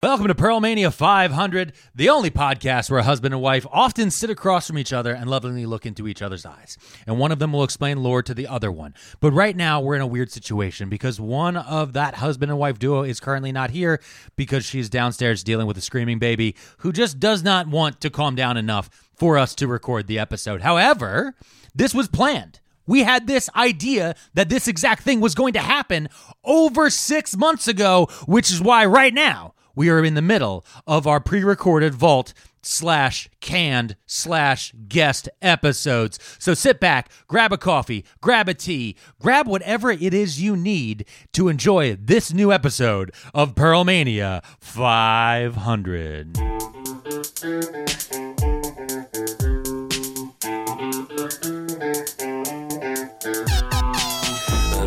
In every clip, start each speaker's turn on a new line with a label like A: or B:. A: Welcome to Pearl Mania 500, the only podcast where a husband and wife often sit across from each other and lovingly look into each other's eyes. And one of them will explain lore to the other one. But right now, we're in a weird situation because one of that husband and wife duo is currently not here because she's downstairs dealing with a screaming baby who just does not want to calm down enough for us to record the episode. However, this was planned. We had this idea that this exact thing was going to happen over six months ago, which is why right now we are in the middle of our pre-recorded vault slash canned slash guest episodes. So sit back, grab a coffee, grab a tea, grab whatever it is you need to enjoy this new episode of Pearl Mania 500.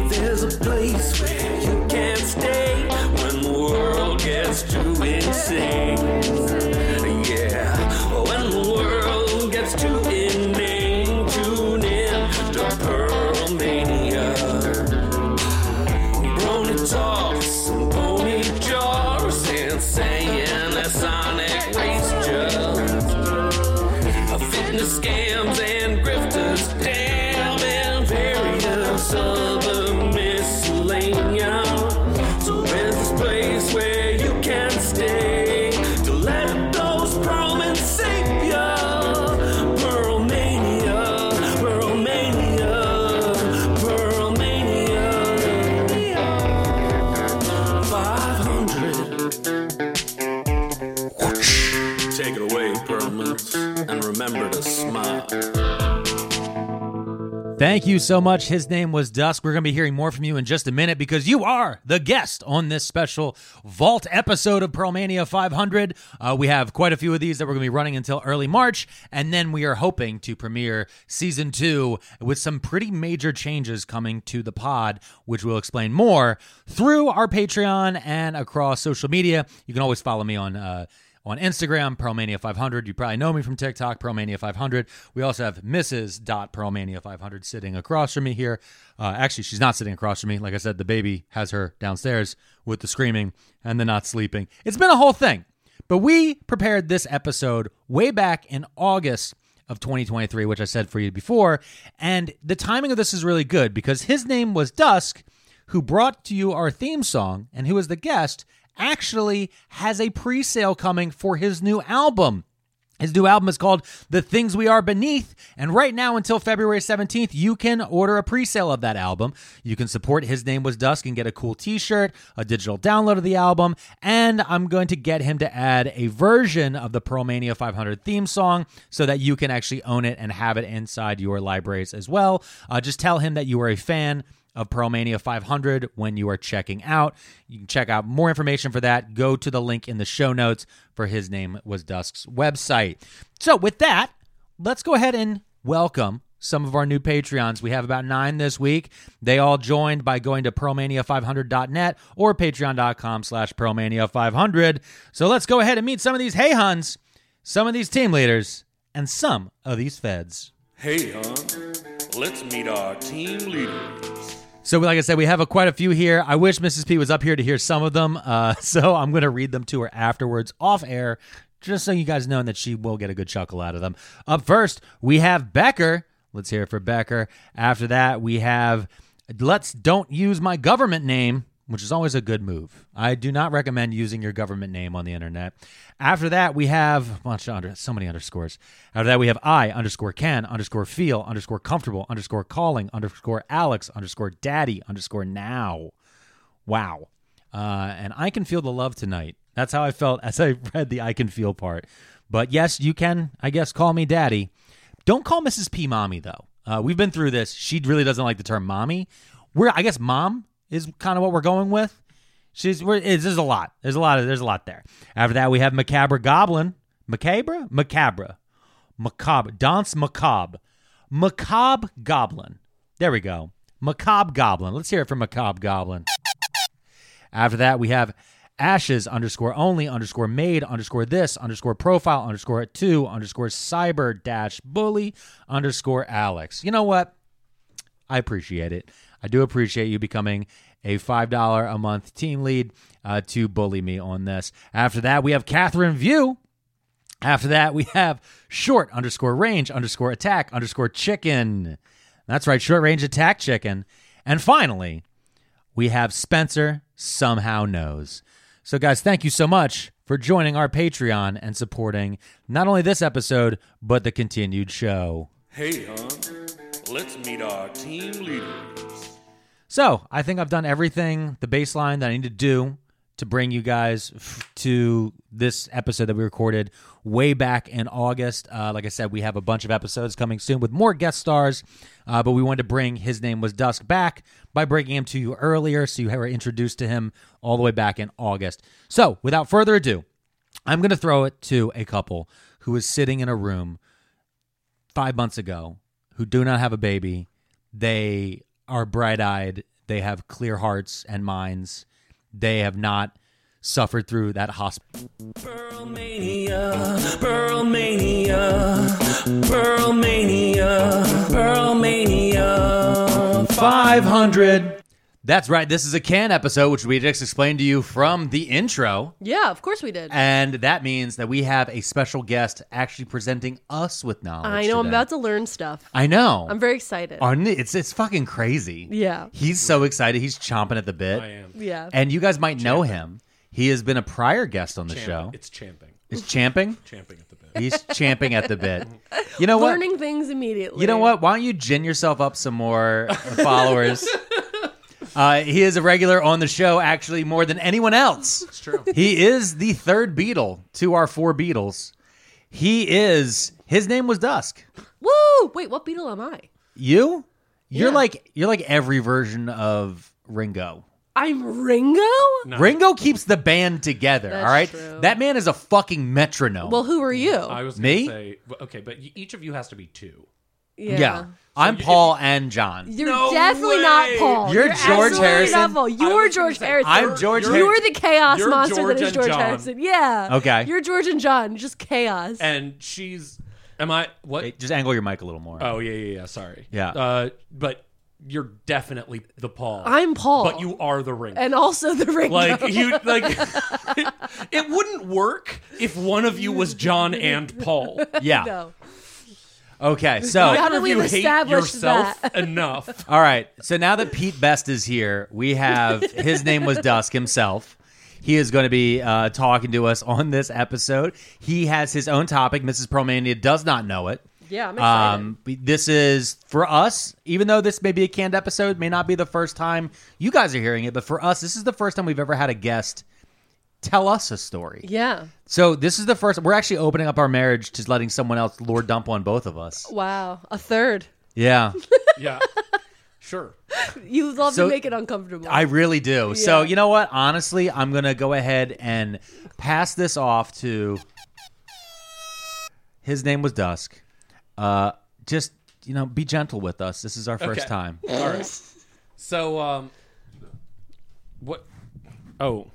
B: There's a place where you can't stay when the world gets too insane. Yeah, when the world gets too inane, tune in to Pearl Mania. Brony talks and pony jars and saying a sonic waste fitness scams and grifters, damn, and various other miscellanea. So there's this place where you can stay to let those pearlmen save ya. Pearl mania, pearl mania, pearl mania. Five hundred. Take it away, Perlmans, and remember to smile.
A: Thank you so much. His name was Dusk. We're going to be hearing more from you in just a minute because you are the guest on this special Vault episode of Pearlmania 500. Uh, we have quite a few of these that we're going to be running until early March, and then we are hoping to premiere season two with some pretty major changes coming to the pod, which we'll explain more through our Patreon and across social media. You can always follow me on. Uh, on Instagram, Pearlmania500. You probably know me from TikTok, Pearlmania500. We also have Mrs. Pearlmania500 sitting across from me here. Uh, actually, she's not sitting across from me. Like I said, the baby has her downstairs with the screaming and the not sleeping. It's been a whole thing. But we prepared this episode way back in August of 2023, which I said for you before. And the timing of this is really good because his name was Dusk, who brought to you our theme song and who was the guest actually has a pre sale coming for his new album. His new album is called The Things We Are Beneath. And right now, until February 17th, you can order a pre sale of that album. You can support His Name Was Dusk and get a cool t shirt, a digital download of the album. And I'm going to get him to add a version of the Pearlmania 500 theme song so that you can actually own it and have it inside your libraries as well. Uh, just tell him that you are a fan of Pearlmania 500 when you are checking out. You can check out more information for that. Go to the link in the show notes for his name was Dusk's website. So, with that, let's go ahead and welcome some of our new Patreons. We have about nine this week. They all joined by going to pearlmania500.net or patreon.com slash pearlmania500. So let's go ahead and meet some of these hey huns, some of these team leaders, and some of these feds.
B: Hey, hon, let's meet our team leaders.
A: So, like I said, we have a, quite a few here. I wish Mrs. P was up here to hear some of them. Uh, so, I'm going to read them to her afterwards off air, just so you guys know that she will get a good chuckle out of them. Up first, we have Becker. Let's hear it for Becker. After that, we have Let's Don't Use My Government Name, which is always a good move. I do not recommend using your government name on the internet. After that, we have bunch of under, so many underscores. After that, we have I underscore can underscore feel underscore comfortable underscore calling underscore Alex underscore daddy underscore now. Wow. Uh, and I can feel the love tonight. That's how I felt as I read the I can feel part. But yes, you can, I guess, call me daddy. Don't call Mrs. P mommy, though. Uh, we've been through this. She really doesn't like the term mommy. We're, I guess, mom is kind of what we're going with. She's, we're, it's, there's a lot. There's a lot of, there's a lot there. After that, we have Macabre Goblin. Macabre? Macabre. Macabre. Dance Macabre. Macabre Goblin. There we go. Macabre Goblin. Let's hear it from Macabre Goblin. After that, we have ashes underscore only underscore made underscore this underscore profile underscore two underscore cyber dash bully underscore Alex. You know what? I appreciate it. I do appreciate you becoming a $5 a month team lead uh, to bully me on this. After that, we have Catherine View. After that, we have short underscore range underscore attack underscore chicken. That's right, short range attack chicken. And finally, we have Spencer somehow knows. So, guys, thank you so much for joining our Patreon and supporting not only this episode, but the continued show.
B: Hey, hon, let's meet our team leaders.
A: So, I think I've done everything, the baseline that I need to do to bring you guys f- to this episode that we recorded way back in August. Uh, like I said, we have a bunch of episodes coming soon with more guest stars, uh, but we wanted to bring His Name Was Dusk back by bringing him to you earlier so you were introduced to him all the way back in August. So, without further ado, I'm going to throw it to a couple who was sitting in a room five months ago who do not have a baby. They are bright eyed, they have clear hearts and minds they have not suffered through that hospital.
B: Pearl Mania, Pearl Mania, Pearl Mania, Pearl Mania.
A: 500. That's right. This is a can episode, which we just explained to you from the intro.
C: Yeah, of course we did.
A: And that means that we have a special guest actually presenting us with knowledge.
C: I know I'm
A: today.
C: about to learn stuff.
A: I know.
C: I'm very excited.
A: Aren't it? It's, it's fucking crazy.
C: Yeah.
A: He's so excited. He's chomping at the bit. I am.
C: Yeah.
A: And you guys might know him. He has been a prior guest on the show.
D: It's champing.
A: Is champing?
D: Champing at the bit.
A: He's champing at the bit. You know what?
C: Learning things immediately.
A: You know what? Why don't you gin yourself up some more followers? Uh, he is a regular on the show, actually, more than anyone else. It's
D: true.
A: He is the third Beatle to our four Beatles. He is. His name was Dusk.
C: Woo! Wait, what beetle am I?
A: You, you're
C: Yeah.
A: like you're like every version of Ringo.
C: I'm Ringo?
A: Ringo keeps the band together.
C: That's
A: all right,
C: true.
A: that man is a fucking metronome.
C: Well, who are you?
D: I was
A: Me?
D: gonna say well, okay, but y- each of you has to be two.
C: yeah.
A: yeah. I'm Paul and John.
C: You're
D: No
C: definitely
D: way.
C: not Paul.
A: You're George
C: absolutely
A: Harrison.
C: Not Paul.
D: was
C: You're
D: gonna
C: George
D: say,
C: Harrison.
A: I'm George
C: You're,
A: Harrison.
C: the chaos
D: you're
C: monster
D: George
C: that is
D: and
C: George
D: John.
C: Harrison. Yeah.
A: Okay.
C: You're George and John. Just chaos.
D: And she's am I what?
A: Hey, Just angle your mic a little more.
D: oh yeah, yeah, yeah. Sorry.
A: Yeah.
D: Uh, but you're definitely the Paul.
C: I'm Paul.
D: But you are the Ringo.
C: and also the Ringo.
D: like you like it, it wouldn't work if one of you was John and Paul.
A: yeah.
C: No.
A: Okay, so
C: How do
D: Either of
C: we
D: you hate
C: establish
D: yourself
C: that?
D: enough.
A: All right. So now that Pete Best is here, we have his name was Dusk himself. He is going to be uh, talking to us on this episode. He has his own topic. Mrs. Pearlmania does not know it.
C: Yeah, I'm excited.
A: Um, we- this is for us, even though this may be a canned episode, may not be the first time you guys are hearing it, but for us, this is the first time we've ever had a guest tell us a story.
C: yeah.
A: So this is the first, we're actually opening up our marriage to letting someone else lord dump on both of us.
C: Wow. A third.
A: Yeah.
D: Yeah. Sure.
C: You love
A: So-
C: to make it uncomfortable.
A: I really do. So you know what? Honestly, I'm gonna go ahead and pass this off to. His name was Dusk. Uh, just you know, be gentle with us. This is our first
D: Okay.
A: time.
D: All right. So, um, what? Oh,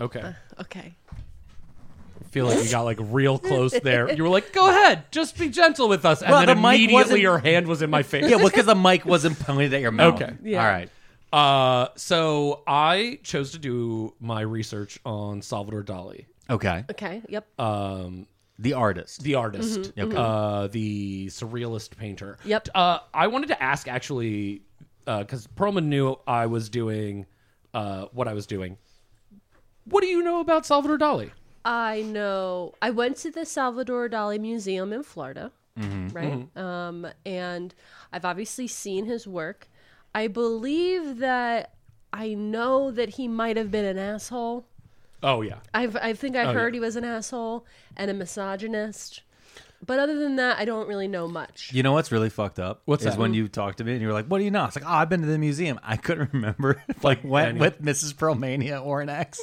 D: okay.
C: Uh, Okay.
D: I feel like you got like real close there. You were like, "Go ahead, just be gentle with us," and
A: Well,
D: then
A: the mic wasn't-
D: immediately your hand was in my face.
A: Yeah, well, because the mic wasn't pointed at your mouth.
D: Okay.
C: Yeah.
A: All right.
D: Uh, so I chose to do my research on Salvador Dali,
A: Okay.
C: Okay. Yep.
D: um,
A: The artist.
D: the artist,
A: Okay.
D: uh, the surrealist painter.
C: Mm-hmm. Yep.
D: Uh, I wanted to ask actually, because Perlman knew I was doing uh, what I was doing. What do you know about Salvador Dali?
C: I know. I went to the Salvador Dali Museum in Florida, right?
D: Mm-hmm.
C: Um, and I've obviously seen his work. I believe that I know that he might have been an asshole.
D: Oh yeah. Oh,
C: I've, I think I heard he was an asshole and a misogynist. But other than that, I don't really know much.
A: You know what's really fucked up?
D: What's
A: is
D: that?
A: when you talked to me and you were like, "What do you know?" It's like, "Oh, I've been to the museum. I couldn't remember if I went
D: any-
A: with Mrs. Pearlmania or an ex."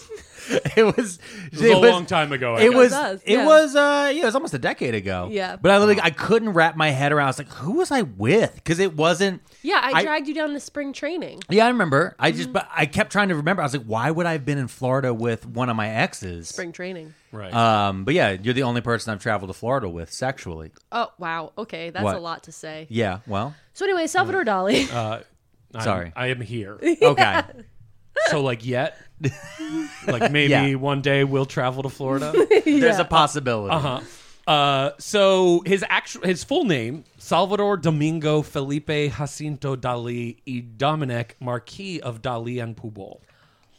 A: it was. It
D: a long time ago, I
A: It
D: guess.
A: was.
C: It was,
A: It
C: yeah.
A: was. Uh, yeah, it was almost a decade ago.
C: Yeah.
A: But I literally, I couldn't wrap my head around. I was like, "Who was I with?" Because it wasn't.
C: Yeah, I,
A: I-
C: dragged you down to spring training.
A: Yeah, I remember. I
C: Mm-hmm.
A: just, but I kept trying to remember. I was like, "Why would I have been in Florida with one of my exes?"
C: Spring training.
D: Right.
A: Um, but yeah, you're the only person I've traveled to Florida with sexually.
C: Oh, wow. Okay, that's
A: What?
C: a lot to say.
A: Yeah. Well.
C: So anyway, Salvador Dali.
D: Uh, I'm-
A: sorry.
D: I am here.
A: Okay.
D: So like yet, like maybe
A: Yeah.
D: one day we'll travel to Florida.
A: There's a possibility.
D: uh, so his actual his full name Salvador Domingo Felipe Jacinto Dali y Dominic Marquis of Dali and Pubol.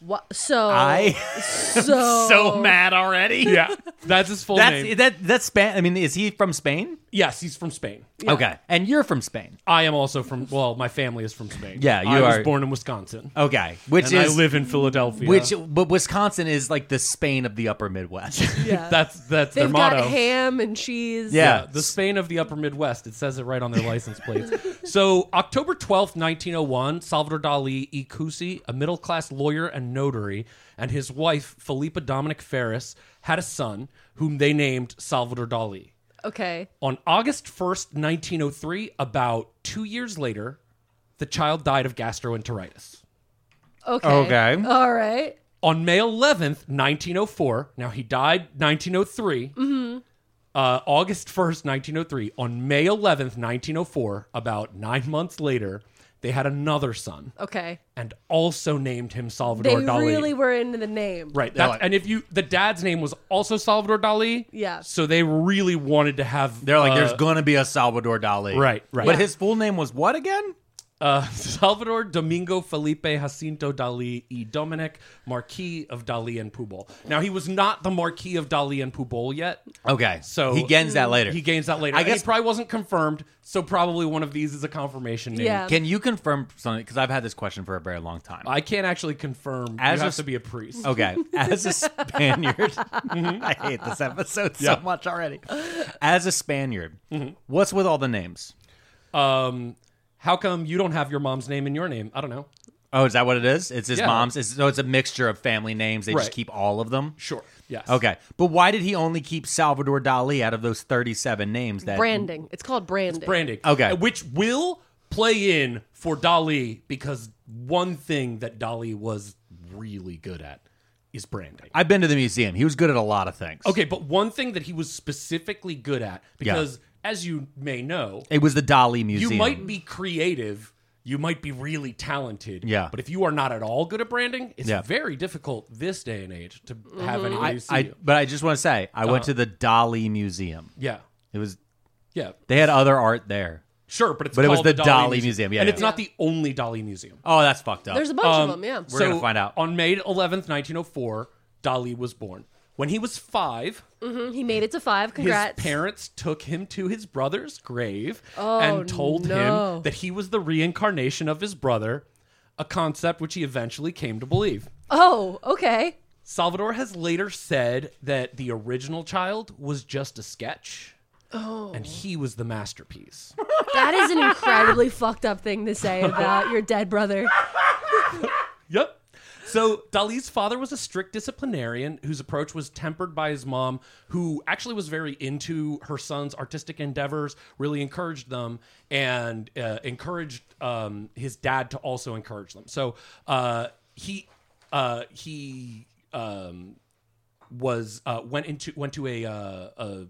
C: Wha- so
A: I.
C: so,
A: so mad already.
D: Oh. Yeah, that's his full
A: That's
D: name.
A: that that's Spain. I mean, is he from Spain?
D: yes, he's from Spain.
A: Okay. And you're from Spain.
D: I am also from. Well, my family is from Spain.
A: Yeah, you
D: I
A: are-
D: was born in Wisconsin.
A: Okay. Which
D: and
A: is
D: I live in Philadelphia.
A: which but Wisconsin is like the Spain of the upper Midwest.
C: yeah.
D: that's that's
C: They've
D: their
C: got
D: motto.
C: ham and cheese.
A: Yeah.
D: Yeah, the Spain of the Upper Midwest. It says it right on their license plates. So, October 12th, 1901, Salvador Dali y Cusi, a middle class lawyer and notary, and his wife, Felipa Dominic Ferris, had a son whom they named Salvador Dali.
C: Okay.
D: On August 1st, 1903, about two years later, the child died of gastroenteritis.
C: Okay.
A: Okay.
C: All right.
D: On May 11th, 1904, now he died 1903. Uh, August 1st, 1903. On May 11th, 1904, about nine months later, they had another son
C: Okay.
D: and also named him Salvador
C: They
D: Dali.
C: really were into the name.
D: right. That's, and if you, the dad's name was also Salvador Dali.
C: Yeah.
D: So they really wanted to have.
A: They're like,
D: uh,
A: there's gonna be a Salvador Dali.
D: Right, right.
A: But
D: Yeah.
A: his full name was what again?
D: uh, Salvador Domingo Felipe Jacinto Dali y Dominic, Marquis of Dali and Pubol. Now, he was not the Marquis of Dali and Pubol yet.
A: Okay.
D: So
A: he gains that later.
D: He gains that later.
A: I
D: I guess
A: guess-
D: he probably wasn't confirmed, so probably one of these is a confirmation name.
C: Yeah.
A: Can you confirm something? Because I've had this question for a very long time.
D: I can't actually confirm. you
A: As Mm-hmm. a
D: have
A: s-
D: to be a priest. Oh,
A: Okay, as a Spaniard,
D: Mm-hmm.
A: I hate this episode so much already. As a Spaniard, what's with all the names?
D: Mm-hmm. Um, how come you don't have your mom's name in your name? I don't know.
A: Oh, is that what it is? It's his
D: Yeah.
A: mom's. It's, so it's a mixture of family names. They just
D: Right.
A: keep all of them.
D: Sure. Yes.
A: Okay, but why did he only keep Salvador Dali out of those thirty-seven names? That
C: Branding. It's called branding.
D: Branding.
A: Okay.
D: Which will play in for Dali because one thing that Dali was really good at is branding.
A: I've been to the museum. He was good at a lot of things.
D: Okay, but one thing that he was specifically good at because, as you may know,
A: it was the Dali
D: you
A: Museum.
D: might be creative you might be really talented
A: Yeah.
D: but if you are not at all good at branding it's
A: Yeah.
D: very difficult this day and age to have anybody
A: I,
D: see
A: I,
D: you Uh-huh.
A: but I just want to say, I went to the Dali Museum.
D: yeah
A: It was
D: yeah
A: they had other art there.
D: sure but it's
A: But it was
D: called
A: the Dali
D: Dali
A: Museum, yeah,
D: and
A: yeah.
D: it's not the um, only Dali museum
A: Oh, that's fucked up.
C: There's a bunch of them. Yeah.
A: We're gonna find out.
D: on May 11th 1904 Dali was born when he was 5
C: Mhm. He made it to five. Congrats.
D: His parents took him to his brother's grave
C: Oh,
D: and told
C: no.
D: him that he was the reincarnation of his brother, a concept which he eventually came to believe.
C: Oh. Okay.
D: Salvador has later said that the original child was just a sketch. And he was the masterpiece.
C: That is an incredibly fucked up thing to say about your dead brother.
D: yep. So Dali's father was a strict disciplinarian whose approach was tempered by his mom, who actually was very into her son's artistic endeavors, really encouraged them, and uh, encouraged um, his dad to also encourage them. So uh, he uh, he um, was uh, went into went to a uh, a,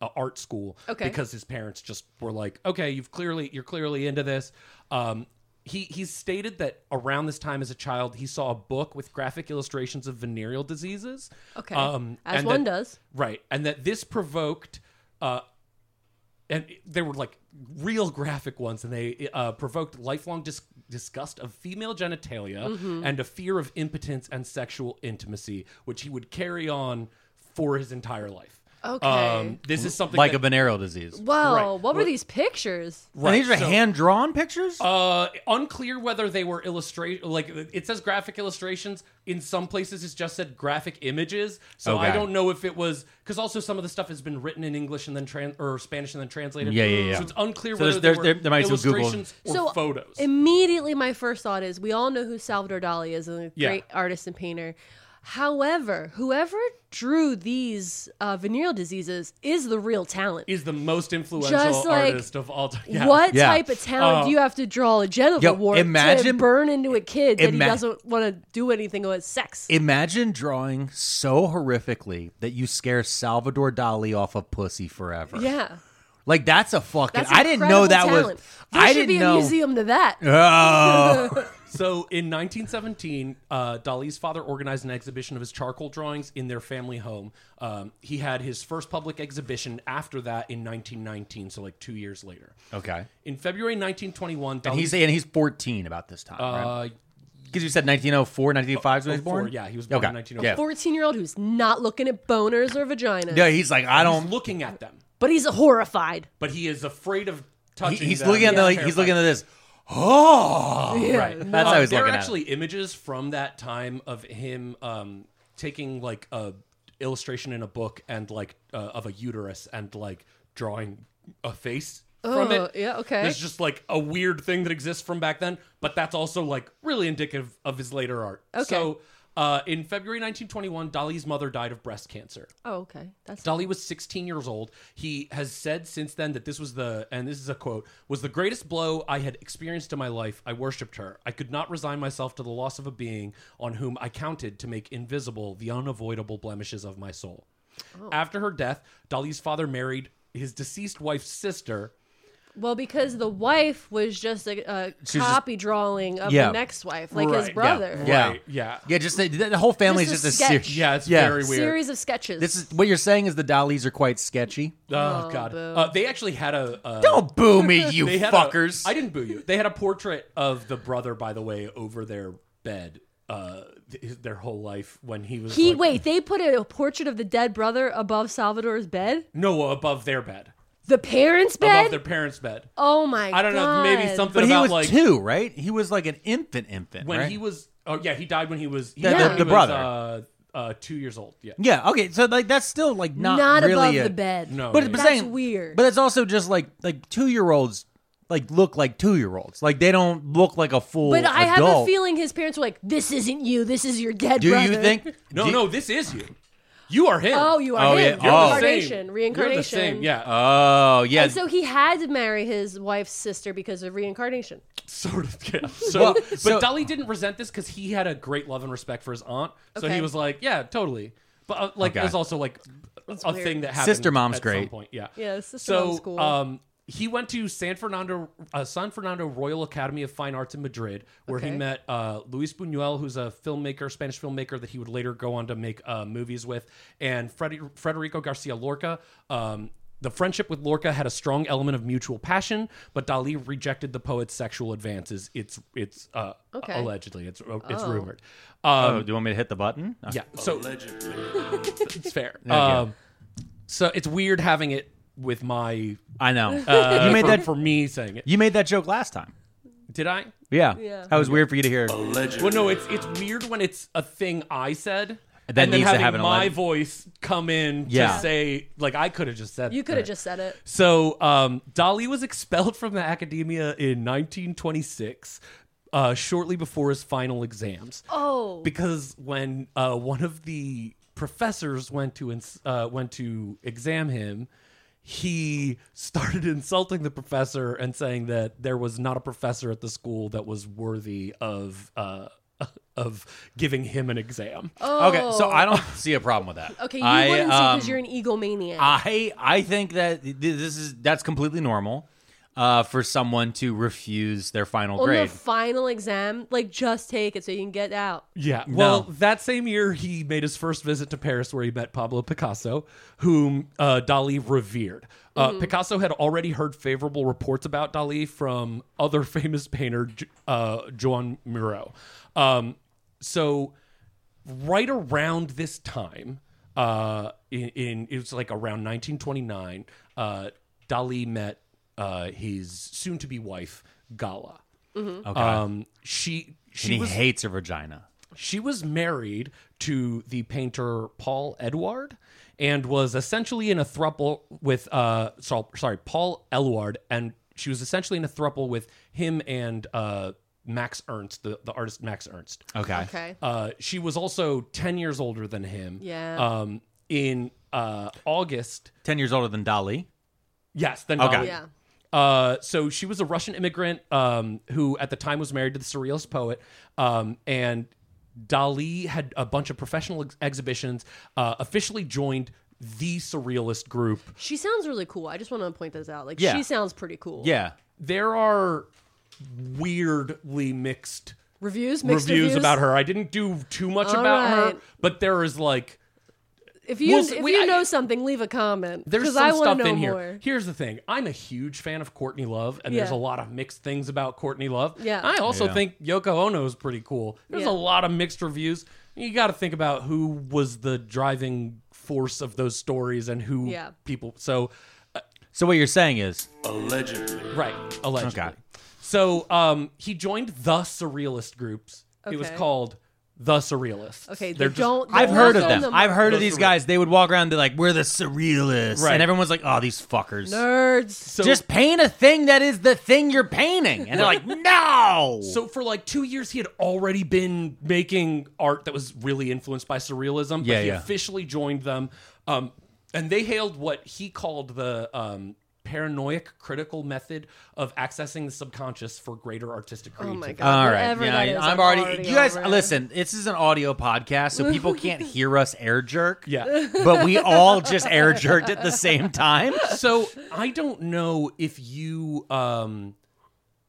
D: a art school
C: Okay.
D: because his parents just were like, okay, you've clearly you're clearly into this. Um, he he's stated that around this time as a child, he saw a book with graphic illustrations of venereal diseases.
C: Okay. As one does.
D: Um, right, and that this provoked. Uh, and they were like real graphic ones, and they uh, provoked lifelong dis- disgust of female genitalia
C: Mm-hmm.
D: and a fear of impotence and sexual intimacy, which he would carry on for his entire life.
C: Okay.
D: this is something
A: like
D: that-
A: a venereal disease.
C: Wow,
D: um, Right.
C: what were these pictures?
A: Right. These are
D: so-
A: hand drawn pictures.
D: Uh, unclear whether they were illustration like it says graphic illustrations in some places it's just said graphic images so i
A: Okay.
D: don't know if it was because also some of the stuff has been written in english and then trans or spanish and then translated
A: Yeah, yeah, yeah.
D: so it's unclear
A: So
D: whether
A: there's-
D: they were
A: there- there might be some Google.
D: illustrations or photos
C: Immediately, my first thought is we all know who Salvador Dali is, a
D: Yeah.
C: great artist and painter. However, whoever drew these uh, venereal diseases is the real talent.
D: is the most influential
C: Just like-
D: artist of all time yeah. Uh,
C: What
A: Yeah.
C: type of talent do you have to draw a genital
A: Yo,
C: wart to
A: imagine-
C: burn into a kid that
A: Ima-
C: he doesn't want to do anything with sex?
A: Imagine drawing so horrifically that you scare Salvador Dali off of pussy forever.
C: yeah,
A: Like that's a fucking.
C: that's
A: I didn't know
C: incredible
A: that
C: talent.
A: was.
C: There
A: I
C: should
A: didn't
C: be
A: know.
C: a museum to that.
A: Oh.
D: So in 1917, uh, Dali's father organized an exhibition of his charcoal drawings in their family home. Um, he had his first public exhibition after that in 1919, so like two years later.
A: okay.
D: In February 1921, Dali,
A: And he's and he's 14 about this time, right?
D: uh,
A: Because you said 1904, 1985 is when he was
D: oh, four,
A: born.
D: yeah, he was born in 1904.
C: 14 year old who's not looking at boners or vaginas,
A: Yeah. yeah, he's like I
D: he's
A: don't.
D: looking at them,
C: but he's horrified.
D: but he is afraid of
A: he-
D: touching.
A: he's
D: them.
A: looking at the, like, he's looking at this. Oh, right. That's how he's
D: there
A: looking
D: are
A: at.
D: Uh, actually
A: it.
D: images from that time of him um, taking like a illustration in a book and like uh, of a uterus and like drawing a face from
C: Oh,
D: it.
C: yeah, okay.
D: There's just like a weird thing that exists from back then, but that's also like really indicative of his later art.
C: Okay.
D: So uh, in February 1921, Dolly's mother died of breast cancer.
C: Oh, okay. That's
D: Dolly was 16 years old. He has said since then that this was the, and this is a quote, was the greatest blow I had experienced in my life. I worshipped her. I could not resign myself to the loss of a being on whom I counted to make invisible the unavoidable blemishes of my soul. After her death, Dolly's father married his deceased wife's sister.
C: well because the wife was just a, a
A: was
C: copy drawing of
A: Yeah.
C: the next wife, like his
D: Right,
C: brother.
A: Yeah.
D: Right, yeah.
A: Yeah, just the, the whole family is
C: Just
A: just
C: a
A: a
C: sketch.
A: series.
D: Yeah, it's very weird.
C: Series of sketches.
A: This is what you're saying is the Dalis are quite sketchy.
D: Oh, God. Uh, they actually had a. Uh,
A: Don't boo me, you
D: they had
A: fuckers.
D: I I didn't boo you. They had a portrait of the brother, by the way, over their bed. Uh, th- their whole life when he was
C: he
D: like-
C: wait, they put a portrait of the dead brother above Salvador's bed,
D: No, above their bed,
C: the parents'
D: above
C: bed.
D: their parents' bed.
C: oh my!
D: I don't know, maybe
C: God.
D: something
A: but he
D: about
A: was
D: like
A: two, right? He was like an infant, infant.
D: when
A: right?
D: he was. Oh yeah, he died when he was. He
A: The-
D: died
C: the-
D: when
A: the
D: he was,
A: brother.
D: uh, uh, two years old. Yeah.
A: Yeah. Okay. So like that's still like not,
C: not,
A: really
C: above
A: a-
C: the bed.
D: No.
A: But, but
C: That's
A: saying-
C: weird.
A: But it's also just like like two year olds like look like two year olds. Like they don't look like a full.
C: But I have a
A: adult.
C: feeling his parents were like, "This isn't you. This is your dead
A: Do
C: brother."
A: you think?
D: No,
A: do-
D: no, this is you. You are him.
C: Oh, you are
A: Oh,
C: him.
A: yeah.
D: You're
A: Oh.
D: the
C: Reincarnation.
D: same.
C: Reincarnation.
D: You're the same. Yeah.
A: Oh yeah.
C: And so he had to marry his wife's sister because of reincarnation.
D: sort of yeah. so
A: Well,
D: but
A: so-
D: dolly didn't resent this because he had a great love and respect for his aunt so he
C: Okay.
D: was like yeah totally but uh, like
A: Okay.
D: there's also like a
C: weird.
D: thing that happened
A: Sister mom's
D: at some
A: great.
D: point yeah
C: Yeah, sister
D: so
C: mom's cool.
D: um he went to San Fernando, uh, San Fernando Royal Academy of Fine Arts in Madrid, where he
C: Okay.
D: met uh, Luis Buñuel, who's a filmmaker, Spanish filmmaker that he would later go on to make uh, movies with, and Freddy, Federico Garcia Lorca. Um, the friendship with Lorca had a strong element of mutual passion, but Dali rejected the poet's sexual advances. It's it's uh,
C: Okay. Oh.
D: allegedly it's it's rumored. Um,
A: Oh, do you want me to hit the button?
D: yeah, so it's fair. Um, so it's weird having it with my
A: I know.
D: uh,
A: you made
D: for-
A: that.
D: for me saying it.
A: You made that joke last time.
D: Did I?
A: Yeah.
C: Yeah.
A: That was weird for you to hear.
D: Oh, Well, no. It's it's weird when it's a thing I said.
A: That
D: and then
A: needs to
D: having
A: have an
D: my
A: alleg-
D: voice come in
A: Yeah.
D: to say like I could have just said
C: You could have
D: that.
C: just said it.
D: So um, Dali was expelled from the academia in 1926. uh, shortly before his final exams.
C: Oh.
D: because when uh, one of the professors went to ins- uh, went to exam him, he started insulting the professor and saying that there was not a professor at the school that was worthy of uh, of giving him an exam.
A: Okay, so I don't see a problem with that.
C: Okay, you
A: I,
C: wouldn't see because
A: um,
C: you're an egomaniac.
A: I I think that th- this is that's completely normal uh, for someone to refuse their final
C: On
A: grade.
C: the final exam, like just take it so you can get out.
D: Yeah. Well, that same year he made his first visit to Paris, where he met Pablo Picasso, whom uh, Dali revered. Uh,
C: Mm-hmm.
D: Picasso had already heard favorable reports about Dali from other famous painter J- uh, Joan Miro. Um, so, right around this time, uh, in, in it was like around 1929, uh, Dali met uh, his soon-to-be wife Gala.
A: okay,
D: Um, she
A: and
D: she
A: he
D: was
A: hates her vagina.
D: she was married to the painter Paul Edouard and was essentially in a throuple with uh so, sorry Paul Eluard and she was essentially in a throuple with him and uh Max Ernst the, the artist Max Ernst.
A: Okay,
C: Okay.
D: Uh she was also 10 years older than him.
C: Yeah.
D: Um in uh August
A: ten years older than Dali.
D: yes then
A: Okay.
D: Dolly.
C: Oh, Yeah.
D: Uh, so she was a Russian immigrant um, who, at the time, was married to the surrealist poet. Um, and Dali had a bunch of professional ex- exhibitions. Uh, officially joined the surrealist group.
C: She sounds really cool. I just want to point this out. Like
A: Yeah.
C: she sounds pretty cool.
A: Yeah,
D: There are weirdly mixed
C: Reviews, mixed
D: reviews, about her. I didn't do too much
C: All
D: about her,
C: right.
D: but there is like
C: If you
D: We'll see-
C: if
D: we-
C: you
D: I-
C: know something, leave a comment.
D: there's
C: 'cause
D: some
C: I wanna
D: stuff
C: know
D: in here.
C: more.
D: Here's the thing: I'm a huge fan of Courtney Love, and there's a
C: Yeah.
D: lot of mixed things about Courtney Love.
C: Yeah.
D: I also
A: Yeah.
D: think Yoko Ono is pretty cool. There's
C: Yeah.
D: a lot of mixed reviews. You got to think about who was the driving force of those stories and who
C: Yeah.
D: people. So,
A: So what you're saying is,
B: Allegedly.
D: right, allegedly.
A: Okay.
D: So, um, he joined the Surrealist groups. It was
C: Okay.
D: called the Surrealists.
C: Okay,
D: They're
C: they don't.
A: I've
C: don't
A: heard
C: knock
A: of
C: on
A: them.
C: the
A: I've heard of
D: Those
A: these
D: surreal-
A: guys. They would walk around. They're like, "We're the surrealists,"
D: Right.
A: and everyone's like, "Oh, these fuckers."
C: Nerds.
D: So,
A: Just paint a thing that is the thing you're painting, and they're like, "No."
D: So for like two years, he had already been making art that was really influenced by surrealism. um, But
A: Yeah,
D: he
A: yeah.
D: officially joined them, um, and they hailed what he called the um, paranoiac critical method of accessing the subconscious for greater artistic
C: Oh
D: creativity.
C: my god.
A: All right,
C: whatever
A: yeah,
C: that is,
A: I'm, already, You guys,
C: over it.
A: listen. This is an audio podcast, so people can't hear us air jerk.
D: Yeah.
A: but we all just air jerked at the same time.
D: so I don't know if you um,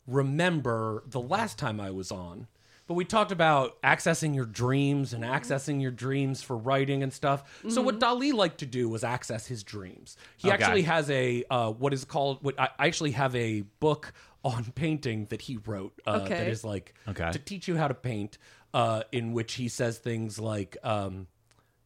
D: remember the last time I was on, but we talked about accessing your dreams and accessing your dreams for writing and stuff. So what Dali liked to do was access his dreams. He
A: Okay.
D: actually has a uh, what is called what I I actually have a book on painting that he wrote uh, that
C: Okay.
D: is like
A: Okay.
D: to teach you how to paint. Uh, in which he says things like. Um,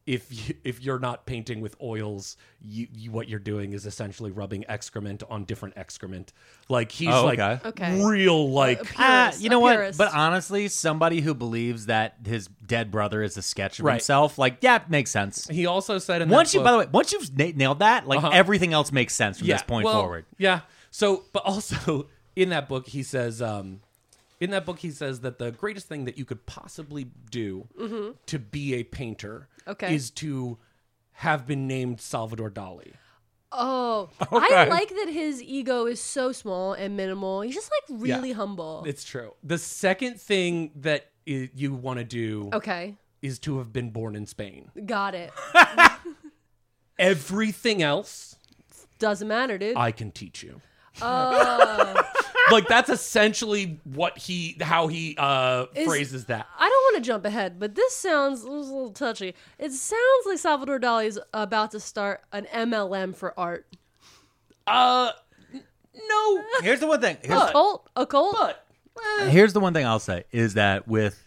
D: if you, if you're not painting with oils, you, you what you're doing is essentially rubbing excrement on different excrement. Like he's
A: Oh,
D: like
A: okay.
C: Okay. Uh,
D: real like
A: Ah,
C: Purist,
A: you
C: a
A: know what?
C: purist.
A: But honestly, somebody who believes that his dead brother is a sketch of
D: Right.
A: himself, like yeah, makes sense.
D: he also said in
A: Once
D: that
A: you, by
D: book-
A: the way, once you've na- nailed that, like everything else makes sense from this point
D: well,
A: forward.
D: Uh-huh. Yeah. So, but also in that book, he says, um, in that book, he says that the greatest thing that you could possibly do to be a painter
C: Okay.
D: is to have been named Salvador Dali.
C: Oh, I
A: Okay.
C: like that his ego is so small and minimal. He's just like
D: Yeah.
C: really humble.
D: It's true. The second thing that i you want to do
C: okay,
D: is to have been born in Spain.
C: got it.
D: Everything else,
C: Doesn't matter, dude.
D: I can teach you.
C: Oh.
D: Like that's essentially what he, how he uh,
C: Is-
D: phrases that.
C: I don't want to jump ahead, but this sounds this is a little touchy. It sounds like Salvador Dali is about to start an MLM for art.
D: Uh, no,
A: Here's the one thing. Here's,
C: A cult? A cult?
D: but
A: here's the one thing I'll say is that with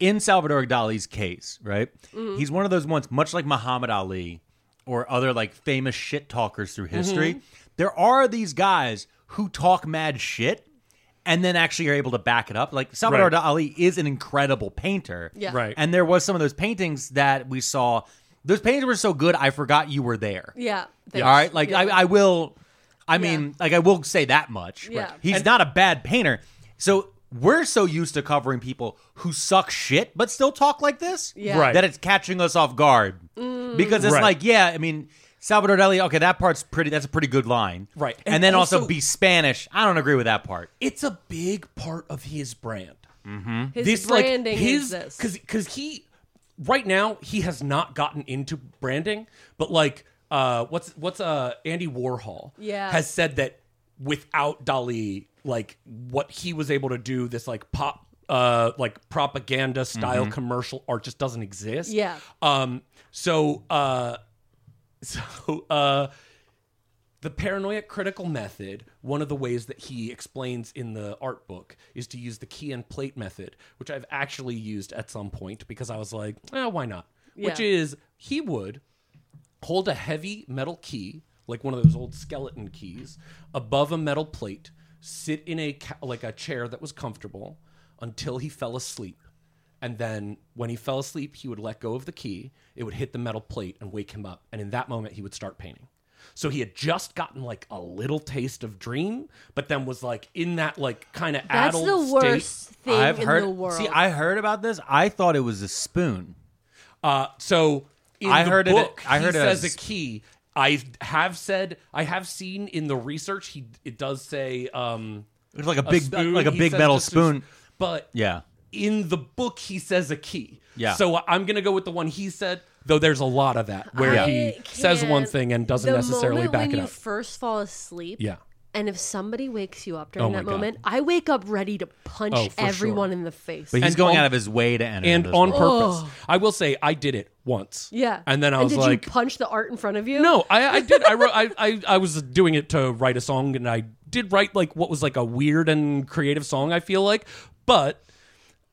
A: in Salvador Dali's case, right? He's one of those ones, much like Muhammad Ali or other like famous shit talkers through history. There are these guys who talk mad shit and then actually are able to back it up. Like Salvador
D: Right.
A: Dali is an incredible painter.
C: Yeah.
D: Right.
A: And there was some of those paintings that we saw. Those paintings were so good, I forgot you were there.
C: Yeah. thanks.
A: All right. Like
C: Yeah.
A: I, I will. I mean, like I will say that much.
C: Yeah.
A: He's not a bad painter. So we're so used to covering people who suck shit but still talk like this
C: Yeah. Mm.
D: Right.
A: that it's catching us off guard because it's
D: Right.
A: like yeah i mean salvador dali okay that part's pretty that's a pretty good line
D: Right.
A: and,
D: And
A: then also,
D: also-
A: be spanish i don't agree with that part
D: It's a big part of his brand.
C: His
D: this
C: branding
D: like his
C: is this.
D: because because he right now he has not gotten into branding, but like uh, what's what's uh Andy Warhol
C: Yeah.
D: has said that without Dali, like what he was able to do, this like pop uh like propaganda style commercial art just doesn't exist.
C: Yeah.
D: Um. So uh, so uh. The paranoia critical method, one of the ways that he explains in the art book, is to use the key and plate method, which I've actually used at some point because I was like, eh, why not? Which
C: Yeah.
D: is, he would hold a heavy metal key, like one of those old skeleton keys, above a metal plate, sit in a ca- like a chair that was comfortable until he fell asleep. And then when he fell asleep, he would let go of the key. It would hit the metal plate and wake him up. And in that moment, he would start painting. So he had just gotten like a little taste of dream, but then was like in that like kind of
C: That's
D: addled
C: the
D: state.
C: worst thing
A: i've
C: in
A: heard
C: the world.
A: see i heard about this i thought it was a spoon
D: Uh, so in
A: I
D: the
A: heard it-
D: book,
A: I heard
D: he
A: it
D: says
A: as-
D: a key. I have said I have seen in the research he it does say um,
A: it's like a big
D: sp-
A: like a
D: he
A: big
D: says
A: metal
D: just a-
A: spoon
D: but
A: yeah
D: in the book he says a key.
A: Yeah.
D: So I'm gonna go with the one he said, though there's a lot of that where
C: I
D: he
C: can't-
D: says one thing and doesn't
C: the
D: necessarily
C: moment
D: back
C: when
D: it
C: you
D: up.
C: first fall asleep.
D: Yeah.
C: And if somebody wakes you up during
D: Oh my
C: that
D: God.
C: moment, I wake up ready to punch
D: Oh, for
C: everyone
D: sure.
C: in the face. Oh,
A: but he's
D: And
A: going
D: on-
A: out of his way to enter
D: and
A: those
D: on
A: ones.
D: purpose. I will say I did it once.
C: yeah.
D: And then I was
C: did
D: like
C: you punch the art in front of you?
D: No, I, I did. I wrote. I, I I was doing it to write a song, and I did write like what was like a weird and creative song. I feel like, but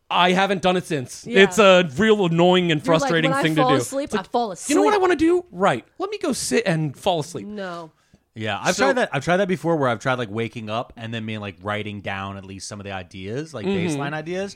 D: I haven't done it since.
C: Yeah.
D: It's a real annoying and
C: You're like,
D: frustrating
C: when
D: thing
C: I fall
D: to do.
C: Asleep,
D: It's like,
C: I fall asleep.
D: you know what I want to do? Right. Let me go sit and fall asleep.
C: No.
A: Yeah, I've
D: So-
A: tried that. I've tried that before, where I've tried like waking up and then being like writing down at least some of the ideas, like
D: Mm-hmm.
A: baseline ideas.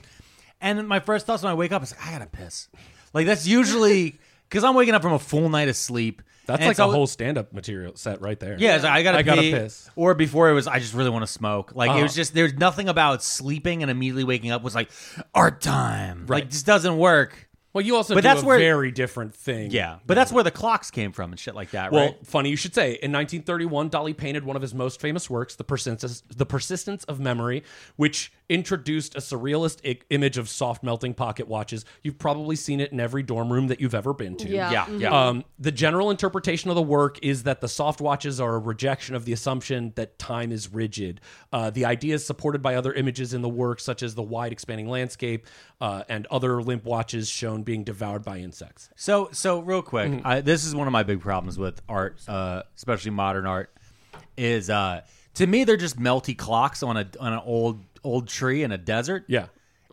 A: And my first thoughts when I wake up is like, I gotta piss. Like that's usually because I'm waking up from a full night of sleep.
D: That's
A: and
D: like
A: it's
D: a
A: always-
D: whole stand-up material set right there.
A: Yeah, it's like, I gotta
D: I gotta
A: pee.
D: piss.
A: Or before it was, I just really want to smoke. Like it
D: Uh-huh.
A: was just there's nothing about sleeping and immediately waking up was like art time. Like
D: Right.
A: this doesn't work.
D: Well, you also
A: But
D: do
A: that's
D: a
A: where-
D: very different thing.
A: Yeah, but that's where the clocks came from and shit like that.
D: Well,
A: right?
D: funny you should say. In 1931, Dolly painted one of his most famous works, "The Persistence, the Persistence of Memory," which introduced a surrealist I- image of soft melting pocket watches. You've probably seen it in every dorm room that you've ever been to.
C: Yeah. Mm-hmm.
A: yeah, yeah.
D: Um, the general interpretation of the work is that the soft watches are a rejection of the assumption that time is rigid. Uh, the idea is supported by other images in the work, such as the wide expanding landscape uh, and other limp watches shown being devoured by insects.
A: So, so real quick,
D: Mm-hmm.
A: I, this is one of my big problems with art, uh, especially modern art, is uh, to me they're just melty clocks on a on an old old tree in a desert.
D: Yeah,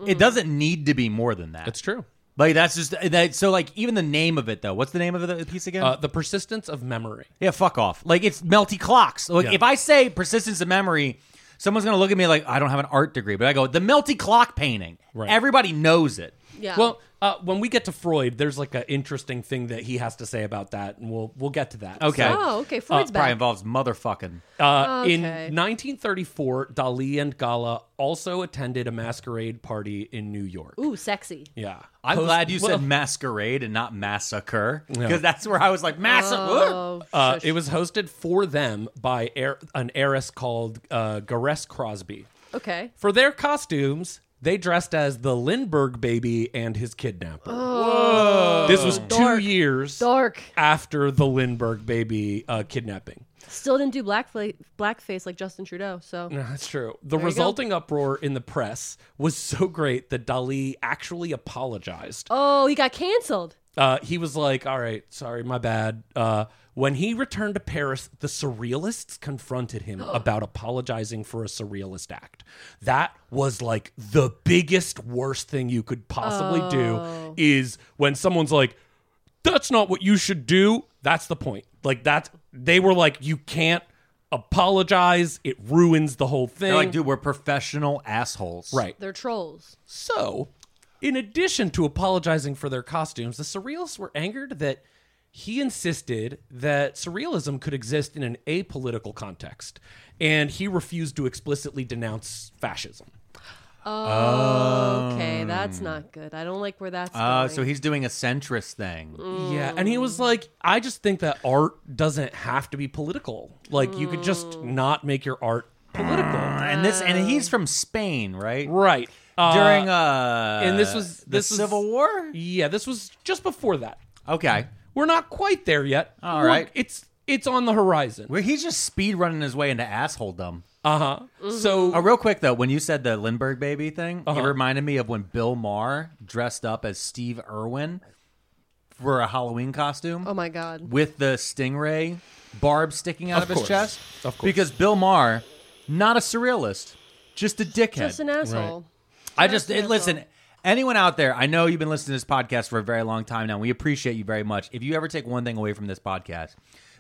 A: it doesn't need to be more than that.
D: that's true.
A: Like that's just that. So like even the name of it though. What's the name of the piece again?
D: Uh, the persistence of memory.
A: yeah, fuck off. Like it's melty clocks. Like
D: Yeah.
A: if I say persistence of memory. Someone's gonna look at me like I don't have an art degree, but I go the melty clock painting.
D: Right.
A: Everybody knows it.
C: Yeah.
D: Well, uh, when we get to Freud, there's like an interesting thing that he has to say about that, and we'll we'll get to that.
A: Okay. Uh,
D: So,
C: oh, okay. Freud's
A: Probably
C: back.
A: involves motherfucking.
D: uh, In
C: Okay.
D: 1934, Dali and Gala also attended a masquerade party in New York.
C: Ooh, sexy.
D: Yeah,
A: I'm
D: Post-
A: glad you
D: well,
A: said masquerade and not massacre because
D: Yeah.
A: that's where I was like massacre.
C: Oh,
D: uh, it was hosted for them by heir- an heiress called uh, Garess Crosby.
C: Okay.
D: For their costumes, they dressed as the Lindbergh baby and his kidnapper. This was two
C: Dark.
D: years
C: Dark.
D: after the Lindbergh baby uh, kidnapping.
C: Still didn't do blackface, blackface like Justin Trudeau. So
D: No, that's true. The
C: you go.
D: resulting uproar in the press was so great that Dali actually apologized.
C: oh, he got canceled.
D: Uh, he was like, "All right, sorry, my bad." Uh, when he returned to Paris, the surrealists confronted him about apologizing for a surrealist act. That was like the biggest worst thing you could possibly do is when someone's like, "That's not what you should do." That's the point. Like that's they were like, "You can't apologize. It ruins the whole thing."
A: They're like, dude, we're professional assholes.
D: right.
C: They're trolls.
D: So, in addition to apologizing for their costumes, the surrealists were angered that he insisted that surrealism could exist in an apolitical context, and he refused to explicitly denounce fascism.
C: Oh, okay, that's not good. I don't like where that's
A: Uh,
C: going.
A: so he's doing a centrist thing.
C: Mm.
A: Uh,
D: Yeah, and he was like, I just think that art doesn't have to be political. Like, you could just not make your art political.
A: And this, and he's from Spain, right?
D: Right. Uh,
A: During uh,
D: and this was-
A: the
D: this was-
A: Civil War.
D: Yeah, this was just before that.
A: Okay,
D: We're not quite there yet.
A: All
D: All right,
A: right.
D: It's it's on the horizon.
A: where he's just speed running his way into assholedom.
D: Uh huh.
C: Mm-hmm.
D: So Uh-huh.
A: Oh, real quick though, when you said the Lindbergh baby thing, it reminded me of when Bill Maher dressed up as Steve Irwin for a Halloween costume.
C: oh my god.
A: with the stingray barb sticking out of, his
D: course.
A: chest.
D: Of course.
A: Because Bill Maher, not a surrealist, just a dickhead.
C: Just an asshole.
A: I just it, listen. Anyone out there, I know you've been listening to this podcast for a very long time now. We appreciate you very much. If you ever take one thing away from this podcast,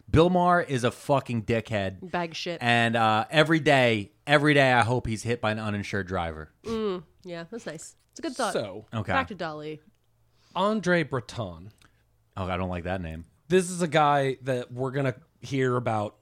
A: Bill Maher is a fucking dickhead.
C: Bag shit.
A: And uh, every day, every day, I hope he's hit by an uninsured driver.
C: yeah, that's nice. It's a good thought.
D: So-
A: Okay.
C: Back to Dolly.
D: Andre Breton.
A: Oh, I don't like that name.
D: This is a guy that we're gonna hear about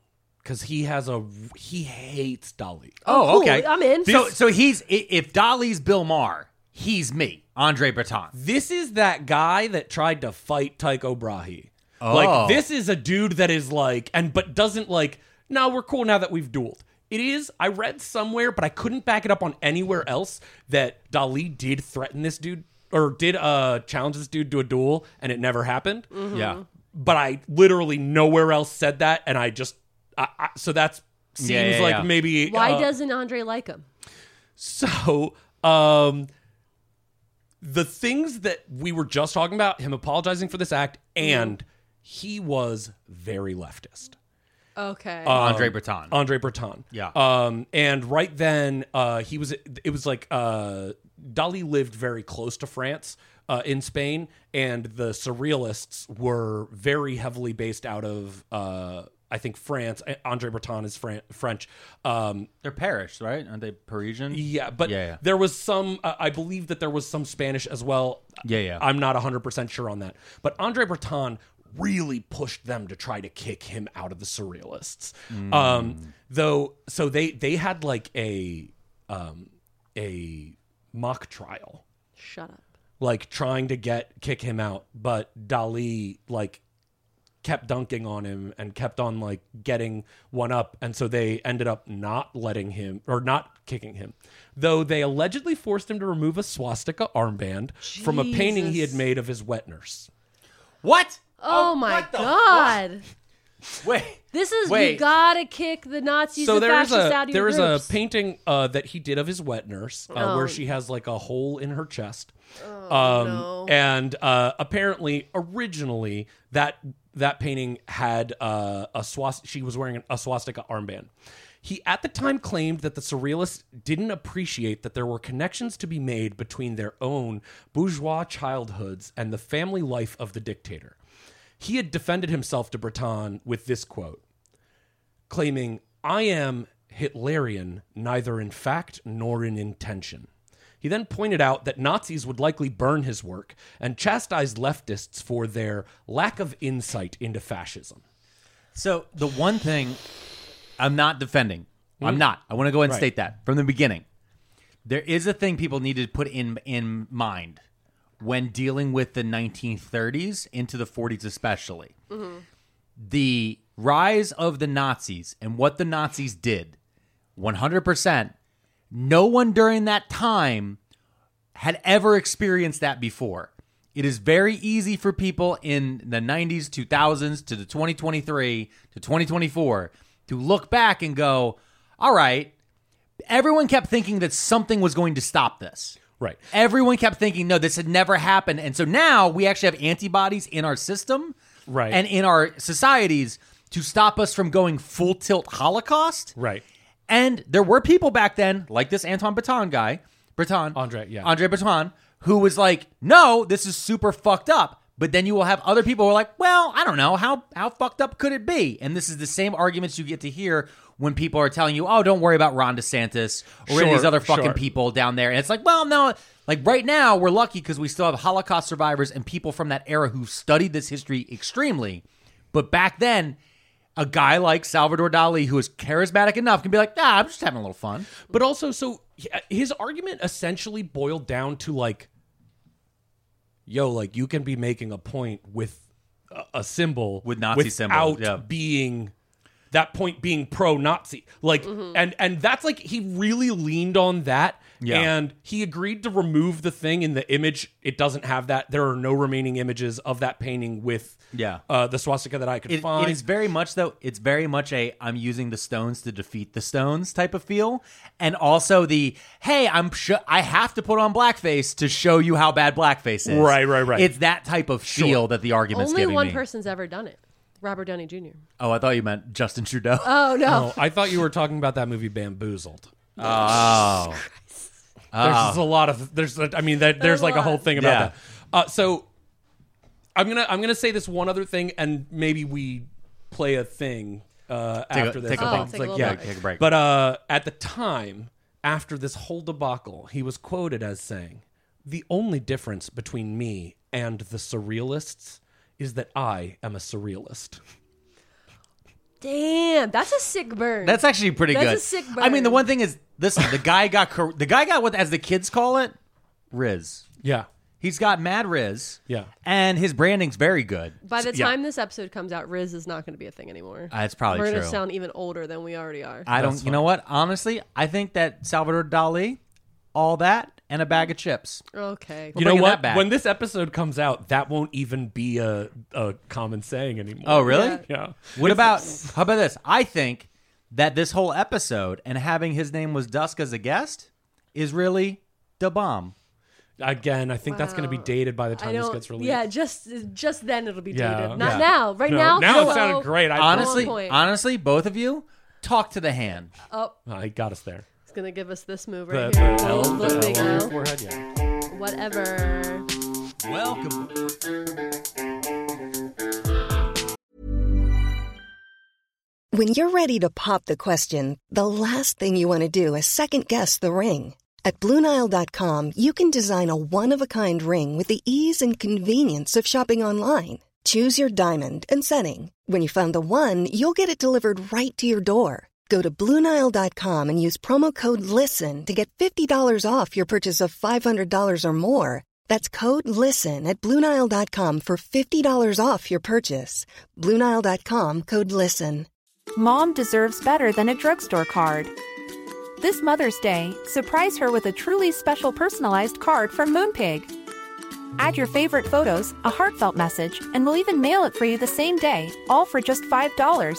D: because he has a he hates Dolly.
A: Oh,
C: cool.
A: okay.
C: I'm in.
A: So,
C: This-
A: so he's i- if Dolly's Bill Maher, he's me, Andre Breton.
D: This is that guy that tried to fight Tycho Brahe.
A: Oh.
D: Like this is a dude that is like and but doesn't like. No, we're cool now that we've dueled. It is. I read somewhere, but I couldn't back it up on anywhere else that Dali did threaten this dude or did uh challenge this dude to a duel, and it never happened.
A: Mm-hmm. Yeah.
D: But I literally nowhere else said that, and I just I, I, so that's seems
A: yeah,
D: like
A: yeah.
D: maybe
C: Why
D: uh,
C: doesn't Andre like him?
D: so, um, the things that we were just talking about, him apologizing for this act, and he was very leftist.
C: Okay.
A: Andre Breton.
D: uh, Andre Breton.
A: Yeah.
D: Um, and right then, uh, he was. It was like uh, Dali lived very close to France uh, in Spain, and the Surrealists were very heavily based out of. Uh, I think France. Andre Breton is Fran- French. Um,
A: They're Paris, right? Aren't they Parisian?
D: yeah, but
A: Yeah, yeah.
D: there was some. Uh, I believe that there was some Spanish as well.
A: Yeah, yeah.
D: I'm not 100 percent sure on that, but Andre Breton really pushed them to try to kick him out of the Surrealists. Um, though, so they they had like a um, a mock trial,
C: Shut up.
D: like trying to get kick him out, but Dali like kept dunking on him and kept on like getting one up and so they ended up not letting him or not kicking him though they allegedly forced him to remove a swastika armband from a painting he had
C: Jesus.
D: made of his wet nurse
A: What?
C: Oh, my
A: what the
C: god.
A: Wait.
C: This is we
A: Wait.
C: gotta kick the Nazis
D: so
C: and
D: there is
C: fascists
D: a
C: out of
D: there
C: your
D: is a
C: groups.
D: painting uh, that he did of his wet nurse uh,
C: Oh.
D: where she has like a hole in her chest um, and uh, apparently originally that that painting had uh, a swastika she was wearing a swastika armband he at the time claimed that the surrealists didn't appreciate that there were connections to be made between their own bourgeois childhoods and the family life of the dictator he had defended himself to breton with this quote claiming, I am Hitlerian neither in fact nor in intention. He then pointed out that Nazis would likely burn his work and chastise leftists for their lack of insight into fascism.
A: So the one thing I'm not defending.
D: Hmm?
A: I'm not. I want to go ahead and state that from the beginning. There is a thing people need to put in in mind when dealing with the 1930s into the 40s, especially the rise of the Nazis and what the Nazis did. 100 percent. No one during that time had ever experienced that before. It is very easy for people in the 90s, 2000s to the 2023 to 2024 to look back and go, all right, everyone kept thinking that something was going to stop this.
D: Right.
A: Everyone kept thinking, no, this had never happened. And so now we actually have antibodies in our system
D: Right.
A: and in our societies to stop us from going full tilt Holocaust.
D: Right.
A: And there were people back then, like this Anton Breton guy, Breton,
D: Andre, yeah.
A: Andre Breton, who was like, "No, this is super fucked up." But then you will have other people who are like, "Well, I don't know how how fucked up could it be?" And this is the same arguments you get to hear when people are telling you, "Oh, don't worry about Ron DeSantis or any of these
D: Sure,
A: other fucking
D: sure.
A: people down there." And it's like, "Well, no." Like right now, we're lucky because we still have Holocaust survivors and people from that era who studied this history extremely. But back then, a guy like Salvador Dali, who is charismatic enough, can be like, "Ah, I'm just having a little fun."
D: But also, so uh, his argument essentially boiled down to like yo like you can be making a point with a, a symbol
A: With Nazi symbol,
D: without
A: yeah.
D: being that point being pro Nazi like and and that's like he really leaned on that
A: Yeah.
D: and he agreed to remove the thing in the image it doesn't have that there are no remaining images of that painting with
A: Yeah.
D: uh, the swastika that I could
A: It,
D: find
A: it is very much though. It's very much a I'm using the stones to defeat the stones type of feel, and also the hey I'm sh- I have to put on blackface to show you how bad blackface is.
D: Right, right, right.
A: It's that type of feel that the argument's
C: Only
A: giving
C: one
A: me.
C: person's ever done it. Robert Downey Jr.
A: oh, I thought you meant Justin Trudeau.
C: Oh no.
D: Oh, I thought you were talking about that movie Bamboozled.
A: oh,
D: There's just a lot of there's I mean that there's like a whole thing about
A: Yeah.
D: that. Uh, so I'm gonna I'm gonna say this one other thing, and maybe we play a thing uh,
A: a-
D: after this.
A: take a
D: I
A: break.
D: think it's
C: Oh, Take a
D: like,
C: little
D: yeah,
C: break.
A: Take a break.
D: But uh, at the time, after this whole debacle, he was quoted as saying, "The only difference between me and the surrealists is that I am a surrealist."
C: Damn, that's a sick burn.
A: that's actually pretty
C: That's
A: good.
C: a sick
A: I mean, the
C: burn.
A: one thing is, listen, the guy got cor- the guy got what as the kids call it, Riz.
D: Yeah,
A: He's got mad Riz.
D: Yeah.
A: and his branding's very good.
C: By the
D: yeah.
C: time this episode comes out, Riz is not going to be a thing anymore.
A: Uh, it's probably
C: We're
A: true.
C: to sound even older than we already are.
A: I don't. You know what? Honestly, I think that Salvador Dali, all that, and a bag of chips.
C: okay.
D: you know
A: bringing that
D: what?
A: back.
D: When this episode comes out, that won't even be a, a common saying anymore.
A: Oh, really?
D: Yeah.
A: What about? How about this? I think that this whole episode and having his name was Dusk as a guest is really the bomb.
D: Again, I think that's going to be dated by the
C: I
D: time this
C: don't.
D: gets released.
C: Yeah, just just then it'll be
D: Yeah.
C: dated. Not
D: Yeah.
C: now. Right
D: No,
C: now.
D: Now it
C: no.
D: sounded great. I
A: Honestly,
C: point.
A: honestly, both of you talk to the hand.
C: Oh,
D: Oh, he got us there.
C: it's gonna give us this move
D: The,
C: right
D: the
C: here.
D: L,
C: Little
D: the
C: big
D: L on your
C: L.
D: forehead, yeah.
C: Whatever.
A: Welcome.
E: When you're ready to pop the question, the last thing you want to do is second guess the ring. At Bluenile.com, you can design a one of a kind ring with the ease and convenience of shopping online. Choose your diamond and setting. When you find the one, you'll get it delivered right to your door. Go to Bluenile.com and use promo code LISTEN to get $50 off your purchase of $500 or more. That's code LISTEN at Bluenile.com for $50 off your purchase. Bluenile.com code LISTEN.
F: Mom deserves better than a drugstore card. This Mother's Day, surprise her with a truly special personalized card from Moonpig. Add your favorite photos, a heartfelt message, and we'll even mail it for you the same day, all for just $5.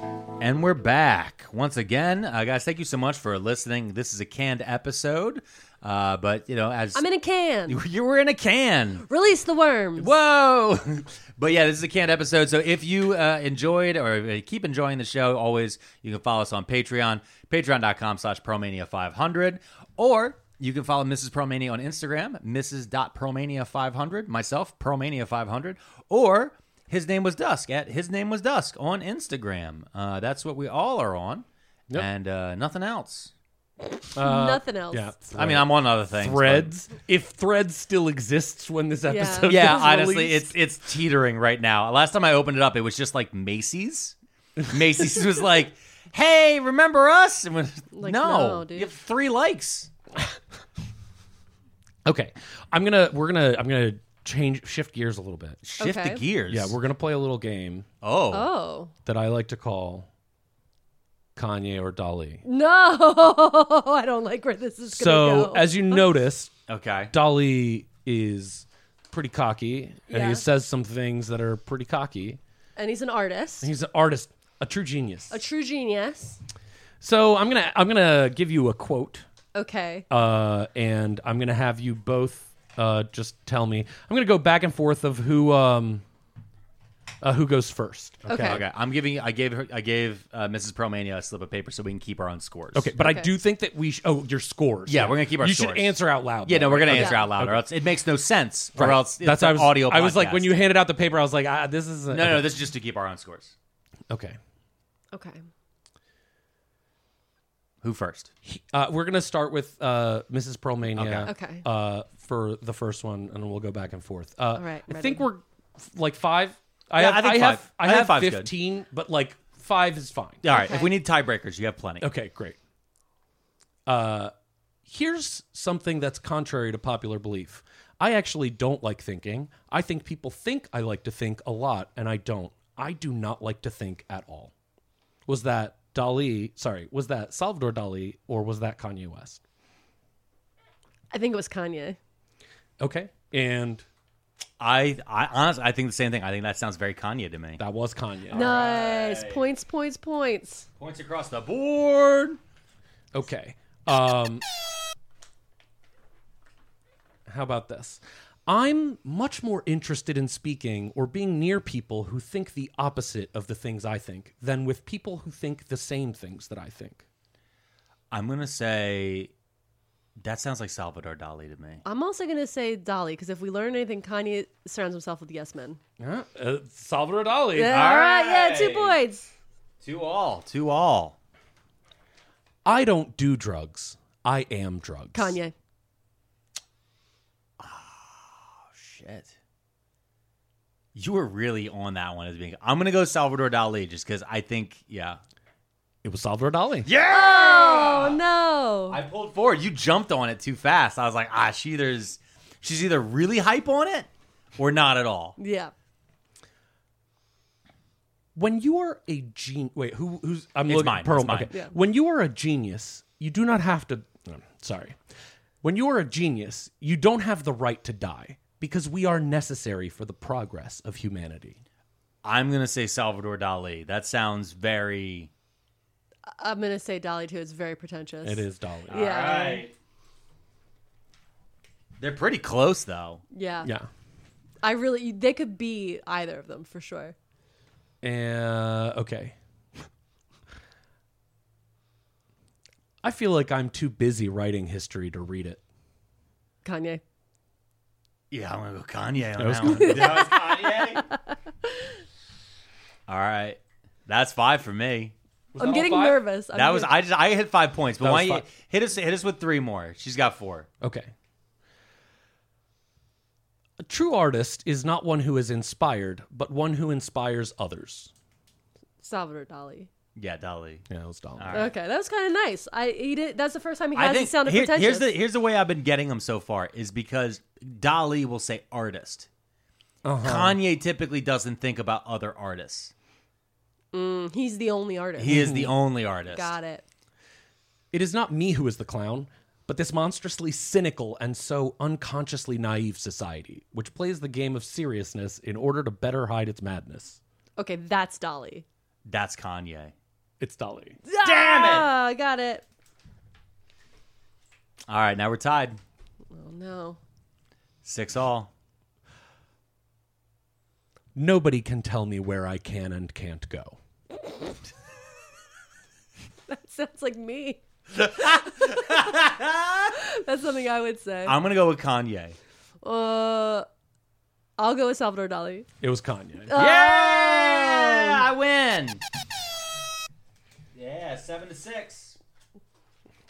A: And we're back once again, uh, guys. Thank you so much for listening. This is a canned episode, uh, but you know, as
C: I'm in a can.
A: you were in a can.
C: Release the worms.
A: Whoa! but yeah, this is a canned episode. So if you uh, enjoyed or uh, keep enjoying the show, always you can follow us on Patreon, patreon.com slash promania500, or you can follow Mrs. Promania on Instagram, mrs.promania500, myself, promania500, or his name was Dusk at his name was Dusk on Instagram. Uh, that's what we all are on, and uh, nothing else.
C: Nothing else.
D: Uh, Yeah.
A: I mean, I'm on other things. but-
D: Threads. If Threads still exists when this episode
A: Yeah,
D: is
A: honestly,
D: released.
A: it's it's teetering right now. Last time I opened it up, it was just like Macy's. Macy's was like, "Hey, remember us?" And was, no,
C: no, dude."
A: you have three likes.
D: Okay. I'm going to, we're going to, I'm going to change, shift gears a little bit.
A: Shift
C: Okay.
A: the gears.
D: Yeah, we're going to play a little game
A: oh,
C: Oh
D: that I like to call Kanye or Dolly.
C: no! I don't like where this is going.
D: So,
C: go.
D: as you notice,
A: okay.
D: Dolly is pretty cocky and
C: Yeah.
D: he says some things that are pretty cocky.
C: and he's an artist,
D: He's an artist, a true genius.
C: a true genius.
D: So I'm gonna I'm gonna give you a quote,
C: Okay.
D: uh, and I'm gonna have you both uh, just tell me. I'm gonna go back and forth of who um, uh, who goes first.
C: Okay.
A: Okay, I'm giving. I gave her. I gave uh, Mrs. Promania a slip of paper so we can keep our own scores.
D: Okay, but I do think that we sh- oh your scores.
A: Yeah, we're gonna keep our
D: You should
A: scores.
D: answer out loud.
A: Yeah,
D: though.
A: no, we're gonna
C: Okay.
A: answer out loud, or else it makes no sense. Or else it's
D: that's
A: an
D: I was
A: audio.
D: I was like when
A: podcast.
D: you handed out the paper, I was like, ah, this is a,
A: No, no, this is just to keep our own scores.
D: okay.
C: Okay.
A: Who first?
D: Uh, we're gonna start with uh, Mrs. Pearlmania.
C: Okay. Okay.
D: Uh, for the first one, and then we'll go back and forth. Uh,
C: All right,
D: I think
C: ready.
D: we're f- like five. I
A: Yeah,
D: have.
A: I think
D: I have.
A: five.
D: I
A: I think
D: have
A: five's good.
D: fifteen, but like five is fine.
A: All right. If we need tiebreakers, you have plenty.
D: Okay, great. Uh, here's something that's contrary to popular belief. I actually don't like thinking. I think people think I like to think a lot, and I don't. I do not like to think at all. Was that Dali? Sorry, was that Salvador Dali or was that Kanye West?
C: I think it was Kanye.
D: Okay, and
A: I, I honestly, I think the same thing. I think that sounds very Kanye to me.
D: that was Kanye.
C: Nice. Points, points, points.
A: Points across the board.
D: Okay. Um, how about this? I'm much more interested in speaking or being near people who think the opposite of the things I think than with people who think the same things that I think.
A: I'm gonna say that sounds like Salvador Dali to me.
C: I'm also going to say Dolly because if we learn anything, Kanye surrounds himself with yes men.
D: Yeah, uh, Salvador Dali.
C: Yeah, all right. Yeah, two points.
A: Two all. Two all.
D: I don't do drugs. I am drugs.
C: Kanye.
A: Shit. You were really on that one as being. I'm gonna go Salvador Dali just because I think. Yeah.
D: It was Salvador Dali.
C: Oh, no.
A: I pulled forward. You jumped on it too fast. I was like, ah, she there's, she's either really hype on it or not at all.
C: yeah.
D: when you are a genius, wait, who, who's? I'm
A: It's
D: looking.
A: mine,
D: Pearl,
A: it's mine.
D: okay.
C: Yeah.
D: When you are a genius, you do not have to. um, Sorry. When you are a genius, you don't have the right to die because we are necessary for the progress of humanity.
A: I'm gonna say Salvador Dali. That sounds very.
C: I'm going to say Dolly too. It's very pretentious.
D: It is Dolly.
C: Yeah.
A: They're pretty close though.
C: Yeah.
D: Yeah.
C: I really, they could be either of them for sure.
D: Uh, okay. I feel like I'm too busy writing history to read it.
C: Kanye.
A: Yeah, I'm gonna go Kanye on
D: That was
A: that one. That was Kanye. All right, that's five for me.
C: I'm getting nervous. I'm
A: that was
C: getting-
A: I just I hit five points, but
D: That
A: why
D: was
A: don't you
D: five.
A: hit us hit us with three more? She's got four.
C: Oh.
D: Okay. A true artist is not one who is inspired, but one who inspires others.
C: Salvador Dali.
A: Yeah, Dali.
D: Yeah, it's Dali.
C: Okay, that was kind of nice. I he did. That's the first time he
A: I
C: hasn't
A: think
C: sounded
A: here-
C: pretentious.
A: here's the here's the way I've been getting them so far is because Dali will say artist.
C: Uh-huh.
A: Kanye typically doesn't think about other artists.
C: He's the only artist.
A: He is the only artist.
C: Got it.
D: It is not me who is the clown, but this monstrously cynical and so unconsciously naive society, which plays the game of seriousness in order to better hide its madness.
C: Okay, that's Dolly.
A: That's Kanye.
D: It's Dali.
C: Damn it! Ah, Got it.
A: All right, now we're tied.
C: Oh no.
A: Six all.
D: Nobody can tell me where I can and can't go.
C: Sounds like me. That's something I would say.
A: I'm gonna go with Kanye.
C: Uh, I'll go with Salvador Dali.
D: It was Kanye.
A: Yeah, I win. Yeah, seven to six.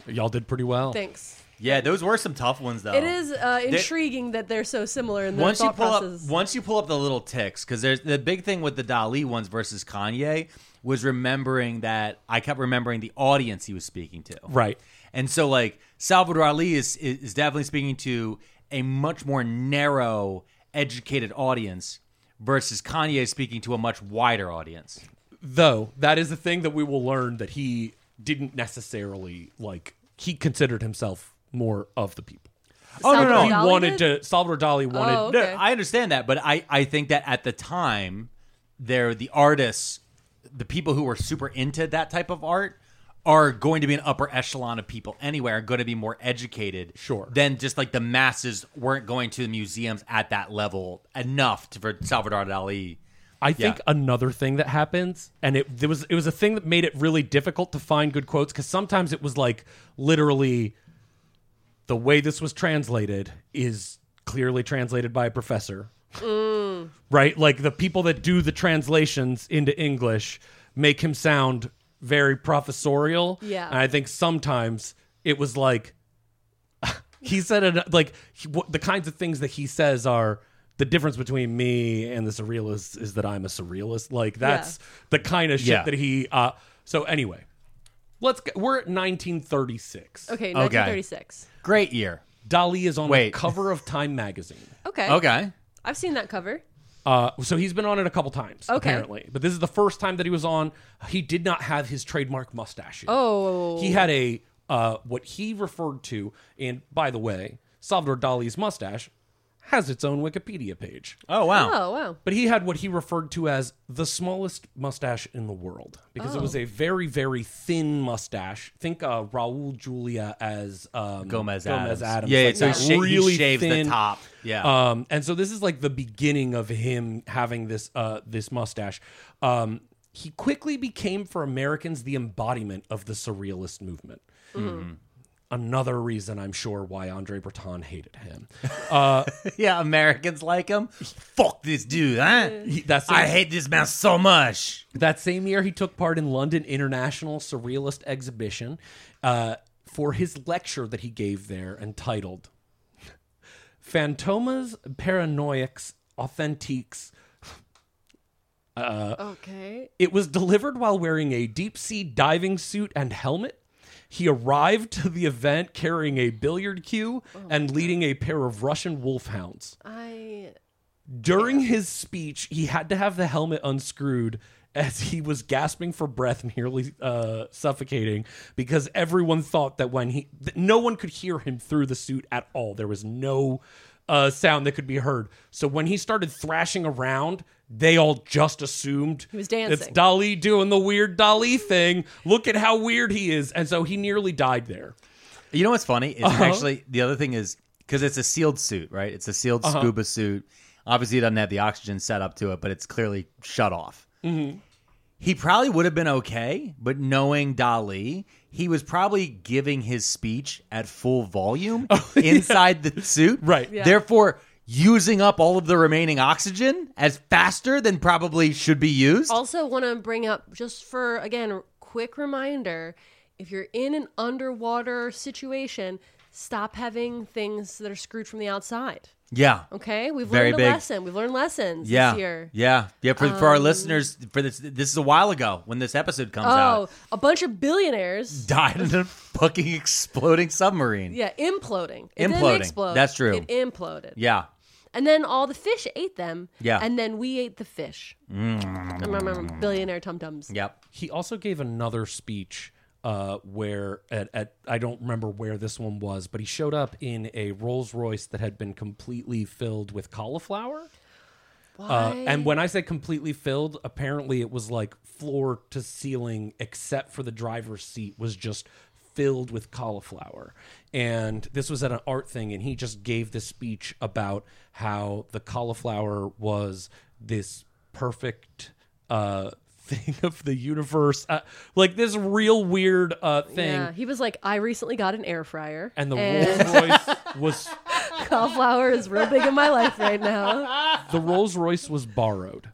D: Y'all did pretty well.
C: Thanks.
A: Yeah, those were some tough ones though.
C: It is uh, intriguing that they're so similar in their
A: once you
C: thought
A: pull
C: processes.
A: up once you pull up the little ticks because there's the big thing with the Dali ones versus Kanye was remembering that I kept remembering the audience he was speaking to.
D: Right.
A: And so like Salvador Ali is is is definitely speaking to a much more narrow, educated audience versus Kanye is speaking to a much wider audience.
D: though that is the thing that we will learn that he didn't necessarily like he considered himself more of the people
A: Oh no, no,
C: Salvador
D: he
C: Dali
D: wanted
C: did?
D: to salvador dali wanted
C: Oh,
A: No,
C: okay.
A: I understand that, but I, I think that at the time, they're the artists, the people who were super into that type of art are going to be an upper echelon of people anywhere are going to be more educated
D: Sure.
A: than just like the masses weren't going to the museums at that level enough to, for salvador dali
D: i think another thing that happens and it, there was it was a thing that made it really difficult to find good quotes because sometimes it was like literally the way this was translated is clearly translated by a professor right like the people that do the translations into english make him sound very professorial.
C: Yeah.
D: And I think sometimes it was like, he said it like he, what, the kinds of things that he says are the difference between me and the surrealist is that I'm a surrealist. Like that's the kind of shit
A: Yeah.
D: that he. Uh, so anyway, let's get, we're at 1936.
C: Okay, 1936.
A: Great year.
D: Dali is on
A: Wait.
D: the cover of Time magazine.
C: Okay.
A: Okay.
C: I've seen that cover.
D: Uh, so he's been on it a couple times
C: Okay.
D: apparently, but this is the first time that he was on. He did not have his trademark mustache. yet.
C: Oh.
D: he had a uh, what he referred to, and by the way, Salvador Dali's mustache has its own Wikipedia page.
A: Oh wow.
C: Oh, wow.
D: But he had what he referred to as the smallest mustache in the world because it was a very, very thin mustache. Think uh, Raul Julia as
C: Oh.
D: um,
A: Gomez Adams.
D: Adams.
A: Yeah,
D: Like
A: so
D: that
A: he sha- he shaves the top. Yeah.
D: Um, and so this is like the beginning of him having this uh, this mustache. Um, he quickly became for Americans the embodiment of the surrealist movement another reason I'm sure why Andre Breton hated him. Uh,
A: Yeah, Americans like him. Fuck this dude. Huh?
D: he- that same,
A: I hate this man so much.
D: that same year he took part in London International Surrealist Exhibition uh, for his lecture that he gave there entitled "Phantomas Paranoiacs Authentiques."
C: Okay.
D: It was delivered while wearing a deep sea diving suit and helmet. He arrived to the event carrying a billiard cue
C: Oh
D: and leading a pair of Russian wolfhounds.
C: I.
D: During his speech, he had to have the helmet unscrewed as he was gasping for breath, nearly uh, suffocating, because everyone thought that when he, that no one could hear him through the suit at all. There was no uh, sound that could be heard. So when he started thrashing around, they all just assumed he
C: was dancing.
D: It's Dali doing the weird Dali thing. Look at how weird he is, and so he nearly died there.
A: You know what's funny is actually the other thing is because it's a sealed suit, right? It's a sealed scuba suit. Obviously, it doesn't have the oxygen set up to it, but it's clearly shut off. He probably would have been okay, but knowing Dali, he was probably giving his speech at full volume inside the suit,
D: Right. Yeah.
A: Therefore. Using up all of the remaining oxygen as faster than probably should be used.
C: Also, want to bring up just for again, r- quick reminder: if you're in an underwater situation, stop having things that are screwed from the outside.
A: yeah.
C: Okay, we've
A: Very
C: learned
A: big.
C: a lesson. We've learned lessons
A: Yeah.
C: this year. Um,
A: Yeah. Yeah. For, for our listeners, for this, this is a while ago when this episode comes
C: Oh,
A: out.
C: a bunch of billionaires.
A: Died in a fucking exploding submarine.
C: Yeah, imploding. It didn't
A: Imploding.
C: explode.
A: That's true.
C: It imploded.
A: Yeah.
C: And then all the fish ate them.
A: Yeah.
C: And then we ate the fish. Mm. Billionaire tum tums.
A: Yep.
D: He also gave another speech uh, where at, at I don't remember where this one was, but he showed up in a Rolls Royce that had been completely filled with cauliflower. Uh, and when I say completely filled, apparently it was like floor to ceiling, except for the driver's seat, was just filled with cauliflower. And this was at an art thing, and he just gave this speech about how the cauliflower was this perfect uh, thing of the universe, uh, like this real weird uh, thing.
C: Yeah, he was like, I recently got an air fryer,
D: And the
C: and
D: Rolls Royce was
C: cauliflower is real big in my life right now.
D: the Rolls Royce was borrowed.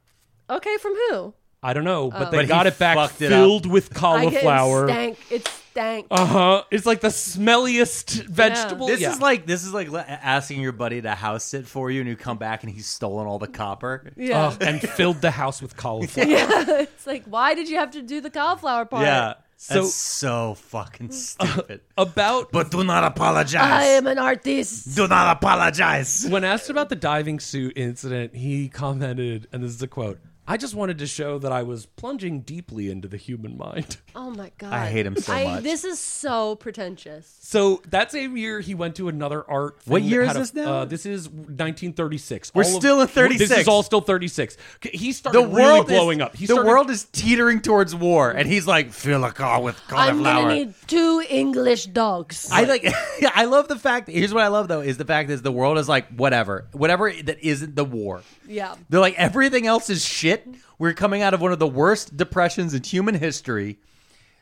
C: Okay, from who?
D: I don't know, but they
A: But he
D: got it back
A: fucked it up.
D: filled with
C: I get-
D: cauliflower.
C: It stank. It stank.
D: Uh huh. It's like the smelliest vegetable.
A: This
D: Yeah.
A: is like this is like le- asking your buddy to house sit for you, and you come back and he's stolen all the copper.
C: yeah.
D: Ugh, and filled the house with cauliflower.
C: It's like, why did you have to do the cauliflower part?
A: Oh, Yeah.
D: So-
A: That's so fucking stupid.
D: About
A: but do not apologize.
C: I am an artist.
A: do not apologize.
D: when asked about the diving suit incident, he commented, and this is a quote: "I just wanted to show that I was plunging deeply into the human mind."
C: Oh my god.
A: I hate him so
C: I-
A: much.
C: This is so pretentious.
D: So that same year, he went to another art. thing
A: What
D: that
A: year is
D: had a-
A: this now?
D: Uh, this is 1936.
A: We're
D: All of-
A: still in
D: This
A: 36.
D: is all still 36. Okay, He started
A: The
D: really
A: world
D: blowing
A: is,
D: up. He
A: the
D: started-
A: world is teetering towards war, and he's like, fill a car with
C: I'm
A: cauliflower.
C: gonna need two English dogs.
A: I like. I love the fact. Here's what I love though is the fact is the world is like whatever, whatever that isn't the war.
C: Yeah.
A: They're like everything else is shit. We're coming out of one of the worst depressions in human history.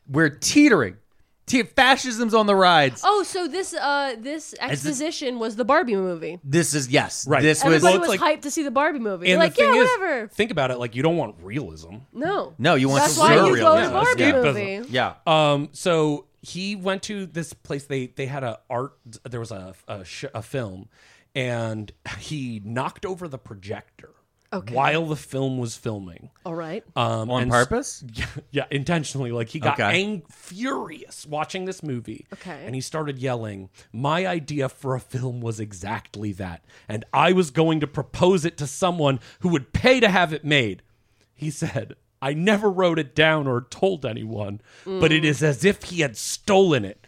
A: We're teetering. T- fascism's on the rides.
C: Oh, so this uh this exposition was the Barbie movie.
A: This is yes.
D: Right.
A: This was
C: Everybody
D: Well,
C: was
D: it's like-
C: hyped to see the Barbie movie. They're
D: And
C: like,
D: the
C: yeah,
D: thing is,
C: whatever.
D: think about it. Like you don't want realism.
C: No.
A: no. You want
C: That's
A: to
C: why you go to
D: surrealism.
C: Barbie
D: Yeah.
C: movie.
A: Yeah.
D: Um, so he went to this place. They they had a art. There was a a, sh- a film, and he knocked over the projector while the film was filming.
C: All right.
D: Um,
A: On
D: and s-
A: purpose.
D: yeah, yeah, intentionally. Like he got
A: Okay.
D: ang- furious watching this movie.
C: Okay.
D: And he started yelling, My idea for a film was exactly that. And I was going to propose it to someone who would pay to have it made. He said, I never wrote it down or told anyone, but it is as if he had stolen it.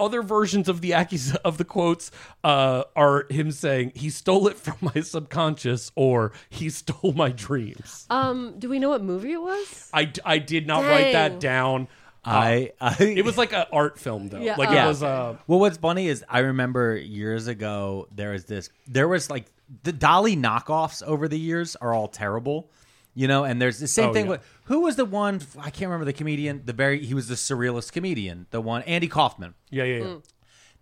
D: Other versions of the accus- of the quotes uh, are him saying he stole it from uh, my subconscious or he stole my dreams.
C: Um, do we know what movie it was?
D: I, d- I did not write that
C: Dang.
D: down.
A: I, I.
D: It was like an art film though.
C: Yeah,
D: like
C: uh,
D: it was uh,
A: Well, what's funny is I remember years ago there was this. There was like the Dolly knockoffs over the years are all terrible, you know. And there's the same
D: Oh,
A: thing
D: yeah.
A: with who was the one I can't remember the comedian. The very he was the surrealist comedian, the one Andy Kaufman.
D: yeah yeah yeah.
C: Mm.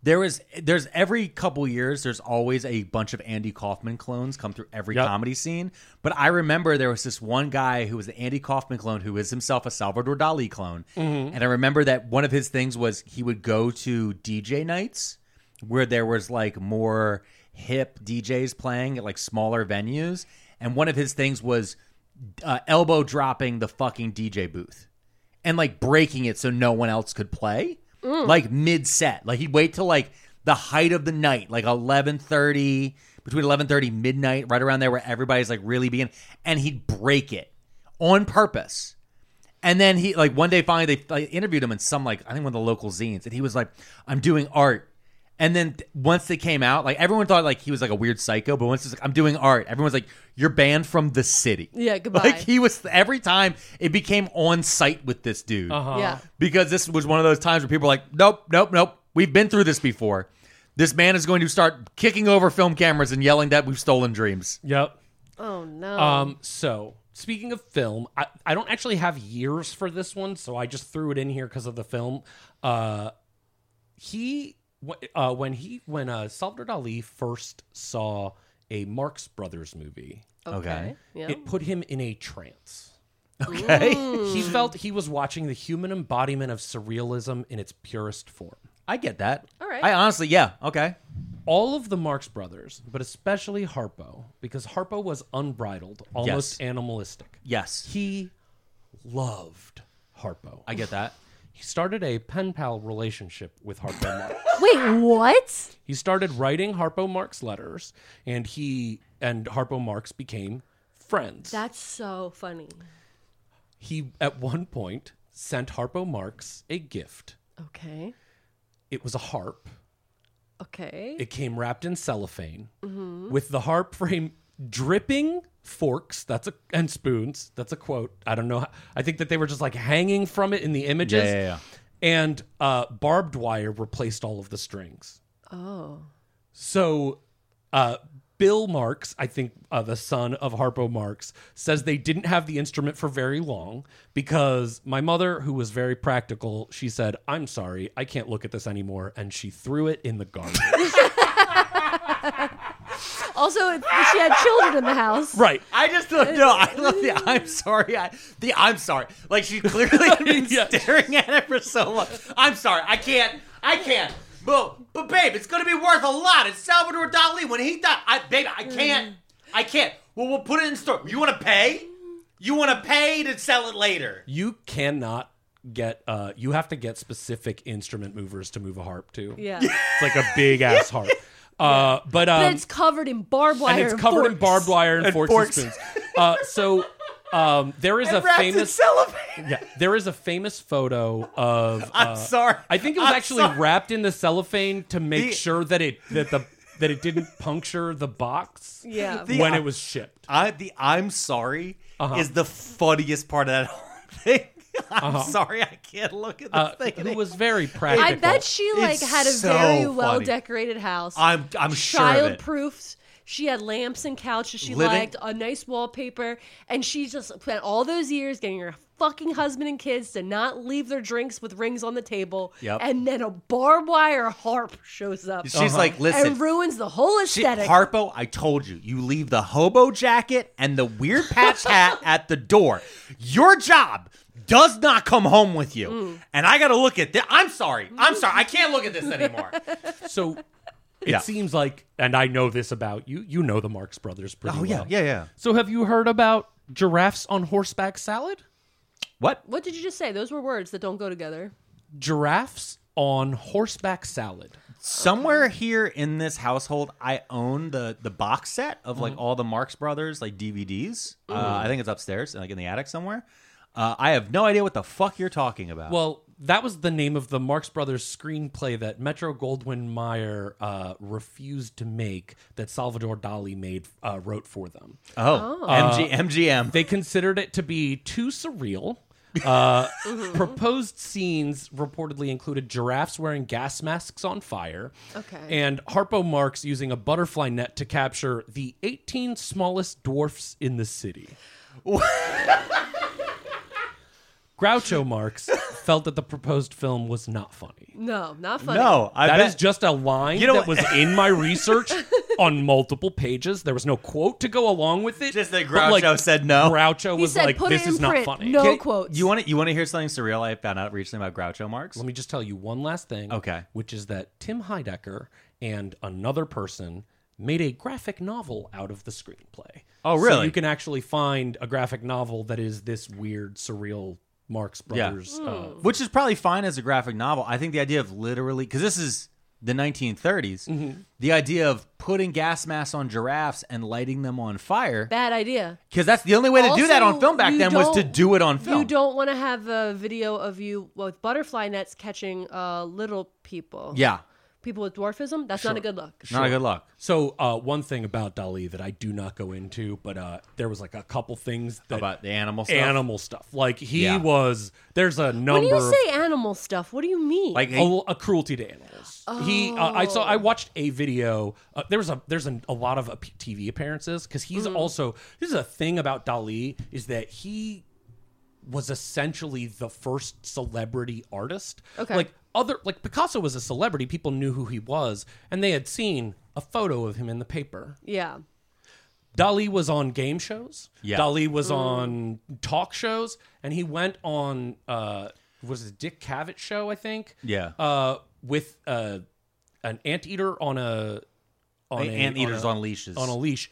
A: There is there's every couple years there's always a bunch of Andy Kaufman clones come through every
D: Yep.
A: comedy scene. But I remember there was this one guy who was the Andy Kaufman clone who is himself a Salvador Dali clone. And I remember that one of his things was he would go to DJ nights where there was like more hip DJs playing at like smaller venues and one of his things was uh, elbow dropping the fucking DJ booth and like breaking it so no one else could play like mid set like he'd wait till like the height of the night like 11:30 between 11:30 midnight right around there where everybody's like really being and he'd break it on purpose and then he like one day finally they like, interviewed him in some like I think one of the local zines, and he was like, "I'm doing art." And then th- once they came out, like everyone thought like he was like a weird psycho, but once he's like, "I'm doing art," everyone's like, "You're banned from the city."
C: Yeah, goodbye.
A: Like he was every time it became on site with this dude
D: Uh-huh.
C: Yeah.
A: because this was one of those times where people were like, "Nope, nope, nope. We've been through this before." This man is going to start kicking over film cameras and yelling that we've stolen dreams.
D: Yep.
C: Oh no.
D: Um. So speaking of film, I, I don't actually have years for this one, so I just threw it in here because of the film. Uh, he wh- uh, when he when uh, Salvador Dali first saw a Marx Brothers movie,
A: Okay.
C: Yeah.
D: it put him in a trance.
A: Okay.
D: He felt he was watching the human embodiment of surrealism in its purest form.
A: I get that.
C: All right.
A: I honestly, yeah. Okay.
D: all of the Marx brothers, but especially Harpo, because Harpo was unbridled, almost animalistic.
A: Yes.
D: He loved Harpo.
A: I get that.
D: He started a pen pal relationship with Harpo Marx.
C: Wait, what?
D: He started writing Harpo Marx letters, and he and Harpo Marx became friends.
C: That's so funny.
D: he at one point sent Harpo Marx a gift.
C: Okay.
D: It was a harp.
C: Okay.
D: It came wrapped in cellophane with the harp frame dripping forks. That's a and spoons. That's a quote. I don't know. how- I think that they were just like hanging from it in the images.
A: Yeah, yeah, yeah.
D: And uh, barbed wire replaced all of the strings.
C: oh.
D: So, uh, Bill Marks, I think uh, the son of Harpo Marx, says they didn't have the instrument for very long because my mother, who was very practical, she said, "I'm sorry, I can't look at this anymore," and she threw it in the garbage.
C: Also, it, she had children in the house.
D: right.
A: I just don't know. I love the I'm sorry. I, the I'm sorry. Like she clearly had been
D: Yeah.
A: staring at it for so long. I'm sorry. I can't. I can't. But but babe, it's gonna be worth a lot. It's Salvador Dali when he died. I, babe, I can't. I can't. Well, we'll put it in store. You want to pay? You want to pay to sell it later?
D: you cannot get uh you have to get specific instrument movers to move a harp to
C: Yeah.
D: it's like a big ass harp uh but um
C: But it's covered in barbed wire.
D: and it's covered in
C: forks.
D: barbed wire and,
A: And
D: forks,
A: forks.
D: and spoons uh so um there is
A: And
D: a
A: wrapped in
D: famous
A: cellophane.
D: yeah there is a famous photo of uh,
A: I'm sorry.
D: i think it was
A: I'm
D: actually
A: sorry.
D: wrapped in the cellophane to make
A: The-
D: sure that it that the that it didn't puncture the box
C: Yeah.
A: The-
D: when it was shipped
A: I the I'm sorry
D: Uh-huh.
A: is the funniest part of that whole thing. I'm sorry, I can't look at this
D: Uh-huh. uh,
A: thing.
D: who was very practical
C: I bet she like
A: It's
C: had a
A: so
C: very
A: funny.
C: well decorated house.
A: I'm I'm sure of it.
C: child-proofed She had lamps and couches she
G: Living-
C: liked, a nice wallpaper, and she just spent all those years getting her fucking husband and kids to not leave their drinks with rings on the table.
G: Yep.
C: And then a barbed wire harp shows up.
A: She's
D: Uh-huh.
A: like, listen.
C: and ruins the whole
A: She-
C: aesthetic.
A: Harpo, I told you, you leave the hobo jacket and the weird patch hat at the door. Your job does not come home with you. And I got to look at this. I'm sorry. I'm sorry. I can't look at this anymore.
D: So it
A: Yeah.
D: seems like, and I know this about you. You know the Marx Brothers pretty well.
A: Oh, yeah.
D: So have you heard about giraffes on horseback salad?
A: What?
C: what did you just say? Those were words that don't go together.
D: Giraffes on horseback salad.
A: Somewhere here in this household, I own the the box set of
D: Mm-hmm.
A: like all the Marx Brothers like DVDs. Uh, I think it's upstairs, like in the attic somewhere. Uh, I have no idea what the fuck you're talking about.
D: Well, that was the name of the Marx Brothers screenplay that Metro Goldwyn Mayer uh, refused to make that Salvador Dali made uh, wrote for them.
A: oh, MG, MGM.
D: They considered it to be too surreal. Uh, proposed scenes reportedly included giraffes wearing gas masks on fire,
C: Okay.
D: and Harpo Marx using a butterfly net to capture the 18 smallest dwarfs in the city. Groucho Marx felt that the proposed film was not funny.
C: No, not funny.
A: no, I
D: That
A: bet-
D: is just a line
A: You know
D: that
A: what-
D: was in my research on multiple pages. There was no quote to go along with it.
A: Just that
D: but, like,
A: Groucho said no.
D: Groucho
C: He
D: was
C: said,
D: like,
C: "Put it
D: "This
C: in
D: is not
C: print.
D: funny."
C: No
A: Can-
C: quotes.
A: You want to you want to hear something surreal? I found out recently about Groucho Marx.
D: Let me just tell you one last thing.
A: Okay.
D: Which is that Tim Heidecker and another person made a graphic novel out of the screenplay.
A: Oh,
D: So
A: really?
D: you can actually find a graphic novel that is this weird, surreal Marx
A: Yeah.
D: Brothers. Uh,
C: Hmm.
A: which is probably fine as a graphic novel. I think the idea of literally because this is the 1930s,
D: Mm-hmm.
A: the idea of putting gas masks on giraffes and lighting them on fire
C: Bad idea.
A: because that's the only way to do that on
C: Also,
A: film back
C: you
A: then was to
C: don't-
A: do it on film.
C: You don't want to have a video of you with butterfly nets catching uh, little people.
A: yeah,
C: People with dwarfism, that's not a good look.
A: not a good luck.
D: so uh, one thing about Dali that I do not go into, but uh, there was like a couple things that
A: About the animal stuff?
D: animal stuff. Like he
A: Yeah.
D: was. There's a number.
C: When you
D: of-
C: say animal stuff, what do you mean?
A: Like
D: a, a cruelty to animals. He, uh, I saw,
C: Oh.
D: I watched a video. Uh, there was a, there's an, a lot of uh, p- TV appearances because he's also. This is a thing about Dali is that he was essentially the first celebrity artist.
C: Okay.
D: like other, like Picasso was a celebrity. People knew who he was, and they had seen a photo of him in the paper.
C: yeah.
D: Dali was on game shows.
A: Yeah.
D: Dali
C: Mm.
D: was on talk shows, and he went on uh, was it Dick Cavett show? I think.
A: Yeah.
D: Uh, with uh, an anteater on a on
A: They-
D: a-
A: anteaters
D: a-
A: on leashes.
D: on a leash,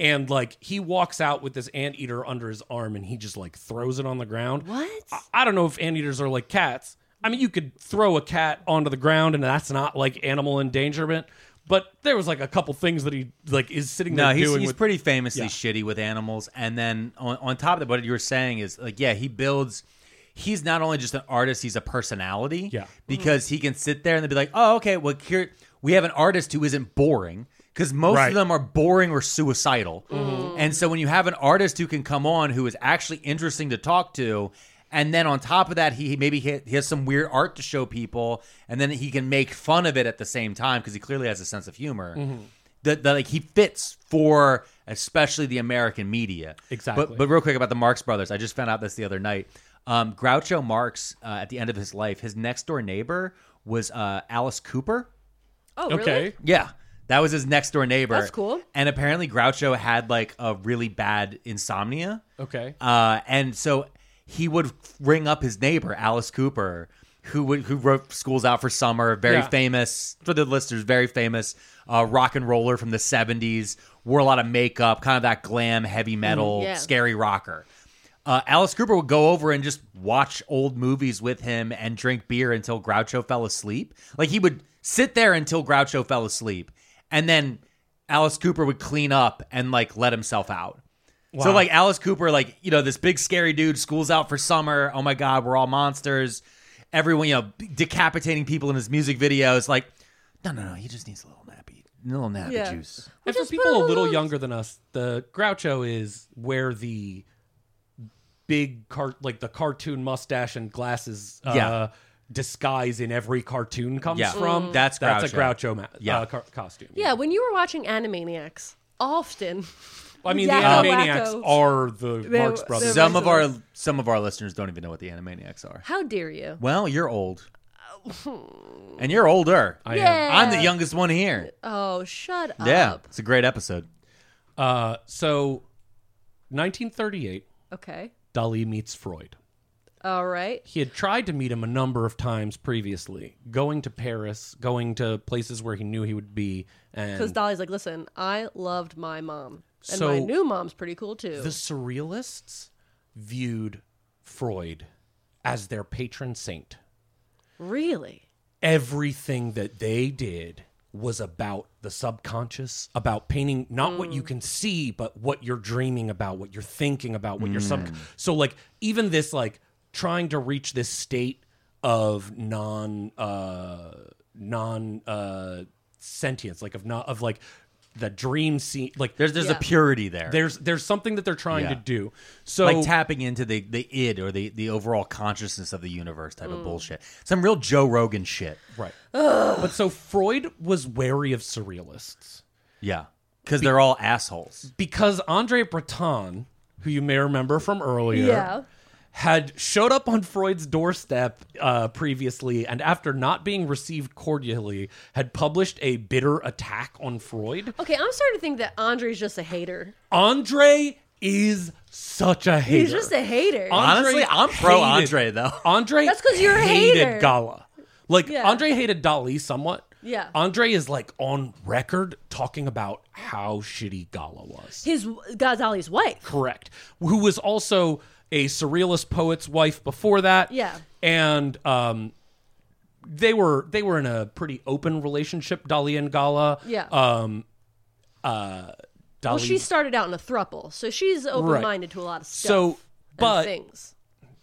D: and like he walks out with this anteater under his arm, and he just like throws it on the ground.
C: What?
D: I, I don't know if anteaters are like cats. I mean, you could throw a cat onto the ground, and that's not like animal endangerment. But there was like a couple things that he like is sitting there
A: No, he's,
D: doing
A: he's
D: with
A: pretty famously
D: Yeah.
A: shitty with animals. And then on, on top of that, what you were saying is like, yeah, he builds. He's not only just an artist; he's a personality.
D: Yeah. Mm-hmm.
A: because he can sit there and they'll be like, "Oh, okay, well here we have an artist who isn't boring." Because most
D: Right.
A: of them are boring or suicidal, and so when you have an artist who can come on who is actually interesting to talk to, and then on top of that, he maybe he he has some weird art to show people, and then he can make fun of it at the same time because he clearly has a sense of humor
D: Mm-hmm.
A: that, that like he fits for especially the American media.
D: Exactly.
A: But, but real quick about the Marx Brothers, I just found out this the other night. Um, Groucho Marx, uh, at the end of his life, his next door neighbor was uh, Alice Cooper.
C: Oh,
D: Okay.
C: really?
A: Yeah. That was his next door neighbor.
C: That's cool.
A: And apparently Groucho had like a really bad insomnia.
D: Okay.
A: Uh, and so he would ring up his neighbor, Alice Cooper, who would who wrote Schools Out for Summer, very
D: Yeah.
A: famous for the listeners, very famous uh, rock and roller from the seventies. Wore a lot of makeup, kind of that glam,
D: Mm-hmm.
A: heavy metal,
C: Yeah.
A: scary rocker. Uh, Alice Cooper would go over and just watch old movies with him and drink beer until Groucho fell asleep. Like he would sit there until Groucho fell asleep, and then Alice Cooper would clean up and like let himself out. So like Alice Cooper, like you know this big scary dude, school's out for summer. Oh my god, we're all monsters. Everyone, you know, decapitating people in his music videos. Like, no, no, no. He just needs a little nappy, a little nappy
C: Yeah.
A: juice.
C: We
D: and for
C: just put
D: people a
C: on
D: little
C: those-
D: younger than us, the Groucho is where the big cart like the cartoon mustache and glasses uh,
A: Yeah.
D: disguise in every cartoon comes
A: Yeah.
D: from.
A: Mm. That's
D: that's a
A: Groucho.
D: Groucho ma-
A: Yeah.
D: uh, car- costume.
C: Yeah, when you were watching Animaniacs, often.
D: I mean,
C: Yakko
D: the Animaniacs
C: Wacko.
D: are the
C: They-
D: Marx
C: they-
D: Brothers.
H: Some of our some of our listeners don't even know what the Animaniacs are.
C: How dare you?
H: Well, you're old, and you're older.
D: I am.
C: Yeah.
H: I'm the youngest one here.
C: Oh, shut
H: Yeah,
C: up.
H: it's a great episode.
D: Uh, so, 1938,
C: Okay.
D: Dali meets Freud.
C: All right.
D: He had tried to meet him a number of times previously, going to Paris, going to places where he knew he would be,
C: Because
D: and
C: Dolly's like, listen, I loved my mom, and
D: So-
C: my new mom's pretty cool too.
D: the surrealists viewed Freud as their patron saint.
C: Really?
D: everything that they did was about the subconscious, about painting not what you can see, but what you're dreaming about, what you're thinking about, what your
A: Mm.
D: sub. So like even this like trying to reach this state of non uh non uh sentience, like of not of like the dream scene, like
H: There's there's a
C: Yeah.
H: purity there.
D: there's there's something that they're trying to
H: Yeah.
D: do. So
H: like tapping into the the id or the the overall consciousness of the universe type
C: Mm.
H: of bullshit. Some real Joe Rogan shit.
D: right, but so Freud was wary of surrealists.
H: Yeah, because they're all assholes.
D: because Andre Breton, who you may remember from earlier,
C: Yeah.
D: had showed up on Freud's doorstep uh, previously, and after not being received cordially, had published a bitter attack on Freud.
C: Okay, I'm starting to think that Andre's just a hater.
D: Andre is such a hater.
C: He's just a hater.
D: Andre
H: Honestly, I'm
D: hated-
H: pro Andre, though.
D: Andre,
C: That's 'cause you're a
D: hated
C: hater.
D: Gala. Like
C: Yeah.
D: Andre hated Dali somewhat.
C: Yeah.
D: Andre is like on record talking about how shitty Gala was.
C: His Ghazali's wife.
D: Correct. Who was also a surrealist poet's wife before that.
C: Yeah.
D: And um, they were they were in a pretty open relationship, Dali and Gala.
C: Yeah.
D: Um, uh, Dali.
C: Well, she started out in a thruple, so she's open minded to a lot of stuff.
D: So,
C: and
D: but-
C: things.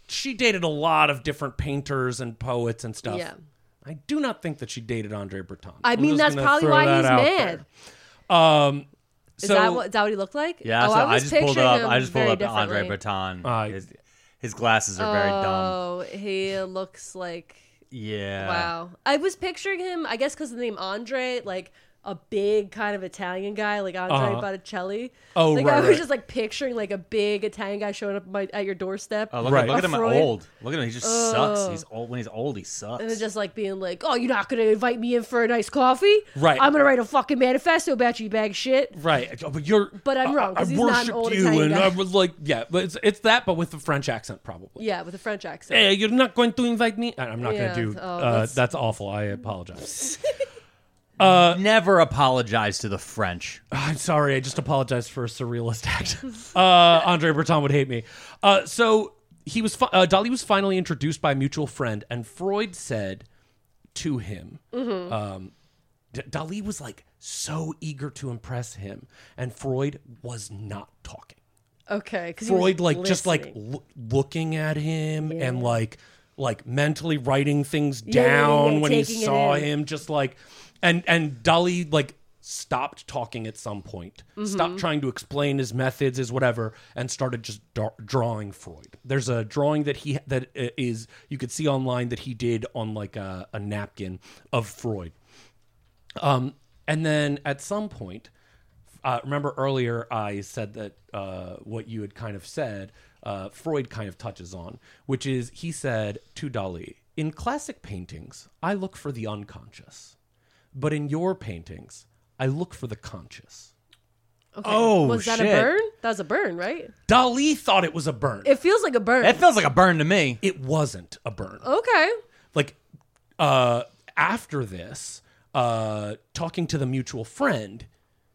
D: she dated a lot of different painters and poets and stuff.
C: Yeah.
D: I do not think that she dated Andre Breton.
C: I
D: I'm
C: mean,
D: just
C: that's
D: gonna
C: probably
D: throw
C: why
D: that
C: he's
D: out
C: mad.
D: there. Um,
C: Is
D: so
C: that what is that what he looked like?
H: Yeah,
C: oh,
H: so
C: I,
H: I,
C: was
H: just pulled
C: picturing
H: up.
C: him
H: I just pulled
C: very
H: up the Andre
C: differently.
H: Breton.
D: Uh,
H: his, his glasses are very dumb.
C: Oh, he looks like
H: Yeah.
C: wow. I was picturing him, I guess, because of the name Andre, like a big kind of Italian guy, like Andre
D: Uh-huh.
C: Botticelli.
D: Oh,
C: like,
D: right,
C: I was
D: right.
C: just like picturing like a big Italian guy showing up at my, at your doorstep.
H: Oh, look,
D: Right.
H: at, look at
C: A
H: him
C: Freud.
H: old. Look at him. He just sucks. He's old. When he's old, he sucks.
C: And then just like being like, "Oh, you're not gonna invite me in for a nice coffee?
D: Right.
C: I'm gonna write a fucking manifesto about you, you bag of shit."
D: Right, but you're.
C: But I'm
D: I-
C: wrong,
D: I,
C: 'cause he's not an
D: worshipped
C: old
D: you,
C: Italian
D: and
C: guy.
D: I was like, yeah, but it's it's that, but with a French accent, probably.
C: Yeah, with a French accent.
D: Hey, you're not going to invite me. I- I'm not
C: Yeah,
D: going to do.
C: oh,
D: uh,
C: that's-
D: that's awful. I apologize. Uh,
H: Never apologize to the French.
D: I'm sorry. I just apologized for a surrealist act. Uh, Andre Breton would hate me. Uh, so he was. Fi- uh, Dali was finally introduced by a mutual friend, and Freud said to him, um, D- Dali was like so eager to impress him, and Freud was not talking.
C: Okay, because
D: Freud like just like loo- looking at him and like like mentally writing things
C: Yeah, yeah, yeah,
D: down when he
C: taking it
D: saw
C: in.
D: him just like and and Dolly like stopped talking at some point stopped trying to explain his methods his whatever and started just dar- drawing freud there's a drawing that he that uh, is you could see online that he did on like a, a napkin of freud um, and then at some point, uh, remember earlier I said that uh, what you had kind of said, uh, Freud kind of touches on, which is he said to Dali, in classic paintings, I look for the unconscious, but in your paintings, I look for the conscious.
C: Okay.
H: Oh,
C: was that
H: shit.
C: a burn? That was a burn, right?
D: Dali thought it was a burn.
C: It feels like a burn.
H: That feels like a burn to me.
D: it wasn't a burn.
C: okay.
D: like uh after this uh talking to the mutual friend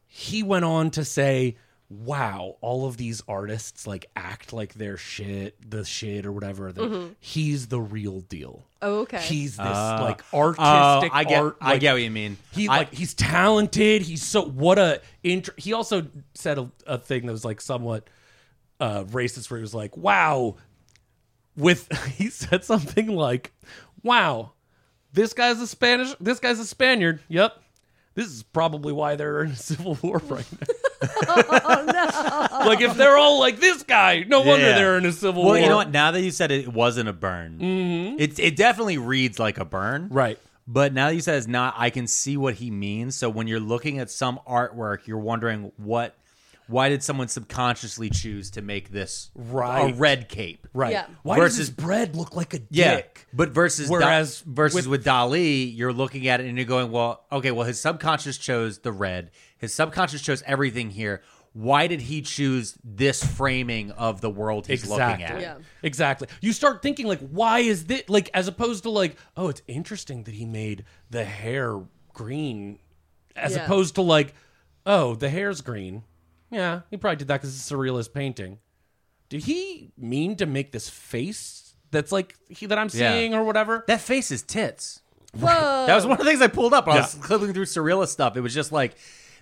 D: he went on to say wow all of these artists like act like they're shit the shit or whatever They- he's the real deal
C: Oh, okay.
D: he's this
H: Uh,
D: like
H: Oh,
D: artistic
A: Uh,
H: I get.
D: art
H: I
D: like,
H: get what you mean.
D: he
H: I-
D: like he's talented. He's so what a int- he also said a, a thing that was like somewhat uh racist where he was like, "Wow." With he said something like, "Wow. This guy's a Spanish this guy's a Spaniard. Yep. This is probably why they're in a civil war right now." Like if they're all like this guy, no wonder
H: Yeah.
D: they're in a civil war. Mm-hmm.
H: Well, you know what? Now that you said it, wasn't a burn, it it definitely reads like a burn.
D: Right.
A: But now that you said it's not, I can see what he means. So when you're looking at some artwork, you're wondering what, why did someone subconsciously choose to make this
D: Right.
A: a red cape?
D: Right.
C: Yeah.
D: Why does
A: Versus-
D: his bread look like a dick?
A: Yeah, but versus Da-
D: Whereas
A: versus
D: with-
A: with, Dali, you're looking at it and you're going, well, okay, well his subconscious chose the red. His subconscious chose everything here. Why did he choose this framing of the world he's looking at?
C: Yeah.
D: Exactly. You start thinking like, why is this like as opposed to like, oh, it's interesting that he made the hair green, as
C: Yeah.
D: opposed to like, oh, the hair's green. Yeah, he probably did that because it's a surrealist painting. Did he mean to make this face that's like he, that I'm
A: Yeah.
D: seeing or whatever?
A: That face is tits.
C: Whoa.
A: That was one of the things I pulled up. When I was clipping through surrealist stuff. It was just like,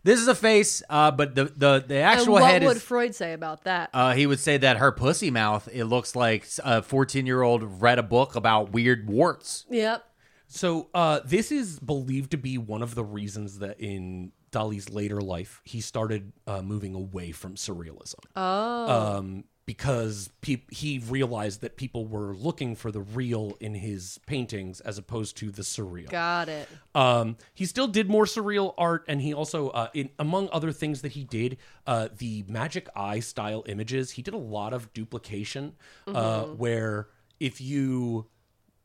A: this is a face, uh, but the the the
C: and
A: actual
C: what
A: head
C: would
A: is.
C: Freud say about that?
A: uh, he would say that her pussy mouth. It looks like a fourteen-year-old read a book about weird warts.
C: yep.
D: So uh, this is believed to be one of the reasons that in Dali's later life he started uh, moving away from surrealism. Oh, um, because peop he realized that people were looking for the real in his paintings as opposed to the surreal.
C: Got it.
D: Um, he still did more surreal art, and he also, uh, in, among other things that he did, uh, the magic eye style images. He did a lot of duplication, uh, where if you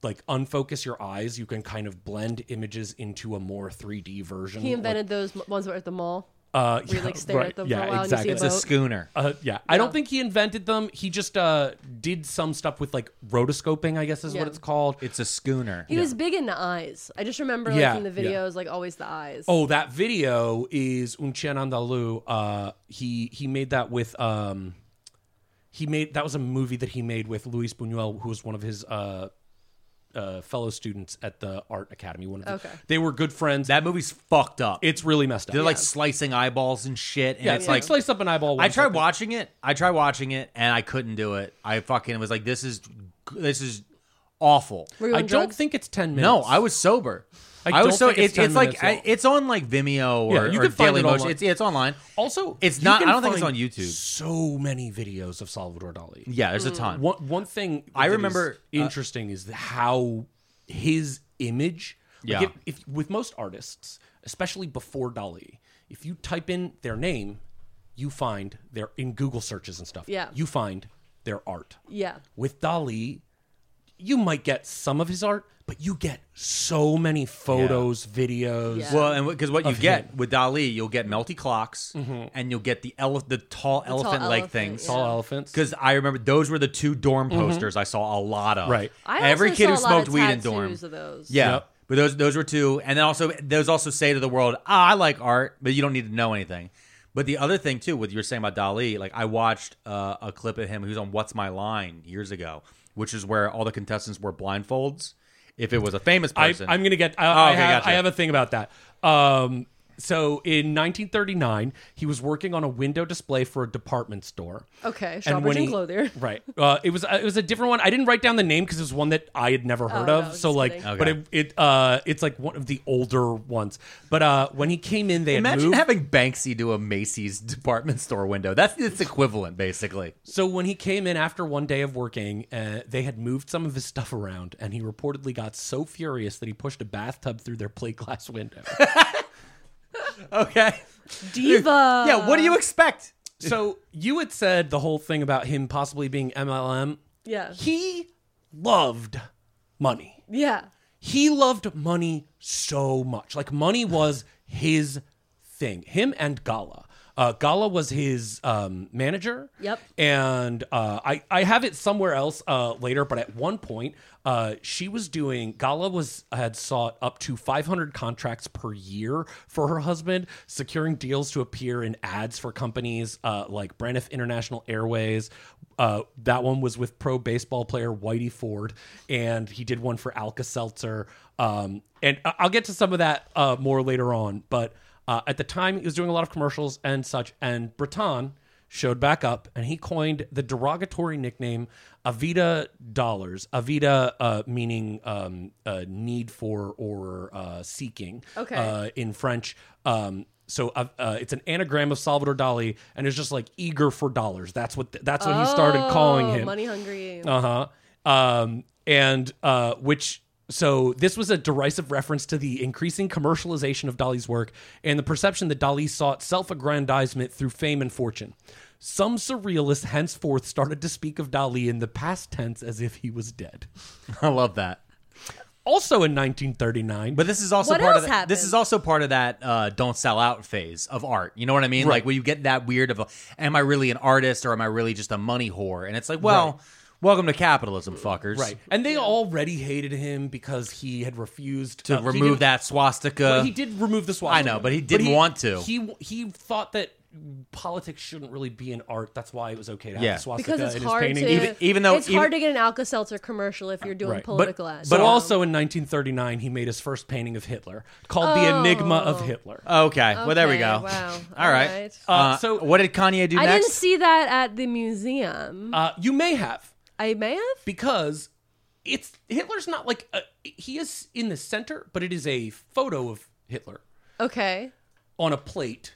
D: like unfocus your eyes, you can kind of blend images into a more 3D version.
C: He
D: Like,
C: invented those m- ones that were at the mall.
D: uh,
C: where you, like, stare at them for a while and you see a
A: It's a
C: Boat.
A: schooner.
D: uh, yeah. I don't think he invented them. He just uh, did some stuff with like rotoscoping, I guess is
C: Yeah.
D: what it's called.
A: It's a schooner.
C: He was big into eyes. I just remember like
D: Yeah,
C: in the
D: yeah.
C: videos, like always the eyes.
D: Oh, that video is Un Chien Andalu. Uh, he he made that with um, he made that was a movie that he made with Luis Buñuel, who was one of his uh, uh, fellow students at the art academy. One of the,
C: Okay.
D: they were good friends.
A: That movie's fucked up.
D: it's really messed up.
A: They're like slicing eyeballs and shit. And
D: yeah,
A: it's
D: it's like
A: like
D: slice up an eyeball.
A: I
D: once,
A: tried
D: think.
A: watching it. I tried watching it, and I couldn't do it. I fucking was like, this is this is awful.
C: were you
D: I
C: on
D: don't
C: drugs?
D: think it's ten minutes.
A: No, I was sober.
D: I
A: I,
D: don't
A: was so
D: think it's
A: it's,
D: 10
A: it's like
D: minutes long.
A: I, it's on like Vimeo or,
D: Yeah, you
A: or
D: can find
A: Daily
D: it
A: Motion.
D: online.
A: It's, it's online.
D: Also,
A: It's
D: you
A: not-
D: can
A: I don't think it's
D: find
A: on YouTube.
D: So many videos of Salvador Dali.
A: Yeah, there's a ton.
D: One one thing
A: I
D: that
A: remember,
D: is
A: uh,
D: interesting is how his image. like,
A: Yeah.
D: if, if with most artists, especially before Dali, if you type in their name, you find their in Google searches and stuff.
C: Yeah.
D: you find their art.
C: Yeah.
D: With Dali, you might get some of his art, but you get so many photos, videos.
C: Yeah.
A: Well, and because what you
D: Of
A: get
D: him. Mm-hmm.
A: with Dali, you'll get melty clocks, and you'll get the ele- the tall elephant leg
C: elephant,
A: things.
C: yeah.
D: All elephants.
A: Because I remember those were the two dorm posters I saw a lot of.
D: Mm-hmm. Right.
C: I
A: Every
C: also saw
A: kid who
C: a lot of
A: smoked weed in dorm.
C: tattoos Of those.
A: Yeah.
D: Yep.
A: But those those were two, and then also those also say to the world, ah, I like art, but you don't need to know anything. But the other thing too, what you were saying about Dali, like I watched uh, a clip of him who's on What's My Line years ago, which is where all the contestants wore blindfolds. If it was a famous
D: I,
A: person,
D: I'm gonna get. I,
A: Oh,
D: I,
A: okay,
D: have,
A: gotcha.
D: I have a thing about that. Um, so in 1939, he was working on a window display for a department store.
C: Okay.
D: And
C: Shoppers
D: when
C: and,
D: he-
C: clothier.
D: Right. Uh, it was uh, it was a different one. I didn't write down the name because it was one that I had never heard
C: Oh, no,
D: of.
C: just
D: so like,
C: kidding.
D: but it, it uh, it's like one of the older ones. But uh, when he came in, they had
A: imagine
D: moved.
A: having Banksy do a Macy's department store window. That's its equivalent, basically.
D: So when he came in after one day of working, uh, they had moved some of his stuff around, and he reportedly got so furious that he pushed a bathtub through their plate glass window.
A: Okay.
C: Diva.
A: yeah. What do you expect?
D: so you had said the whole thing about him possibly being MLM.
C: Yeah.
D: He loved money.
C: Yeah.
D: He loved money so much. Like money was his thing. Him and Gala. Uh, Gala was his um, manager.
C: Yep.
D: And uh, I I have it somewhere else uh, later, but at one point uh, she was doing Gala was had sought up to 500 contracts per year for her husband, securing deals to appear in ads for companies uh, like Braniff International Airways. Uh, that one was with pro baseball player Whitey Ford, and he did one for Alka Seltzer. Um, and I- I'll get to some of that uh, more later on, but. Uh, at the time, he was doing a lot of commercials and such. And Breton showed back up, and he coined the derogatory nickname Avita dollars. Avita uh, meaning um, uh, need for or uh, seeking.
C: Okay.
D: Uh, in French. Um, so uh, uh, it's an anagram of Salvador Dali, and it's just like eager for dollars. That's what that's what he started calling
C: Oh,
D: him.
C: Money hungry.
D: Uh huh. Um, and uh, which So this was a derisive reference to the increasing commercialization of Dolly's work and the perception that Dolly sought self-aggrandizement through fame and fortune. Some surrealists henceforth started to speak of Dali in the past tense as if he was dead.
H: I love that.
D: Also in 1939,
H: But this is also
C: What
H: part of
C: else
H: that, this
C: happened?
H: is also part of that uh, don't sell out phase of art. You know what I mean? Like where you get that weird of a, am I really an artist or am I really just a money whore? And it's like, well, welcome to capitalism, fuckers.
D: right, and they already hated him because he had refused
H: To
D: uh, he
H: remove
D: didn't-
H: that swastika.
D: Well, he did remove the swastika.
H: I know, but he didn't want to.
D: He he thought that politics shouldn't really be in art. That's why it was okay to have
H: Yeah.
D: the swastika
C: because it's
D: in
C: hard
D: his
C: to
D: painting.
H: even though-
C: it's
H: even-
C: hard to get an Alka Seltzer commercial if you're doing
D: Right.
C: political
D: but,
C: ads.
D: but
C: So-
D: also in 1939, he made his first painting of Hitler called "The Enigma of Hitler."
H: okay, well there we
C: oh, Okay,
H: go.
C: wow.
H: All right.
C: Alright.
H: Uh, so
D: so-
H: what did Kanye do
C: I
H: next?
C: didn't see that at the museum.
D: Uh, you may have
C: I may have.
D: because it's Hitler's not like a, he is in the center, but it is a photo of Hitler
C: Okay.
D: on a plate,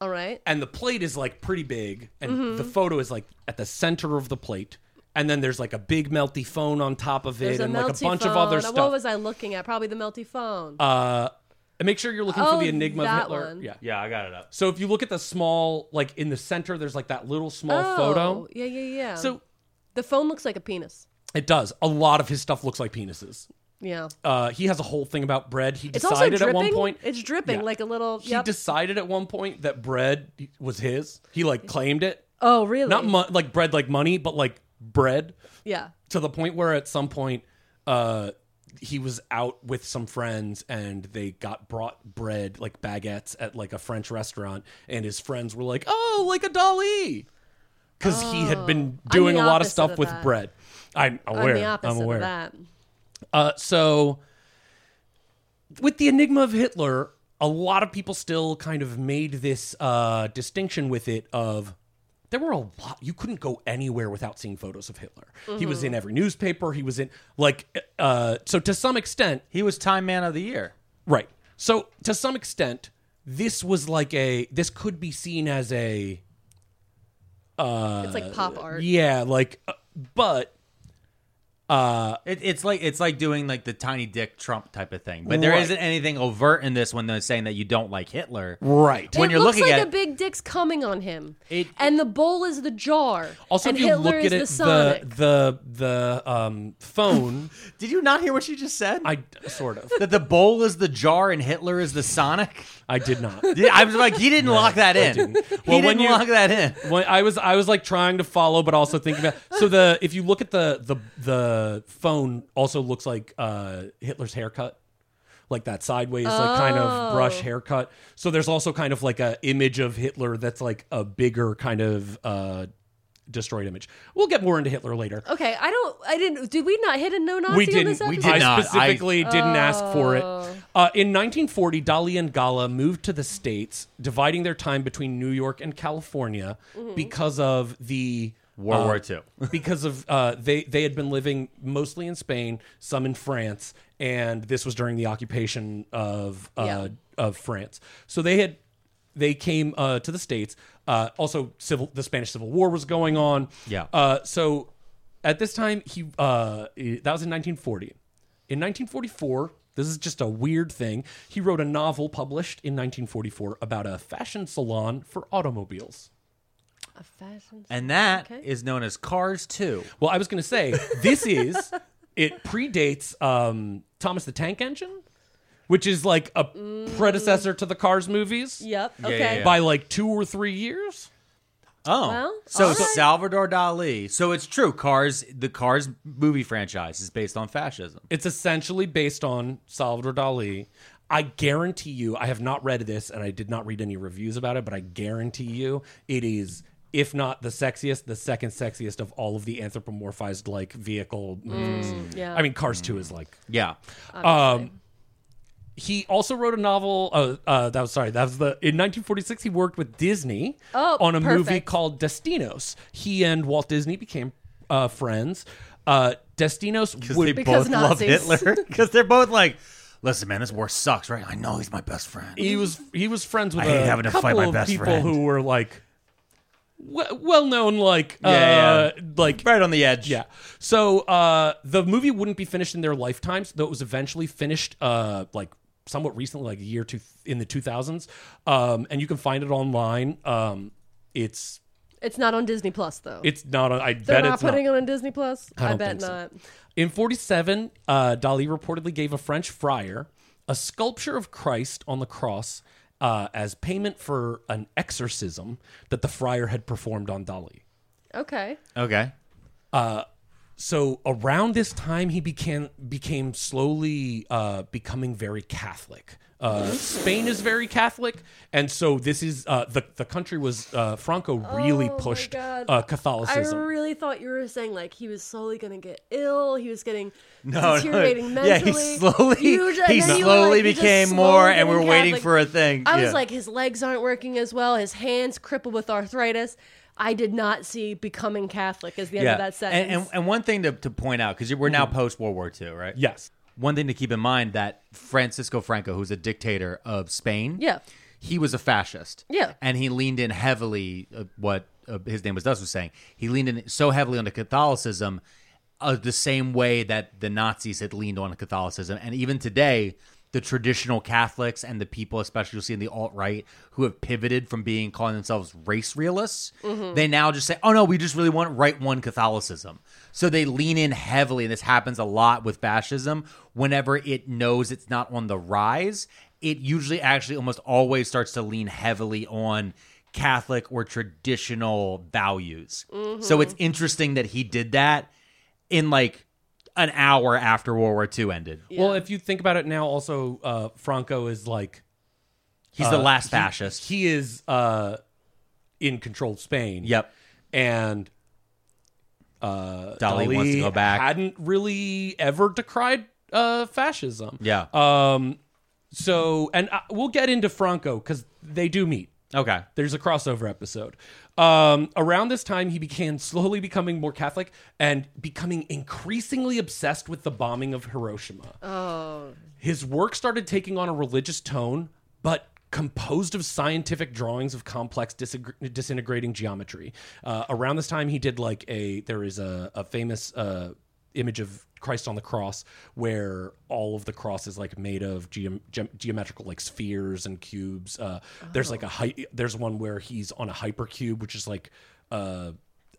C: All right.
D: and the plate is like pretty big, and the photo is like at the center of the plate. And then there's like a big melty phone on top of it,
C: There's a
D: and like a
C: melty
D: bunch of
C: phone.
D: other
C: Uh,
D: stuff.
C: What was I looking at? Probably the melty phone.
D: Uh, and make sure you're looking
C: Oh,
D: for the Enigma of
C: that
D: Hitler.
C: one.
D: Yeah.
H: yeah, I got it up.
D: So if you look at the small, like in the center, there's like that little small
C: oh,
D: photo.
C: Yeah, yeah, yeah.
D: So
C: the phone looks like a penis.
D: it does. A lot of his stuff looks like penises.
C: Yeah.
D: Uh, he has a whole thing about bread. He
C: It's also
D: decided at
C: dripping.
D: one point.
C: it's dripping
D: Yeah.
C: like a little.
D: He
C: Yep.
D: decided at one point that bread was his. He like claimed it.
C: oh, really?
D: Not mo- like bread, like money, but like bread.
C: Yeah.
D: to the point where at some point uh he was out with some friends and they got brought bread like baguettes at like a french restaurant and his friends were like oh like a dolly because he had been
C: I'm
D: doing
C: the
D: a lot of
C: opposite
D: stuff
C: of
D: with
C: that.
D: bread i'm
C: I'm the
D: aware i'm,
C: opposite
D: aware
C: of that.
D: uh, so, with the enigma of Hitler, a lot of people still kind of made this uh, distinction with it of there were a lot you couldn't go anywhere without seeing photos of Hitler. He was in every newspaper. He was in like uh, so to some extent,
H: He was Time Man of the Year.
D: right. So to some extent, this was like a this could be seen as a
C: It's like pop art.
D: yeah like uh, but
H: It, it's like it's like doing like the tiny dick Trump type of thing, but there
D: Right.
H: not anything overt in this when they're saying that you don't like Hitler.
D: right
H: When
C: it
H: you're
C: looks
H: looking
C: like
H: at
C: a
H: it-
C: big dick's coming on him,
H: It-
C: and the bowl is the jar.
D: also
C: and
D: if you
C: Hitler
D: look
C: is
D: at it
C: the Sonic.
D: the the, the um, phone
H: Did you not hear what she just said?
D: I sort of
H: that the bowl is the jar and Hitler is the Sonic.
D: I did not.
H: Yeah, I was like, he didn't lock that in. He
D: Well,
H: didn't
D: when you-
H: lock that in.
D: When I was I was like trying to follow, but also thinking about. So the if you look at the the the phone, also looks like uh, Hitler's haircut, like that sideways like kind of brush haircut. So there's also kind of like a image of Hitler that's like a bigger kind of uh, destroyed image. We'll get more into Hitler later.
C: Uh, okay, I don't. I didn't. Did we not hit a no Nazi
D: We
C: on this
D: didn't.
C: episode?
H: We did
D: I
H: not. I-
D: specifically didn't ask for it. Uh, in 1940, Dali and Gala moved to the states, dividing their time between New York and California because of the
H: World
D: uh,
H: War II.
D: because of uh, they they had been living mostly in Spain, some in France, and this was during the occupation of uh, of France. So they had they came uh, to the states. Uh, also, civil the Spanish Civil War was going on.
H: Yeah.
D: Uh, so at this time, he uh, i- that was in 1940. In 1944, this is just a weird thing. He wrote a novel published in 1944 about a fashion salon for automobiles.
C: A fashion-
H: And that is
C: Okay.
H: known as Cars 2.
D: Well, I was going to say this is it predates um, Thomas the Tank Engine, which is like a predecessor to the Cars movies
C: Yep. Okay.
H: yeah.
D: by like two or three years.
H: Oh.
C: Well,
H: so
C: all right.
H: Salvador Dali. So it's true. Cars, the Cars movie franchise is based on fascism.
D: It's essentially based on Salvador Dali. I guarantee you, I have not read this and I did not read any reviews about it, but I guarantee you it is, if not the sexiest, the second sexiest of all of the anthropomorphized like vehicle movies.
C: Mm, yeah.
D: I mean, Cars 2 is like
H: Yeah.
D: um, he also wrote a novel. Uh, uh, that was sorry. That was the in 1946. He worked with Disney
C: Oh,
D: on a movie
C: perfect.
D: called Destinos. He and Walt Disney became uh, friends. Uh, Destinos would
C: Because Nazis.
H: Because they're both like, listen, man, this war sucks, right? I know he's my best friend.
D: he was he was friends with
H: I hate
D: a
H: having to fight
D: couple
H: my
D: of
H: best
D: people
H: friend.
D: who were like well known like uh,
A: Yeah,
D: like
A: Right on the edge.
D: yeah. So uh, the movie wouldn't be finished in their lifetimes, though it was eventually finished uh, like somewhat recently, like a year two in the 2000s. Um, and you can find it online. Um, it's
C: It's not on Disney Plus though.
D: it's not. on- I
C: They're
D: bet
C: not
D: it's
C: putting
D: not.
C: it on Disney Plus.
D: I
C: I,
D: don't
C: bet
D: think so.
C: not.
D: In 47, uh, Dali reportedly gave a French friar a sculpture of Christ on the cross uh, as payment for an exorcism that the friar had performed on Dali.
C: Okay.
A: Okay.
D: Uh, so around this time he became became slowly uh, becoming very Catholic. Uh, Spain is very Catholic, and so this is uh, the the country was uh, Franco really
C: Oh my
D: pushed
C: God.
D: uh,
C: I
D: Catholicism.
C: really thought you were saying like he was slowly going to get ill. He was getting
A: no.
C: deteriorating mentally.
A: Yeah, he slowly-
C: You ju-
A: he
C: and then you were
A: slowly
C: like, you just
A: became
C: slowly
A: more, and
C: getting
A: we're waiting
C: Catholic.
A: for a thing.
C: I
A: Yeah.
C: was like, his legs aren't working as well. His hands crippled with arthritis. I did not see becoming Catholic as the end of that sentence.
A: And, and, and one thing to, to point out, because we're now post World War II, right?
D: Mm-hmm. yes,
A: One thing to keep in mind that Francisco Franco, who's a dictator of Spain,
C: Yeah.
A: he was a fascist.
C: Yeah.
A: And he leaned in heavily, uh, what uh, his name was Dust was saying, he leaned in so heavily onto Catholicism, uh, the same way that the Nazis had leaned on Catholicism. And even today, the traditional Catholics and the people, especially you'll see in the alt right, who have pivoted from being calling themselves race realists, they now just say, oh no, we just really want right one Catholicism. So they lean in heavily, and this happens a lot with fascism whenever it knows it's not on the rise it usually actually almost always starts to lean heavily on Catholic or traditional values. So
D: Mm-hmm.
A: it's interesting that he did that in like an hour after World War II ended.
D: well, if you think about it now, also uh, Franco is like
A: He's the last fascist.
D: he is uh, in control of Spain.
A: yep.
D: and uh,
A: Dali wants to go back.
D: Hadn't really ever decried uh, fascism.
A: Yeah.
D: Um, so, and uh, we'll get into Franco because they do meet.
A: Okay.
D: There's a crossover episode. Um, around this time, he began slowly becoming more Catholic and becoming increasingly obsessed with the bombing of Hiroshima. Oh. His work started taking on a religious tone, but composed of scientific drawings of complex disag- disintegrating geometry. Uh, around this time, he did like a, there is a, a famous uh, image of Christ on the cross, where all of the cross is like made of geom- gem- geometrical like spheres and cubes. Uh, There's like a hy- there's one where he's on a hypercube, which is like uh,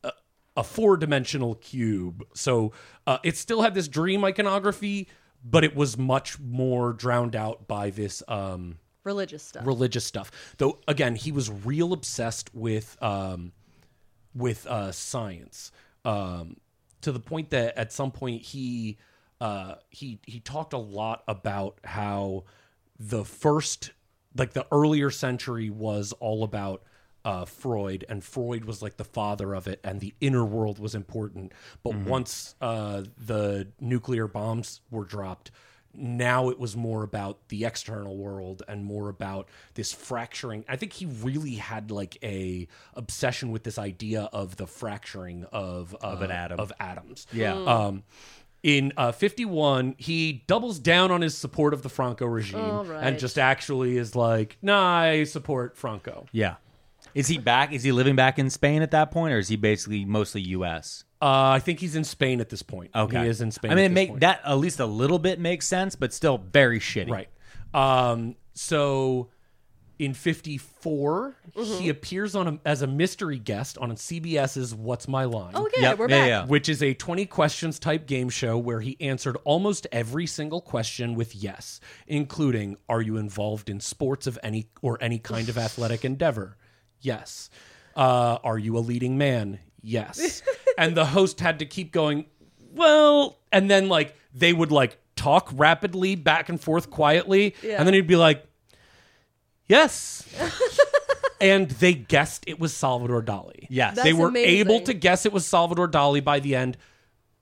D: a, a four dimensional cube. So uh, it still had this dream iconography, but it was much more drowned out by this. Um,
C: Religious stuff.
D: religious stuff. Though again, he was real obsessed with um, with uh, science um, to the point that at some point he uh, he he talked a lot about how the first like the earlier century was all about uh, Freud and Freud was like the father of it and the inner world was important but
A: Mm-hmm.
D: once uh, the nuclear bombs were dropped now it was more about the external world and more about this fracturing i think he really had like a obsession with this idea of the fracturing of of an atom of atoms
A: Yeah.
D: um in uh, 51 he doubles down on his support of the franco regime and
C: right.
D: just actually is like nah i support franco
A: Yeah. Is he back? Is he living back in Spain at that point, or is he basically mostly U.S.?
D: uh, i think he's in spain at this point
A: Okay,
D: he is in spain
A: I
D: at
A: mean, it
D: this
A: make
D: point.
A: that at least a little bit makes sense, but still very shitty.
D: Right. Um, so in 54,
C: Mm-hmm.
D: he appears on a, as a mystery guest on CBS's What's My Line?
C: oh yeah,
A: Yep.
C: we're
A: Yeah,
C: back.
A: yeah.
D: Which is a 20 questions type game show where he answered almost every single question with yes, including are you involved in sports of any or any kind of athletic endeavor? Yes. Uh, are you a leading man? Yes. and the host had to keep going, well, and then like they would like talk rapidly back and forth quietly, and then he'd be like, yes. and they guessed it was Salvador Dali.
A: Yes.
D: they
C: That's
D: were
C: amazing.
D: able to guess it was Salvador Dali by the end,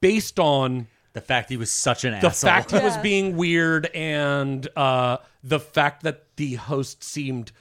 D: based on
A: The fact he was such an
D: the
A: asshole.
D: fact he was being weird and uh, the fact that the host seemed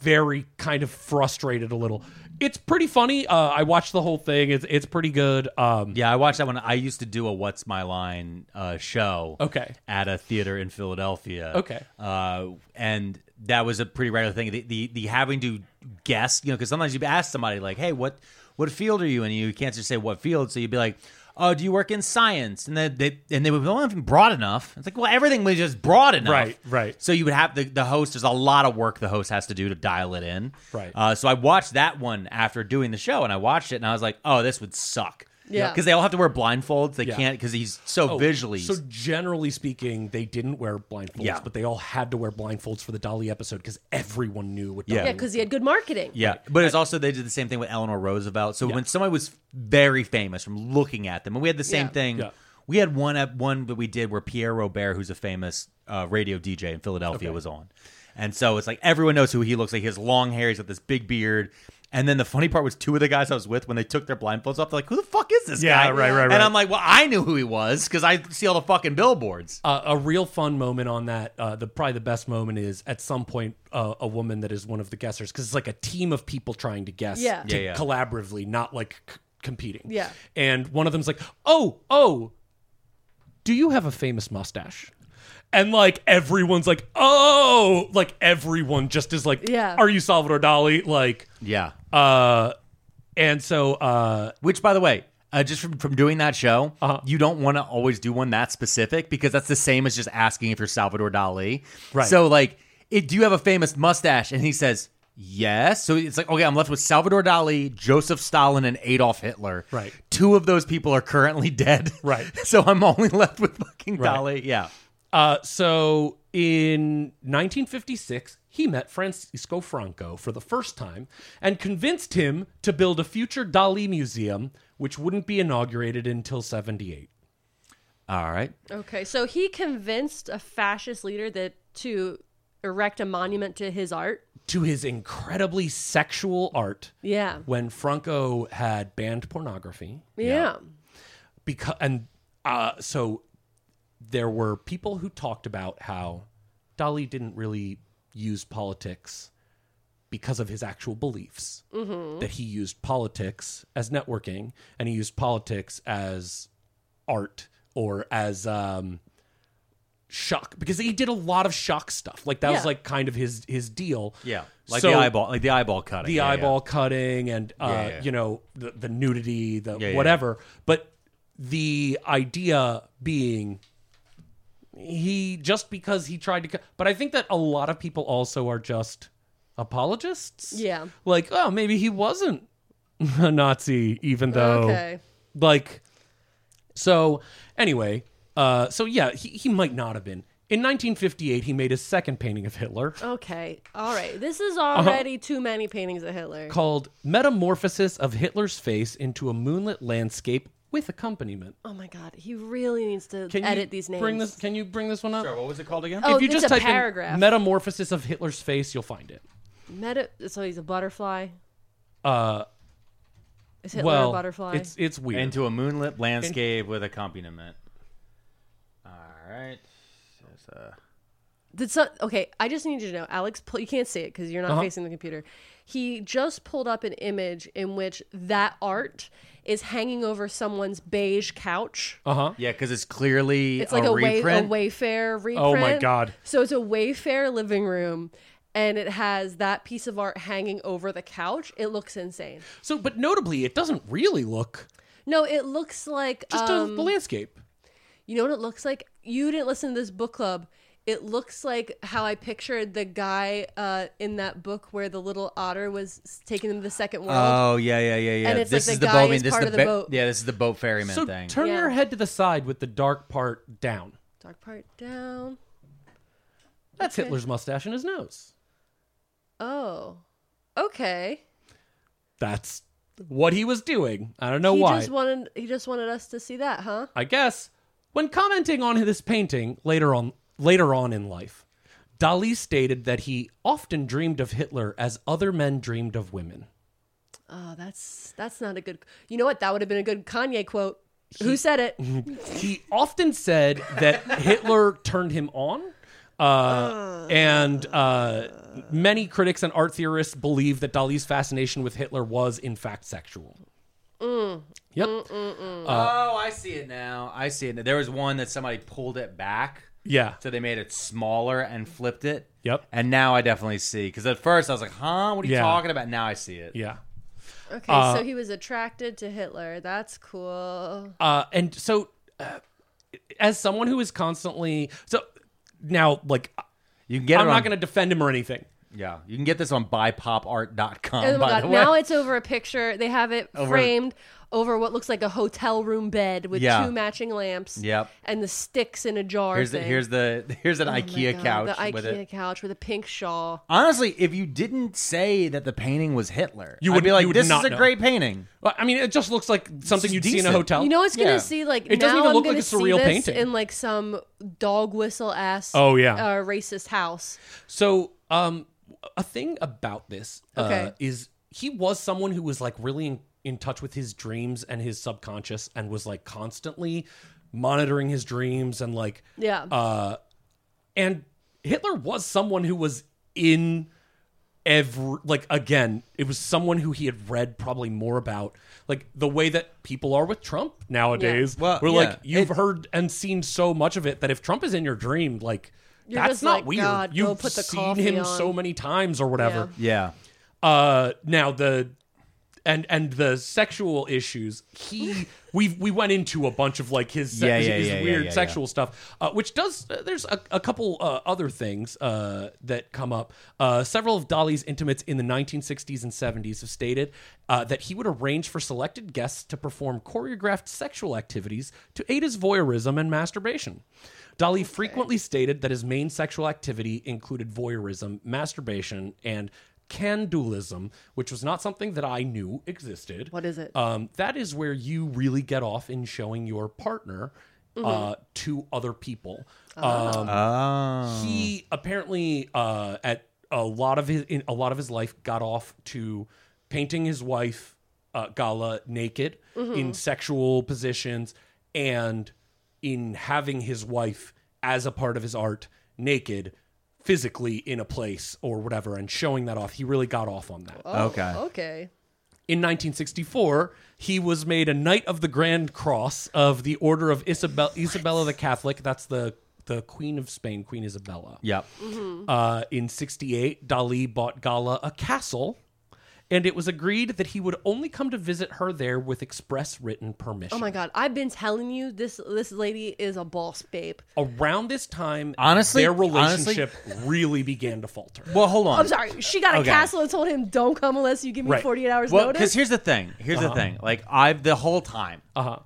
D: very kind of frustrated a little. It's pretty funny. Uh, I watched the whole thing. It's it's pretty good. Um,
A: Yeah, I watched that one. I used to do a "What's My Line" uh, show.
D: Okay.
A: At a theater in Philadelphia.
D: Okay.
A: Uh, and that was a pretty regular thing. The the, the having to guess, you know, because sometimes you ask somebody like, "Hey, what what field are you in?" And you can't just say what field, so you'd be like. Oh, do you work in science? And then they and they would be well, I'm broad enough. It's like, well, everything was just broad enough,
D: Right, right.
A: So you would have the, the host. There's a lot of work the host has to do to dial it in,
D: Right.
A: Uh, so I watched that one after doing the show, and I watched it, and I was like, oh, this would suck,
C: Yeah.
A: because they all have to wear blindfolds. They
D: Yeah.
A: can't because he's so
D: oh,
A: visually.
D: So generally speaking, they didn't wear blindfolds,
A: Yeah.
D: but they all had to wear blindfolds for the Dolly episode because everyone knew what.
A: Yeah.
D: Dolly
C: Yeah, because he had good marketing.
A: yeah, but it's also they did the same thing with Eleanor Roosevelt. So when somebody was very famous from looking at them, and we had the same
C: Yeah.
A: thing.
D: Yeah.
A: We had one ep- one that we did where Pierre Robert, who's a famous uh, radio DJ in Philadelphia, was on, and so it's like everyone knows who he looks like. He has long hair. He's got this big beard. And then the funny part was two of the guys I was with when they took their blindfolds off, they're like, "Who the fuck is this
D: Yeah,
A: guy?"
D: right, right, right.
A: And I'm like, "Well, I knew who he was because I see all the fucking billboards."
D: uh, a real fun moment on that. Uh, the probably the best moment is at some point uh, a woman that is one of the guessers because it's like a team of people trying to guess,
C: Yeah.
D: to-
A: Yeah, yeah.
D: collaboratively, not like c- competing.
C: Yeah.
D: and one of them's like, "Oh, oh, do you have a famous mustache?" And like everyone's like, "Oh!" Like everyone just is like,
C: Yeah.
D: are you Salvador Dali?" Like,
A: Yeah.
D: uh, and so uh, Uh-huh.
A: Which, by the way, uh, just from, from doing that show, you don't want to always do one that specific because that's the same as just asking if you're Salvador Dali.
D: Right.
A: So, like, it, do you have a famous mustache? And he says, yes. So it's like, okay, I'm left with Salvador Dali, Joseph Stalin, and Adolf Hitler.
D: Right.
A: Two of those people are currently dead.
D: Right.
A: so I'm only left with fucking
D: Right.
A: Dali. Yeah.
D: Uh, so in 1956, he met Francisco Franco for the first time and convinced him to build a future Dali museum, which wouldn't be inaugurated until 78.
A: All right.
C: Okay, so he convinced a fascist leader that to erect a monument to his art.
D: To his incredibly sexual art,
C: Yeah.
D: when Franco had banned pornography,
C: Yeah.
D: because and uh, so there were people who talked about how Dali didn't really use politics because of his actual beliefs that he used politics as networking and he used politics as art or as um shock because he did a lot of shock stuff like that was
C: Yeah.
D: like kind of his his deal
A: Yeah. Like
D: So-
A: the eyeball, like the eyeball cutting.
D: the
A: Yeah, yeah.
D: eyeball cutting and uh,
A: Yeah, yeah.
D: you know the, the nudity, the
A: yeah, yeah.
D: whatever. But the idea being he just because he tried to cut. But I think that a lot of people also are just apologists.
C: Yeah.
D: like oh maybe he wasn't a Nazi even though
C: Okay.
D: like so anyway uh so yeah he, he might not have been. In 1958, he made his second painting of Hitler.
C: Okay. All right. This is already too many paintings of Hitler.
D: Uh-huh. called Metamorphosis of Hitler's Face into a Moonlit Landscape with Accompaniment.
C: Oh my God. He really needs to
D: Can
C: edit
D: you
C: these names.
D: Bring this, can you bring this one up?
A: What was it called again?
C: Oh,
D: if you
C: it's
D: just
C: a
D: type
C: paragraph.
D: in Metamorphosis of Hitler's Face, you'll find it.
C: Meta. So he's a butterfly.
D: Uh,
C: Is Hitler
D: well,
C: a butterfly?
D: it's it's weird.
A: Into a moonlit landscape with accompaniment. All right. uh,
C: Did so, okay, I just need you to know, Alex. Pull, you can't see it because you're
D: Uh-huh.
C: not facing the computer. He just pulled up an image in which that art is hanging over someone's beige couch.
D: uh huh.
A: Yeah, because it's clearly
C: It's like
A: a,
C: a, way, a
A: reprint.
C: Wayfair reprint.
D: Oh my God.
C: So it's a Wayfair living room, and it has that piece of art hanging over the couch. It looks insane.
D: So, but notably, it doesn't really look
C: No, it looks like
D: just
C: um,
D: a, the landscape.
C: You know what it looks like? You didn't listen to this book club. It looks like how I pictured the guy uh, in that book where the little otter was s- taking him to the second world.
A: Oh yeah, yeah, yeah, yeah.
C: And it's
A: this
C: like
A: is
C: the
A: the
C: guy
A: boatman.
C: is
A: This
C: part
A: is
C: of
A: the
C: the
A: boat.
C: boat.
A: Yeah, this is the boat ferryman
D: So
A: thing.
D: turn your
C: Yeah.
D: head to the side with the dark part down.
C: Dark part down.
D: That's Hitler's mustache and his nose.
C: Oh, okay.
D: That's what he was doing. I don't know
C: he
D: why.
C: just wanted he just wanted us to see that, huh?
D: I guess, when commenting on this painting later on later on in life, Dali stated that he often dreamed of Hitler as other men dreamed of women.
C: Oh, that's that's not a good. You know what? That would have been a good Kanye quote. Who said it?
D: He often said that Hitler turned him on, Uh, and uh, many critics and art theorists believe that Dali's fascination with Hitler was, in fact, sexual.
C: Mm.
D: Yep.
A: oh, I see it now. I see it. Now. There was one that somebody pulled it back,
D: Yeah.
A: so they made it smaller and flipped it.
D: Yep.
A: And now I definitely see because at first I was like, "Huh, what are you
D: Yeah.
A: talking about?" Now I see it.
D: Yeah.
C: Okay, so he was attracted to Hitler. That's cool.
D: Uh, and so, uh, as someone who is constantly so now, like,
A: You can get
D: I'm
A: it.
D: not
A: on-
D: going to defend him or anything.
A: Yeah, you can get this on buypopart.com.
C: oh my
A: by the
C: god!
A: way.
C: Now it's over a picture. They have it
A: Over-
C: framed over what looks like a hotel room bed with
A: Yeah.
C: two matching lamps.
A: Yep.
C: And the sticks in a jar.
A: here's the,
C: thing.
A: here's the here's an
C: Oh my
A: IKEA
C: God,
A: couch
C: The
A: with
C: IKEA
A: it.
C: couch with a pink shawl.
A: Honestly, if you didn't say that the painting was Hitler,
D: You
A: I'd
D: would-
A: be
D: you
A: like,
D: would
A: "This is
D: not
A: a
D: know."
A: great painting."
D: Well, I mean, it just looks like something
A: is
D: you'd see in
A: decent.
D: a hotel.
C: You know it's gonna
A: Yeah.
C: see like
D: It
C: now
D: doesn't even
C: I'm
D: look like
C: gonna
D: a
C: see
D: surreal
C: this
D: painting.
C: in like some dog whistle ass.
D: Oh, yeah.
C: uh, racist house.
D: So, um, a thing about this uh,
C: Okay.
D: is he was someone who was like really in, in touch with his dreams and his subconscious, and was like constantly monitoring his dreams and like
C: Yeah.
D: uh, and Hitler was someone who was in every like again, it was someone who he had read probably more about, like the way that people are with Trump nowadays.
A: Yeah. Well,
D: we're
A: yeah.
D: like you've
A: It-
D: heard and seen so much of it that if Trump is in your dream, like
C: You're
D: that's
C: just
D: not
C: like,
D: weird.
C: "God, go
D: you've
C: put the
D: seen
C: coffee
D: him
C: on."
D: so many times or whatever.
A: Yeah,
D: Uh, now the and and the sexual issues he we we went into a bunch of like his se-
A: Yeah, yeah,
D: his
A: yeah, yeah,
D: weird
A: yeah,
D: sexual stuff uh, which does uh, there's a, a couple uh, other things uh, that come up uh, several of dolly's intimates in the 1960s and 70s have stated uh, that he would arrange for selected guests to perform choreographed sexual activities to aid his voyeurism and masturbation Dolly frequently stated that his main sexual activity included voyeurism, masturbation, and candulism, which was not something that I knew existed.
C: What is it?
D: Um, that is where you really get off in showing your partner uh,
C: Mm-hmm.
D: to other people. Um, He apparently uh, at a lot of his in a lot of his life got off to painting his wife uh, Gala naked in sexual positions and in having his wife as a part of his art naked physically in a place or whatever and showing that off he really got off on that
C: Oh.
A: okay.
C: Okay.
D: in 1964, he was made a Knight of the Grand Cross of the Order of Isabel- Isabella the Catholic. That's the the Queen of Spain, Queen Isabella.
A: Yep.
D: Uh, in 68, Dali bought Gala a castle, and it was agreed that he would only come to visit her there with express written permission.
C: Oh my god! I've been telling you this. This lady is a boss babe.
D: Around this time,
A: Honestly-
D: their
A: honestly-
D: relationship really began to falter.
A: Well, hold on.
C: I'm sorry. She got a
A: Okay.
C: castle and told him, "Don't come unless you give me
D: Right.
C: 48 hours
A: Well, because
C: notice."
A: here's the thing. Here's the thing. Like I've the whole time. Uh
D: Uh-huh.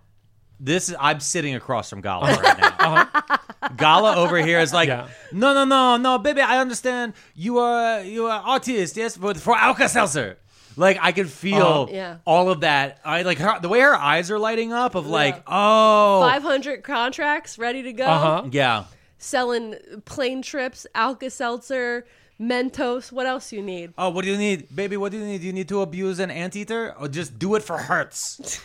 A: This is I'm sitting across from Gala right now. Gala over here is like,
D: Uh-huh. Yeah.
A: no, no, no, no, baby. I understand. You are you are artist. Yes, but for Alka Seltzer. Like I could feel
D: Uh-huh.
C: Yeah.
A: all of that. I like her, the way her eyes are lighting up. Of like, oh,
C: 500 contracts ready to go,
D: Uh-huh.
A: yeah.
C: selling plane trips, Alka Seltzer, Mentos. What else you need?
A: Oh, what do you need, baby? What do you need? Do you need to abuse an anteater, or just do it for Hertz?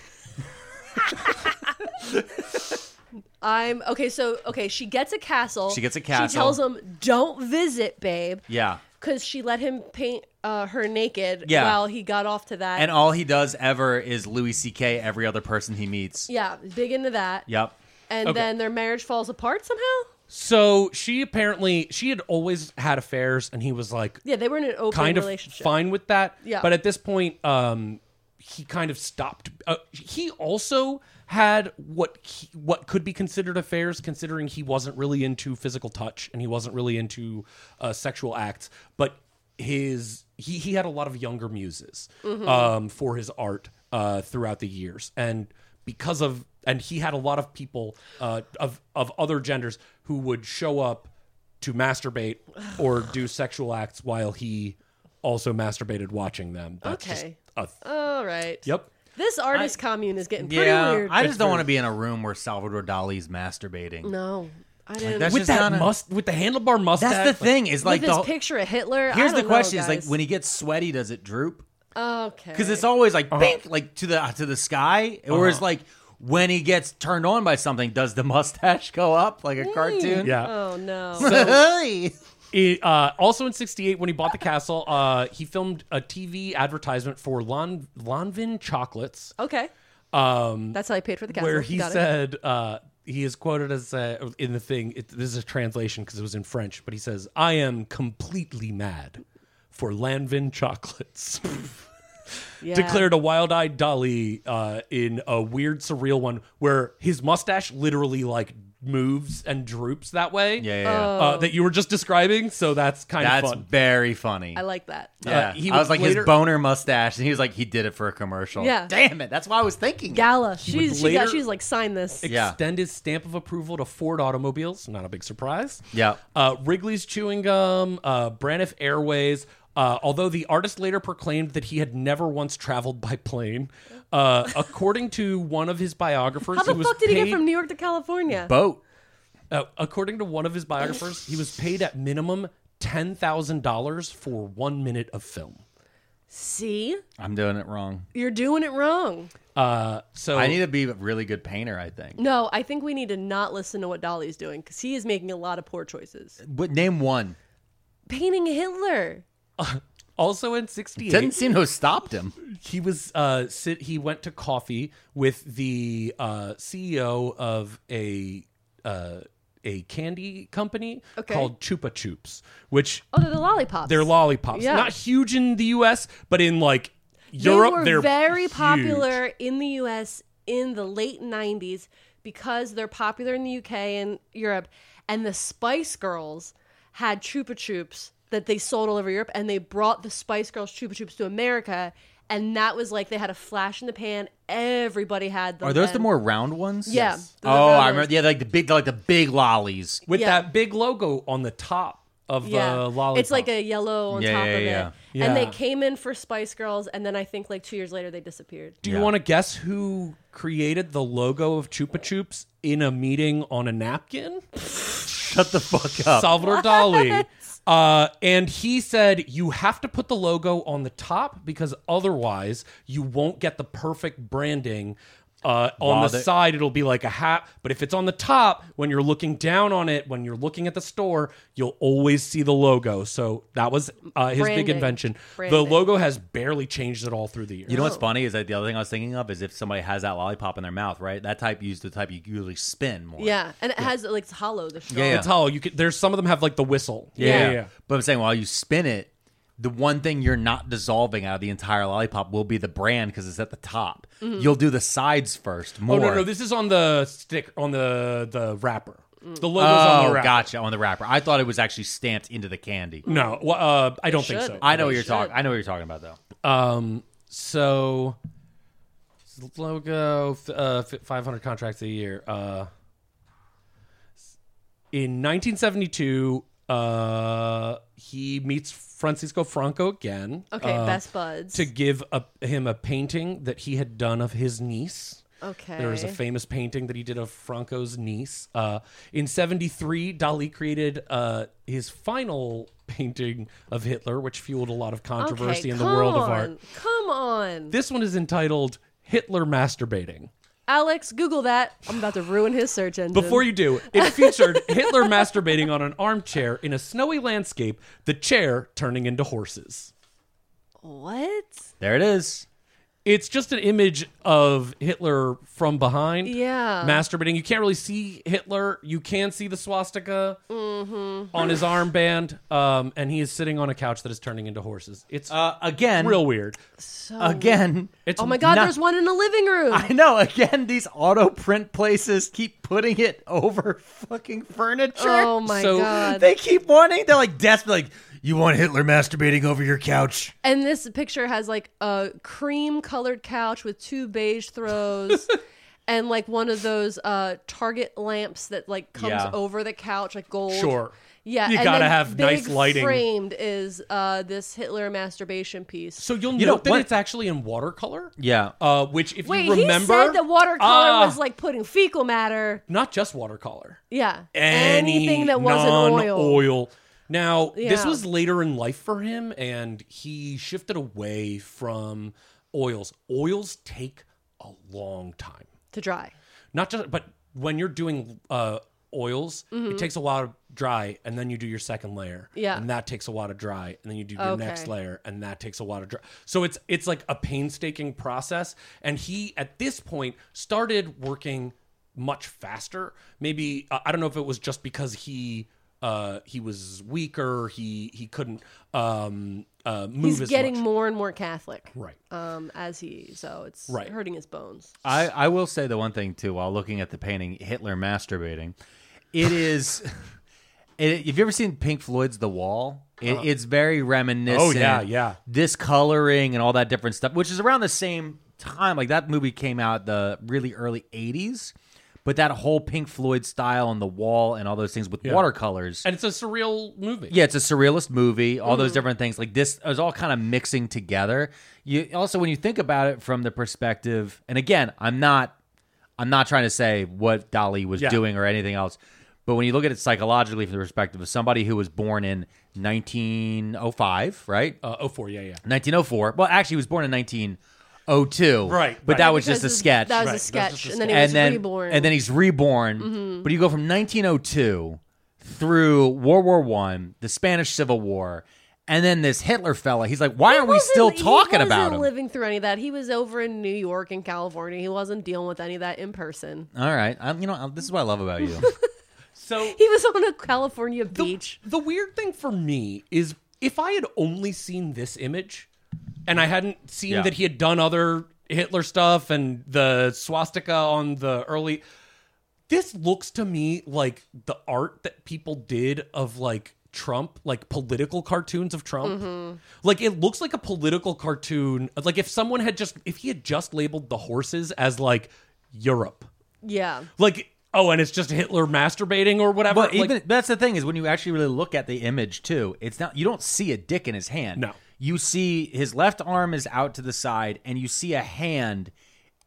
C: I'm okay. So okay, she gets a castle.
A: She gets a
C: She
A: castle.
C: tells him, "Don't visit, babe."
A: Yeah.
C: because she let him paint uh, her naked
A: Yeah.
C: while he got off to that.
A: And uh, all he does ever is Louis C.K. Every other person he meets.
C: yeah, big into that.
A: Yep.
C: And
D: Okay.
C: then their marriage falls apart somehow.
D: So she apparently she had always had affairs, and he was like,
C: Yeah, they were in an open
D: kind of
C: relationship.
D: fine with that.
C: Yeah.
D: But at this point, um, he kind of stopped. Uh, he also had what he, what could be considered affairs, considering he wasn't really into physical touch and he wasn't really into uh, sexual acts. But his he he had a lot of younger muses
C: Mm-hmm.
D: um, for his art uh, throughout the years, and because of and he had a lot of people uh, of of other genders who would show up to masturbate or do sexual acts while he also masturbated watching them. That's
C: Okay.
D: just a
C: All right.
D: yep.
C: This artist commune is getting pretty
A: Yeah.
C: weird.
A: I just don't want to be in a room where Salvador Dali's masturbating.
C: no, I didn't.
A: that's
C: with
D: With
A: just
D: that
A: not a-
D: must with the handlebar mustache.
A: That's the thing. Is like
C: this
A: the whole-
C: picture of Hitler. I
A: here's
C: don't
A: the
C: know,
A: question: is like
C: guys.
A: when he gets sweaty, does it droop?
C: okay
D: Uh-huh.
A: Because it's always like bink, like to the to the uh, sky, or is like when he gets turned on by something, does the mustache go up like a cartoon?
D: Yeah.
C: Oh no.
A: Hey.
D: It, uh, also in '68, when he bought the castle, uh, he filmed a TV advertisement for Lon- Lonvin chocolates,
C: Okay.
D: um,
C: That's how I paid for the castle.
D: where he
C: Got it.
D: said uh, he is quoted as uh, in the thing. It, this is a translation because it was in French, but he says, "I am completely mad for Lanvin chocolates."
C: Yeah.
D: Declared a wild-eyed Dolly uh, in a weird, surreal one where his mustache literally like moves and droops that way.
A: Yeah, yeah, yeah.
C: Oh.
D: Uh, that you were just describing, so that's kind
A: That's
D: of fun.
A: very funny.
C: I like that.
A: yeah.
D: Uh, he
A: I was
D: would
A: like
D: later-
A: his boner mustache, and he was like, he did it for a commercial.
C: Yeah.
A: Damn it. That's why I was thinking. it.
C: Gala. She's she
D: later-
C: got, she's like sign this.
A: Yeah.
D: extend his stamp of approval to Ford automobiles. Not a big surprise.
A: Yeah.
D: Uh, Wrigley's chewing gum, uh, Braniff Airways. Uh, although the artist later proclaimed that he had never once traveled by plane, uh, according to one of his biographers,
C: How the
D: he was
C: fuck did he
D: paid-
C: get from New York to California?
A: Boat.
D: uh, according to one of his biographers, he was paid at minimum ten thousand dollars for one minute of film.
C: See,
A: I'm doing it wrong.
C: you're doing it wrong.
D: Uh, so
A: I need to be a really good painter, I think.
C: No, I think we need to not listen to what Dolly's doing because he is making a lot of poor choices.
A: But name one.
C: Painting Hitler.
D: also in '68.
A: Didn't seem to have stopped him.
D: he was uh sit he went to coffee with the uh CEO of a uh a candy company
C: Okay.
D: called Chupa Chups, which
C: Oh, they're the lollipops.
D: they're lollipops.
C: Yeah.
D: Not huge in the US, but in like
C: They
D: Europe
C: were
D: they're
C: very
D: huge.
C: popular in the U.S. in the late '90s because they're popular in the U.K. and Europe. And the Spice Girls had Chupa Chups that they sold all over Europe, and they brought the Spice Girls Chupa Chups to America, and that was like they had a flash in the pan. Everybody had them.
A: Are those
C: then.
A: the more round ones?
C: Yeah, Yes. those are
A: Oh,
C: round
A: I
C: ones.
A: remember. Yeah, like the big, like the big lollies.
D: with
C: yeah.
D: that big logo on the top of
C: Yeah,
D: the lollipop.
C: it's like a yellow on
A: Yeah,
C: top
A: yeah,
C: of
A: yeah.
C: it. And they
D: Yeah.
C: came in for Spice Girls, and then I think like two years later they disappeared.
D: Do you want to guess who created the logo of Chupa Chups in a meeting on a napkin?
A: Shut the fuck up.
D: Salvador Dali. Uh, and he said, You have to put the logo on the top because otherwise you won't get the perfect branding. Uh, on
A: Wow,
D: the
A: they-
D: side, it'll be like a hat, but if it's on the top, when you're looking down on it, when you're looking at the store, you'll always see the logo. So that was uh, his big
C: Branding.
D: invention.
C: Branding.
D: The logo has barely changed at all through the years.
A: you know
C: Oh.
A: what's funny is that the other thing I was thinking of is if somebody has that lollipop in their mouth, right? That type used the type you usually spin more.
C: Yeah, and it has like it's hollow. The straw.
A: yeah.
D: It's hollow. You could, there's some of them have like the whistle.
A: Yeah. But I'm saying while you spin it, the one thing you're not dissolving out of the entire lollipop will be the brand because it's at the top.
C: Mm-hmm.
A: You'll do the sides first more.
D: Oh no, no, this is on the stick on the the wrapper.
C: Mm.
D: The logo's on
A: Oh,
D: the wrapper.
A: gotcha. On the wrapper. I thought it was actually stamped into the candy.
D: No, well, uh, I don't think so.
A: I know what you're talking. I know what you're talking about though.
D: Um, so logo f- uh, f- 500 contracts a year. Uh, in 1972, uh, he meets Francisco Franco again.
C: Okay,
D: uh,
C: best buds.
D: to give a, him a painting that he had done of his niece.
C: okay.
D: There is a famous painting that he did of Franco's niece. Uh, in 73, Dali created uh, his final painting of Hitler, which fueled a lot of controversy
C: Okay,
D: in the
C: come
D: world of
C: on.
D: art.
C: Come on,
D: This one is entitled Hitler Masturbating.
C: Alex, Google that. I'm about to ruin his search engine.
D: Before you do, it featured Hitler masturbating on an armchair in a snowy landscape, the chair turning into horses.
C: what?
A: There it is.
D: It's just an image of Hitler from behind.
C: Yeah.
D: Masturbating. You can't really see Hitler. You can see the swastika on his armband. Um, and he is sitting on a couch that is turning into horses. It's
A: Uh, again,
D: real weird.
A: again.
D: It's
C: Oh my God,
A: Nah.
C: there's one in the living room.
A: I know. Again, these auto print places keep putting it over fucking furniture.
C: oh my
D: So-
C: God.
A: They keep wanting. They're like desperate. Like you want Hitler masturbating over your couch.
C: and this picture has like a cream colored couch with two beige throws. And like one of those uh target lamps that like comes
A: Yeah.
C: over the couch, like gold.
D: Sure.
C: Yeah,
D: You
C: and
D: gotta
C: then
D: have
C: big
D: nice lighting.
C: Framed is uh, this Hitler masturbation piece.
D: So you'll
A: You know,
D: note that
A: one-
D: it's actually in watercolor.
A: Yeah.
D: Uh, which, if
C: Wait,
D: you remember,
C: he said that watercolor
D: Ah,
C: was like putting fecal matter.
D: not just watercolor.
C: Yeah,
D: Any
C: anything that wasn't oil.
D: non-oil. Now, this
C: Yeah.
D: was later in life for him, and he shifted away from oils. Oils take a long time.
C: to dry.
D: Not just, but when you're doing uh, oils, it takes a while to dry, and then you do your second layer.
C: Mm-hmm. Yeah.
D: and that takes a while to dry, and then you do your next
C: Okay.
D: layer, and that takes a while to dry. So it's it's like a painstaking process. And he at this point started working much faster. Maybe uh, I I don't know if it was just because he. Uh, he was weaker. He he couldn't um, uh, move
C: He's
D: as
C: getting
D: much.
C: more and more Catholic,
D: Right.
C: Um, as he so it's
D: Right.
C: hurting his bones.
A: I, I will say the one thing too while looking at the painting Hitler masturbating. It is. It, have you ever seen Pink Floyd's The Wall? It, It's very reminiscent.
D: Uh-huh. Oh, yeah, yeah.
A: This coloring and all that different stuff, which is around the same time. Like that movie came out the really early '80s, but that whole Pink Floyd style and The Wall and all those things with watercolors.
D: and it's a surreal movie. Mm-hmm.
A: Yeah, it's a surrealist movie. All those different things like this is all kind of mixing together. You also when you think about it from the perspective, and again, I'm not, I'm not trying to say what Dali was
D: Yeah.
A: doing or anything else, but when you look at it psychologically from the perspective of somebody who was born in 1905, right?
D: Uh, oh four, yeah, yeah.
A: 1904. Well, actually, he was born in 1902.
D: Right,
A: but
D: right.
A: that was just a
C: Because
A: sketch
C: That was
D: Right,
C: a
D: that's just
C: sketch,
D: a
C: and then he
A: and
C: was
A: then
C: reborn.
A: and then he's reborn.
C: Mm-hmm.
A: But you go from 1902 through World War One, the Spanish Civil War, and then this Hitler fella. He's like, why are we
C: wasn't-
A: still talking
C: he wasn't
A: about him?
C: living through any of that. He was over in New York and California. He wasn't dealing with any of that in person.
A: All right, I'm, you know I'm- this is what I love about you.
D: So
C: He was on a California beach.
D: The weird thing for me is if I had only seen this image and I hadn't seen
A: Yeah.
D: that he had done other Hitler stuff and the swastika on the early this looks to me like the art that people did of like Trump, like political cartoons of Trump. Like it looks like a political cartoon. Like if someone had just if he had just labeled the horses as like Europe.
C: Yeah,
D: Like oh and it's just Hitler masturbating or whatever.
A: But
D: like-
A: even that's the thing is when you actually really look at the image too, it's not you don't see a dick in his hand.
D: No.
A: you see his left arm is out to the side, and you see a hand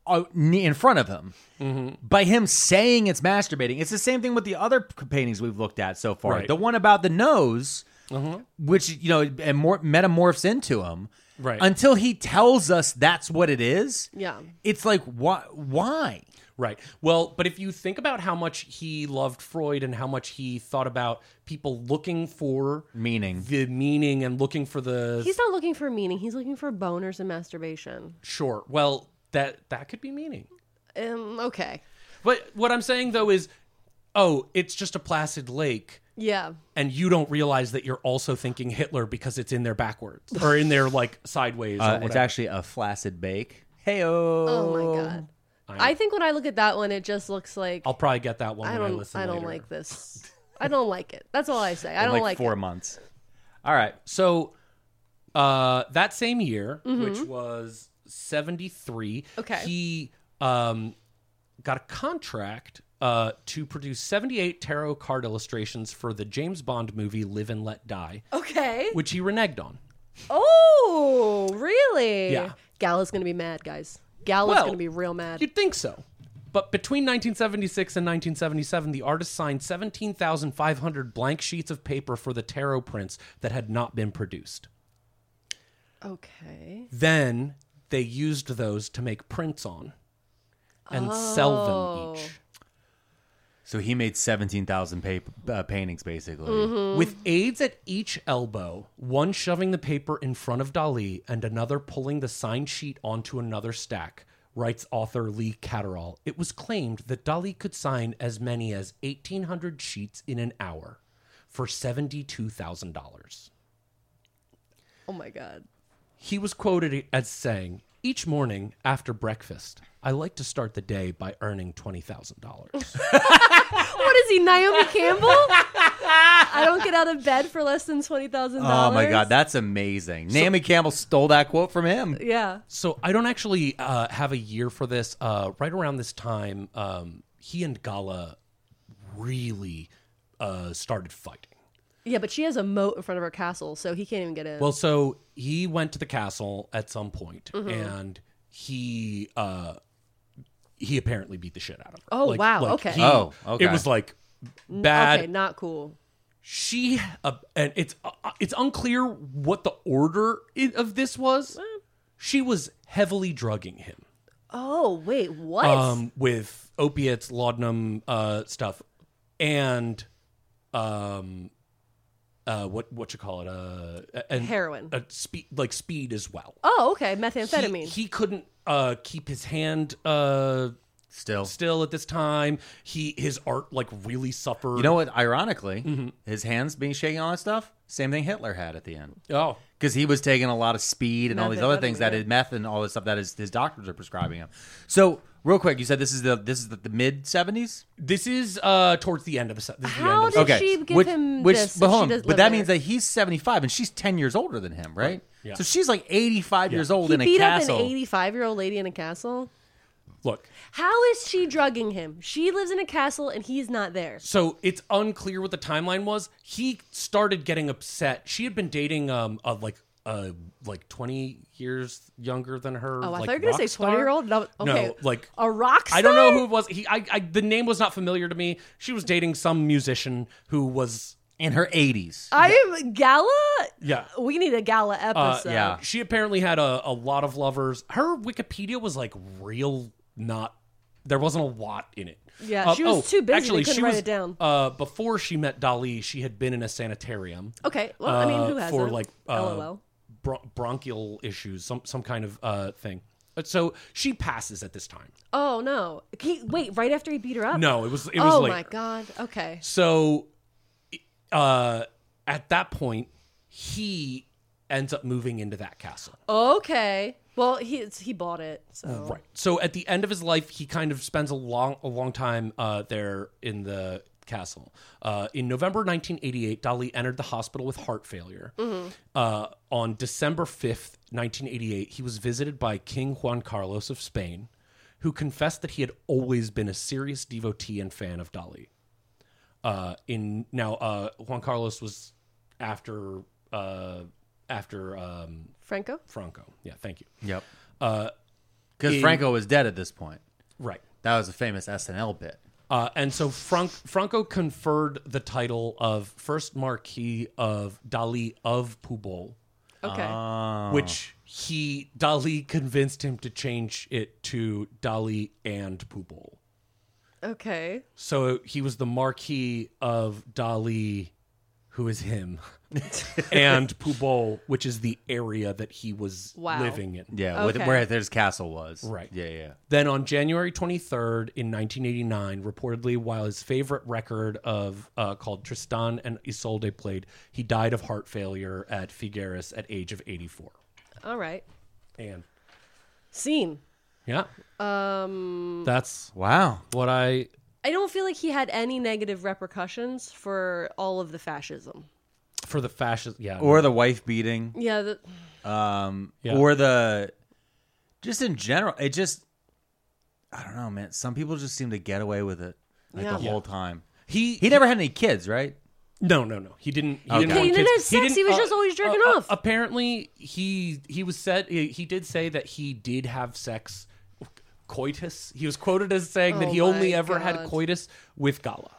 A: out ne- in front of him.
D: Mm-hmm.
A: By him saying it's masturbating, it's the same thing with the other p- paintings we've looked at so far.
D: Right. Mm-hmm.
A: The one about the nose, which you know, and more metamorphs into him.
D: Right.
A: Until he tells us that's what it is.
C: Yeah.
A: It's like why? Why?
D: Right. Well, but if you think about how much he loved Freud and how much he thought about people looking for
A: Meaning.
D: the meaning and looking for the
C: he's not looking for meaning. He's looking for boners and masturbation.
D: sure. Well, that that could be meaning.
C: Um, okay.
D: But what I'm saying though is, oh, it's just a placid lake,
C: Yeah.
D: and you don't realize that you're also thinking Hitler because it's in there backwards or in there like sideways. or
A: Uh, it's
D: whatever.
A: actually a flaccid bake. Heyo.
C: Oh my god. I, think when I look at that one, it just looks like
D: I'll probably get that one
C: I
D: when I
C: don't.
D: listen.
C: I, don't
D: later.
C: like this. I don't like it. That's all I say. I
A: in
C: don't
A: like,
C: like,
A: four
C: it.
A: months. All right.
D: So uh that same year, which was 73,
C: Okay.
D: he um got a contract uh to produce 78 tarot card illustrations for the James Bond movie Live and Let Die,
C: Okay.
D: which he reneged on.
C: Oh, really?
D: Yeah.
C: Gala's gonna be mad, guys. Gala's
D: Well,
C: gonna be real mad.
D: You'd think so. But between 1976 and 1977, the artist signed 17,500 blank sheets of paper for the tarot prints that had not been produced.
C: okay.
D: Then they used those to make prints on and sell them
C: Oh.
D: each
A: So he made 17,000 pa- uh, paintings basically.
C: Mm-hmm.
D: with aides at each elbow, one shoving the paper in front of Dali and another pulling the signed sheet onto another stack. Writes author Lee Catterall. It was claimed that Dali could sign as many as 1,800 sheets in an hour for $72,000.
C: Oh my god.
D: He was quoted as saying, Each morning after breakfast, I like to start the day by earning $20,000.
C: What is he, Naomi Campbell? I don't get out of bed for less than twenty thousand
A: Oh
C: dollars.
A: my God. That's amazing. Naomi Campbell stole that quote from him.
C: yeah.
D: So I don't actually uh, have a year for this. Uh, right around this time, um, he and Gala really uh, started fighting.
C: Yeah, but she has a moat in front of her castle, so he can't even get in.
D: Well, so he went to the castle at some point,
C: Mm-hmm.
D: and he uh, he apparently beat the shit out of her.
C: Oh, wow, okay.
A: Oh, okay.
D: It was like bad.
C: okay, not cool.
D: She uh, and it's uh, it's unclear what the order i- of this was. She was heavily drugging him.
C: Oh wait, what?
D: um, with opiates, laudanum uh, stuff, and um, uh, what what you call it? Uh, and
C: Heroin.
D: uh, speed like speed as well.
C: oh, okay,
D: He-
C: methamphetamine.
D: He, couldn't uh, keep his hand uh,
A: Still.
D: still at this time. He his art like really suffered.
A: You know what? Ironically,
D: Mm-hmm.
A: his hands being shaking, all that stuff. Same thing Hitler had at the end,
D: Oh,
A: because he was taking a lot of speed and all these other things
C: Methamphetamine,
A: that
C: yeah.
A: is meth and all this stuff that his, his doctors are prescribing him. So, real quick, you said this is the this is the, the mid seventies.
D: this is uh, towards the end of the. This is the
C: How
D: end of the
C: did- she give him this
A: But,
C: if she
A: hold on,
C: does
A: but
C: live
A: that
C: with
A: means
C: her?
A: that he's seventy five and she's ten years older than him, right?
D: Yeah.
A: So she's like eighty five years old
C: he
A: in a
C: beat
A: castle.
C: up an 85 year old lady in a castle.
D: look.
C: How is she drugging him? She lives in a castle and he's not there.
D: So it's unclear what the timeline was. He started getting upset. She had been dating um a, like uh like twenty years younger than her.
C: Oh, I
D: like,
C: thought you were gonna
D: rock
C: say
D: star.
C: 20-year-old. No, okay.
D: like
C: A rock
D: I don't know
C: star?
D: who it was. He, I, I, the name was not familiar to me. She was dating some musician who was
A: in her eighties.
C: I am gala.
D: yeah. Uh,
C: We need a gala episode.
A: yeah.
D: She apparently had a, a lot of lovers. Her Wikipedia was like real not there wasn't a lot in it.
C: Yeah, she was
D: oh,
C: too busy. They couldn't write it down.
D: Uh, before she met Dali, she had been in a sanitarium.
C: Okay. Well, I mean,
D: uh,
C: who has
D: for like uh,
C: LOL.
D: bron- bronchial issues, some some kind of uh, thing. But So she passes at this time.
C: Oh no. He, wait, right after he beat her up.
D: No, it was it was
C: Oh
D: later.
C: my god. Okay.
D: So uh, at that point, he ends up moving into that castle.
C: Okay. Well, he it's- he bought it. So
D: Right. So at the end of his life, he kind of spends a long, a long time uh, there in the castle. Uh, in November 1988, Dali entered the hospital with heart failure. Uh, on December 5th, 1988, he was visited by King Juan Carlos of Spain, who confessed that he had always been a serious devotee and fan of Dali. Uh, in now, uh, Juan Carlos was after uh, after um,
C: Franco.
D: Franco. Yeah, thank you.
A: Yep. Because Franco was dead at this point.
D: uh, Right.
A: That was a famous SNL bit.
D: Uh, and so Frank, Franco conferred the title of first Marquis of Dali of Pubol,
C: Okay.
D: uh, which he Dali convinced him to change it to Dali and Pubol.
C: okay.
D: So he was the Marquis of Dali, who is him, and Pubol, which is the area that he was
C: Wow.
D: living in.
A: Yeah, with,
C: Okay.
A: where his castle was.
D: Right.
A: Yeah, yeah.
D: Then on January 23rd in 1989, reportedly while his favorite record of uh, called Tristan and Isolde played, he died of heart failure at Figueres at age of 84.
C: All right.
D: And
C: Scene.
D: yeah,
C: Um,
D: that's
A: Wow.
D: what I
C: I don't feel like he had any negative repercussions for all of the fascism.
D: for the fascist yeah.
A: Or the wife beating.
C: Yeah. The,
A: um
D: Yeah.
A: or the just in general it just i don't know man some people just seem to get away with it like
C: Yeah.
A: the whole time
D: he
A: he never had any kids right
D: No, no, no. He didn't. He didn't,
A: Okay.
D: want
A: He
C: didn't
D: kids.
C: have sex, he was just always jerking off.
D: apparently, he he was said he, he did say that he did have sex, coitus. He was quoted as saying that
C: Oh
D: he only
C: my
D: ever had
C: God.
D: coitus with Gala.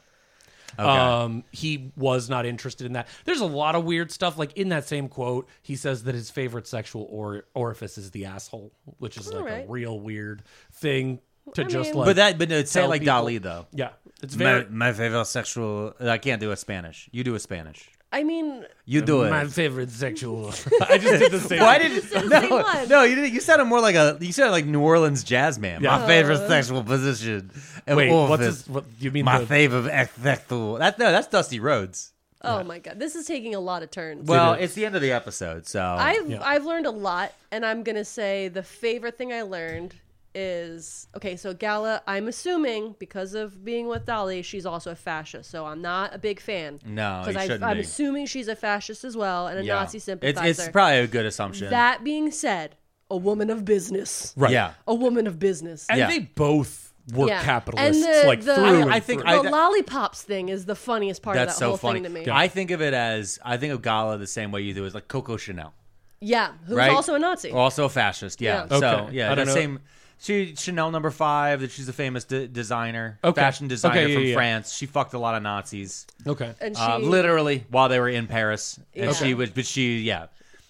D: Um, he was not interested in that. There's a lot of weird stuff. Like in that same quote, he says that his favorite sexual or- orifice is the asshole, which is like a
C: Alright.
D: real weird thing to just
C: mean-
D: like.
A: but that but no, say
D: tell
A: like
D: people-
A: dali though
D: yeah, it's very
A: my, my favorite sexual i can't do a spanish you do a spanish
C: I mean,
A: you do
D: my
A: it
D: favorite sexual. I just did the same.
A: why did
C: same
A: no,
C: one.
A: no you didn't you sounded more like a you sounded like new orleans jazz man my favorite sexual position and
D: Wait, what's
A: orifice.
D: his, what you mean?
A: my
D: the-
A: favorite sexual that's no that's dusty rhodes
C: oh my god, this is taking a lot of turns.
A: well it's the end of the episode so
C: I've I've learned a lot, and I'm gonna say the favorite thing I learned is okay. So Gala, I'm assuming because of being with Dolly, she's also a fascist. So I'm not a big fan.
A: No, you
C: because
A: shouldn't
C: I'm
A: be.
C: assuming she's a fascist as well and a
A: Yeah.
C: Nazi
A: It's-
C: sympathizer.
A: It's, probably a good assumption.
C: that being said, a woman of business,
D: Right.
A: Yeah.
C: a woman of business.
D: And
A: Yeah.
D: they both were
C: Yeah.
D: capitalists,
C: And the-
D: like
C: the-
D: through
C: I-
D: and
A: I think
D: through.
A: I-
C: the lollipops thing is the funniest part
A: That's
C: of that
A: so
C: whole
A: funny.
C: thing to me.
A: I think of it as I think of Gala the same way you do, as like Coco Chanel,
C: Yeah, who's
A: right? Oh,
C: also a Nazi.
A: also a fascist. Yeah.
C: Yeah.
A: So
D: Okay.
A: yeah,
D: I
A: the
D: don't know.
A: same. She Chanel number five. That she's a famous de- designer,
D: Okay.
A: fashion designer
D: Okay, yeah,
A: from
D: yeah.
A: France. She fucked a lot of Nazis,
D: okay.
C: and she,
A: uh, literally while they were in Paris, and
C: Yeah.
A: she was, but she yeah.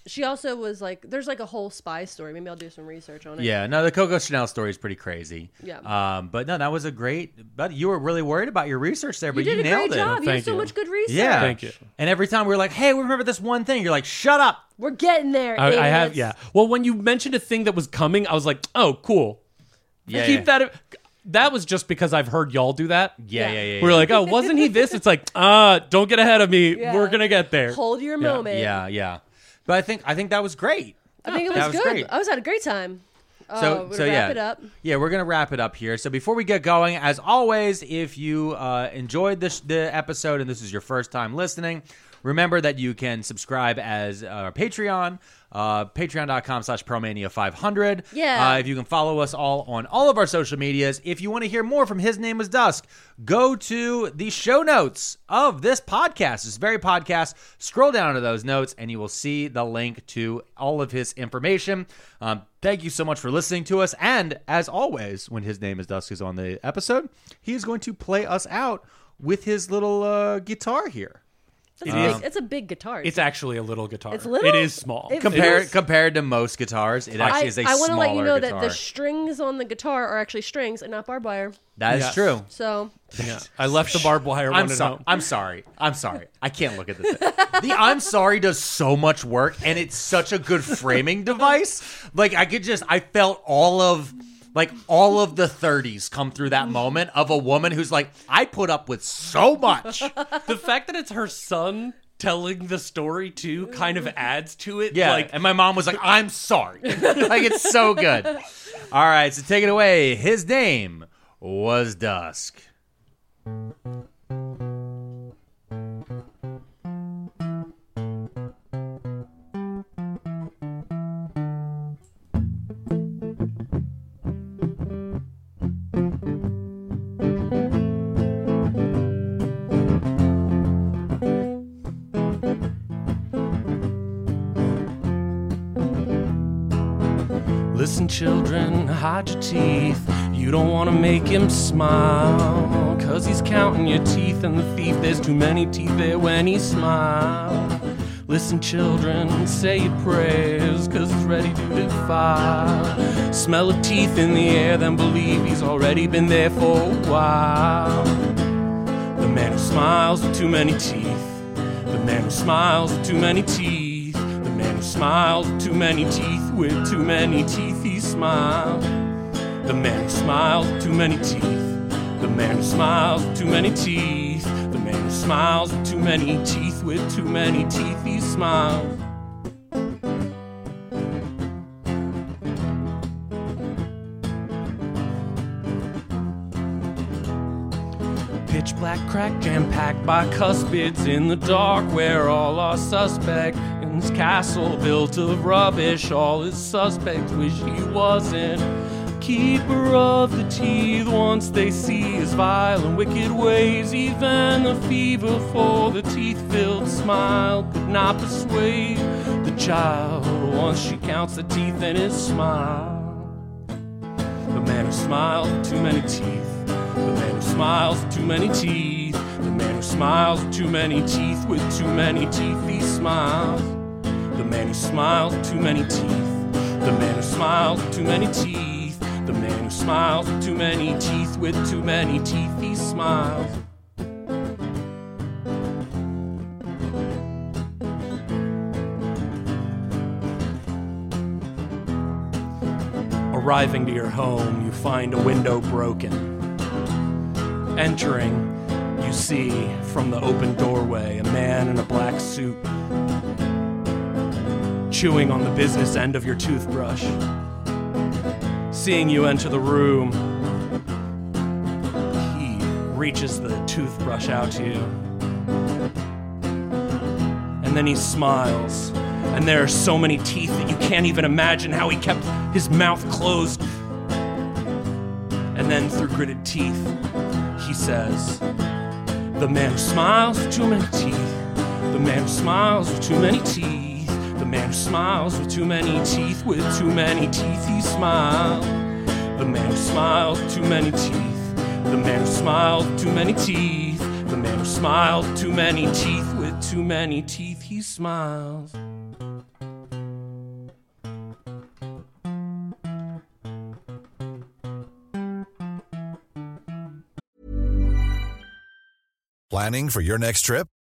C: She also was like, there's like a whole spy story. Maybe I'll do some research on it.
A: Yeah, no, the Coco Chanel story is pretty crazy.
C: Yeah.
A: Um, but no, that was a great. But you were really worried about your research there,
C: You
A: but you,
C: did a
A: nailed
C: great
A: it.
C: job. You
D: Thank
C: have so
D: you.
C: much good research.
A: Yeah.
D: Thank you.
A: And every time we were like, "Hey, we remember this one thing," you're like, "Shut up."
C: We're getting there.
D: I, I have,
C: idiots.
D: yeah. Well, when you mentioned a thing that was coming, I was like, oh, cool.
A: Yeah,
D: Keep
A: yeah.
D: that. That was just because I've heard y'all do that.
A: Yeah, yeah, yeah.
D: We We're
A: yeah.
D: like, oh, wasn't he this? It's like, ah, don't get ahead of me. We're gonna get there.
C: Hold your
D: Yeah.
C: moment.
A: yeah, yeah. But I think I think that was great.
C: I think it was,
A: That was
C: good.
A: great.
C: I was had a great time.
A: so
C: oh, we're
A: so
C: gonna
A: yeah
C: wrap it up.
A: yeah we're gonna wrap it up here so before we get going as always if you uh, enjoyed this the episode and this is your first time listening remember that you can subscribe as uh, patreon uh, patreon.com slash promania 500
C: Yeah.
A: uh, if you can follow us all on all of our social medias if you want to hear more from his name is dusk go to the show notes of this podcast this very podcast scroll down to those notes and you will see the link to all of his information um, Thank you so much for listening to us. And as always, when his name is Dusk is on the episode, he is going to play us out with his little uh, guitar here.
C: That's a big, it's a big guitar.
D: It's actually a little guitar.
C: It's little?
D: It is small.
C: It
A: Compared
C: feels-
A: compared to most guitars, it
C: I,
A: actually is a
C: I
A: smaller
C: wanna let you know
A: guitar.
C: that the strings on the guitar are actually strings and not barbed wire.
A: that is
D: Yes.
A: true.
C: So
D: Yeah. I left the barbed wire
A: I'm
D: one at
A: sorry.
D: home.
A: I'm sorry. I'm sorry. I can't look at this. thing. The I'm sorry does so much work, and it's such a good framing device. Like I could just, I felt all of, like all of the 30s come through that moment of a woman who's like, I put up with so much.
D: the fact that it's her son telling the story too kind of adds to it.
A: Yeah,
D: Like,
A: and my mom was like, "I'm sorry," like it's so good. All right, so take it away. His name was Dusk.
D: Listen, children, hide your teeth. You don't want to make him smile. Cause he's counting your teeth and the thief. There's too many teeth there when he smiles. Listen, children, say your prayers. Cause he's ready to defile. Smell of teeth in the air, then believe he's already been there for a while. The man who smiles with too many teeth. The man who smiles with too many teeth. The man who smiles with too many teeth. With too many teeth, he smiles. The man who smiles with too many teeth. The man who smiles with too many teeth. The man who smiles with too many teeth. With too many teeth, he smiles. Pitch black crack jam packed by cuspids in the dark where all are suspect. In this castle built of rubbish, all his suspects wish he wasn't. Keeper of the teeth, once they see his vile and wicked ways, even the fever for the teeth filled smile could not persuade the child once she counts the teeth in his smile. The man who smiles with too many teeth. The man who smiles with too many teeth. The man who smiles with too many teeth. With too many teeth, he smiles. The man who smiles with too many teeth. The man who smiles with too many teeth. The man who smiles with too many teeth. With too many teeth, he smiles. Arriving to your home, you find a window broken. Entering, you see from the open doorway a man in a black suit chewing on the business end of your toothbrush. Seeing you enter the room, he reaches the toothbrush out to you. And then he smiles. And there are so many teeth that you can't even imagine how he kept his mouth closed. And then through gritted teeth, he says, The man who smiles with too many teeth. The man who smiles with too many teeth. The man who smiles with too many teeth. With too many teeth, he smiles. The man who smiles with too many teeth. The man who smiles with too many teeth. The man who smiles with too many teeth. With too many teeth, he smiles.
I: Planning for your next trip?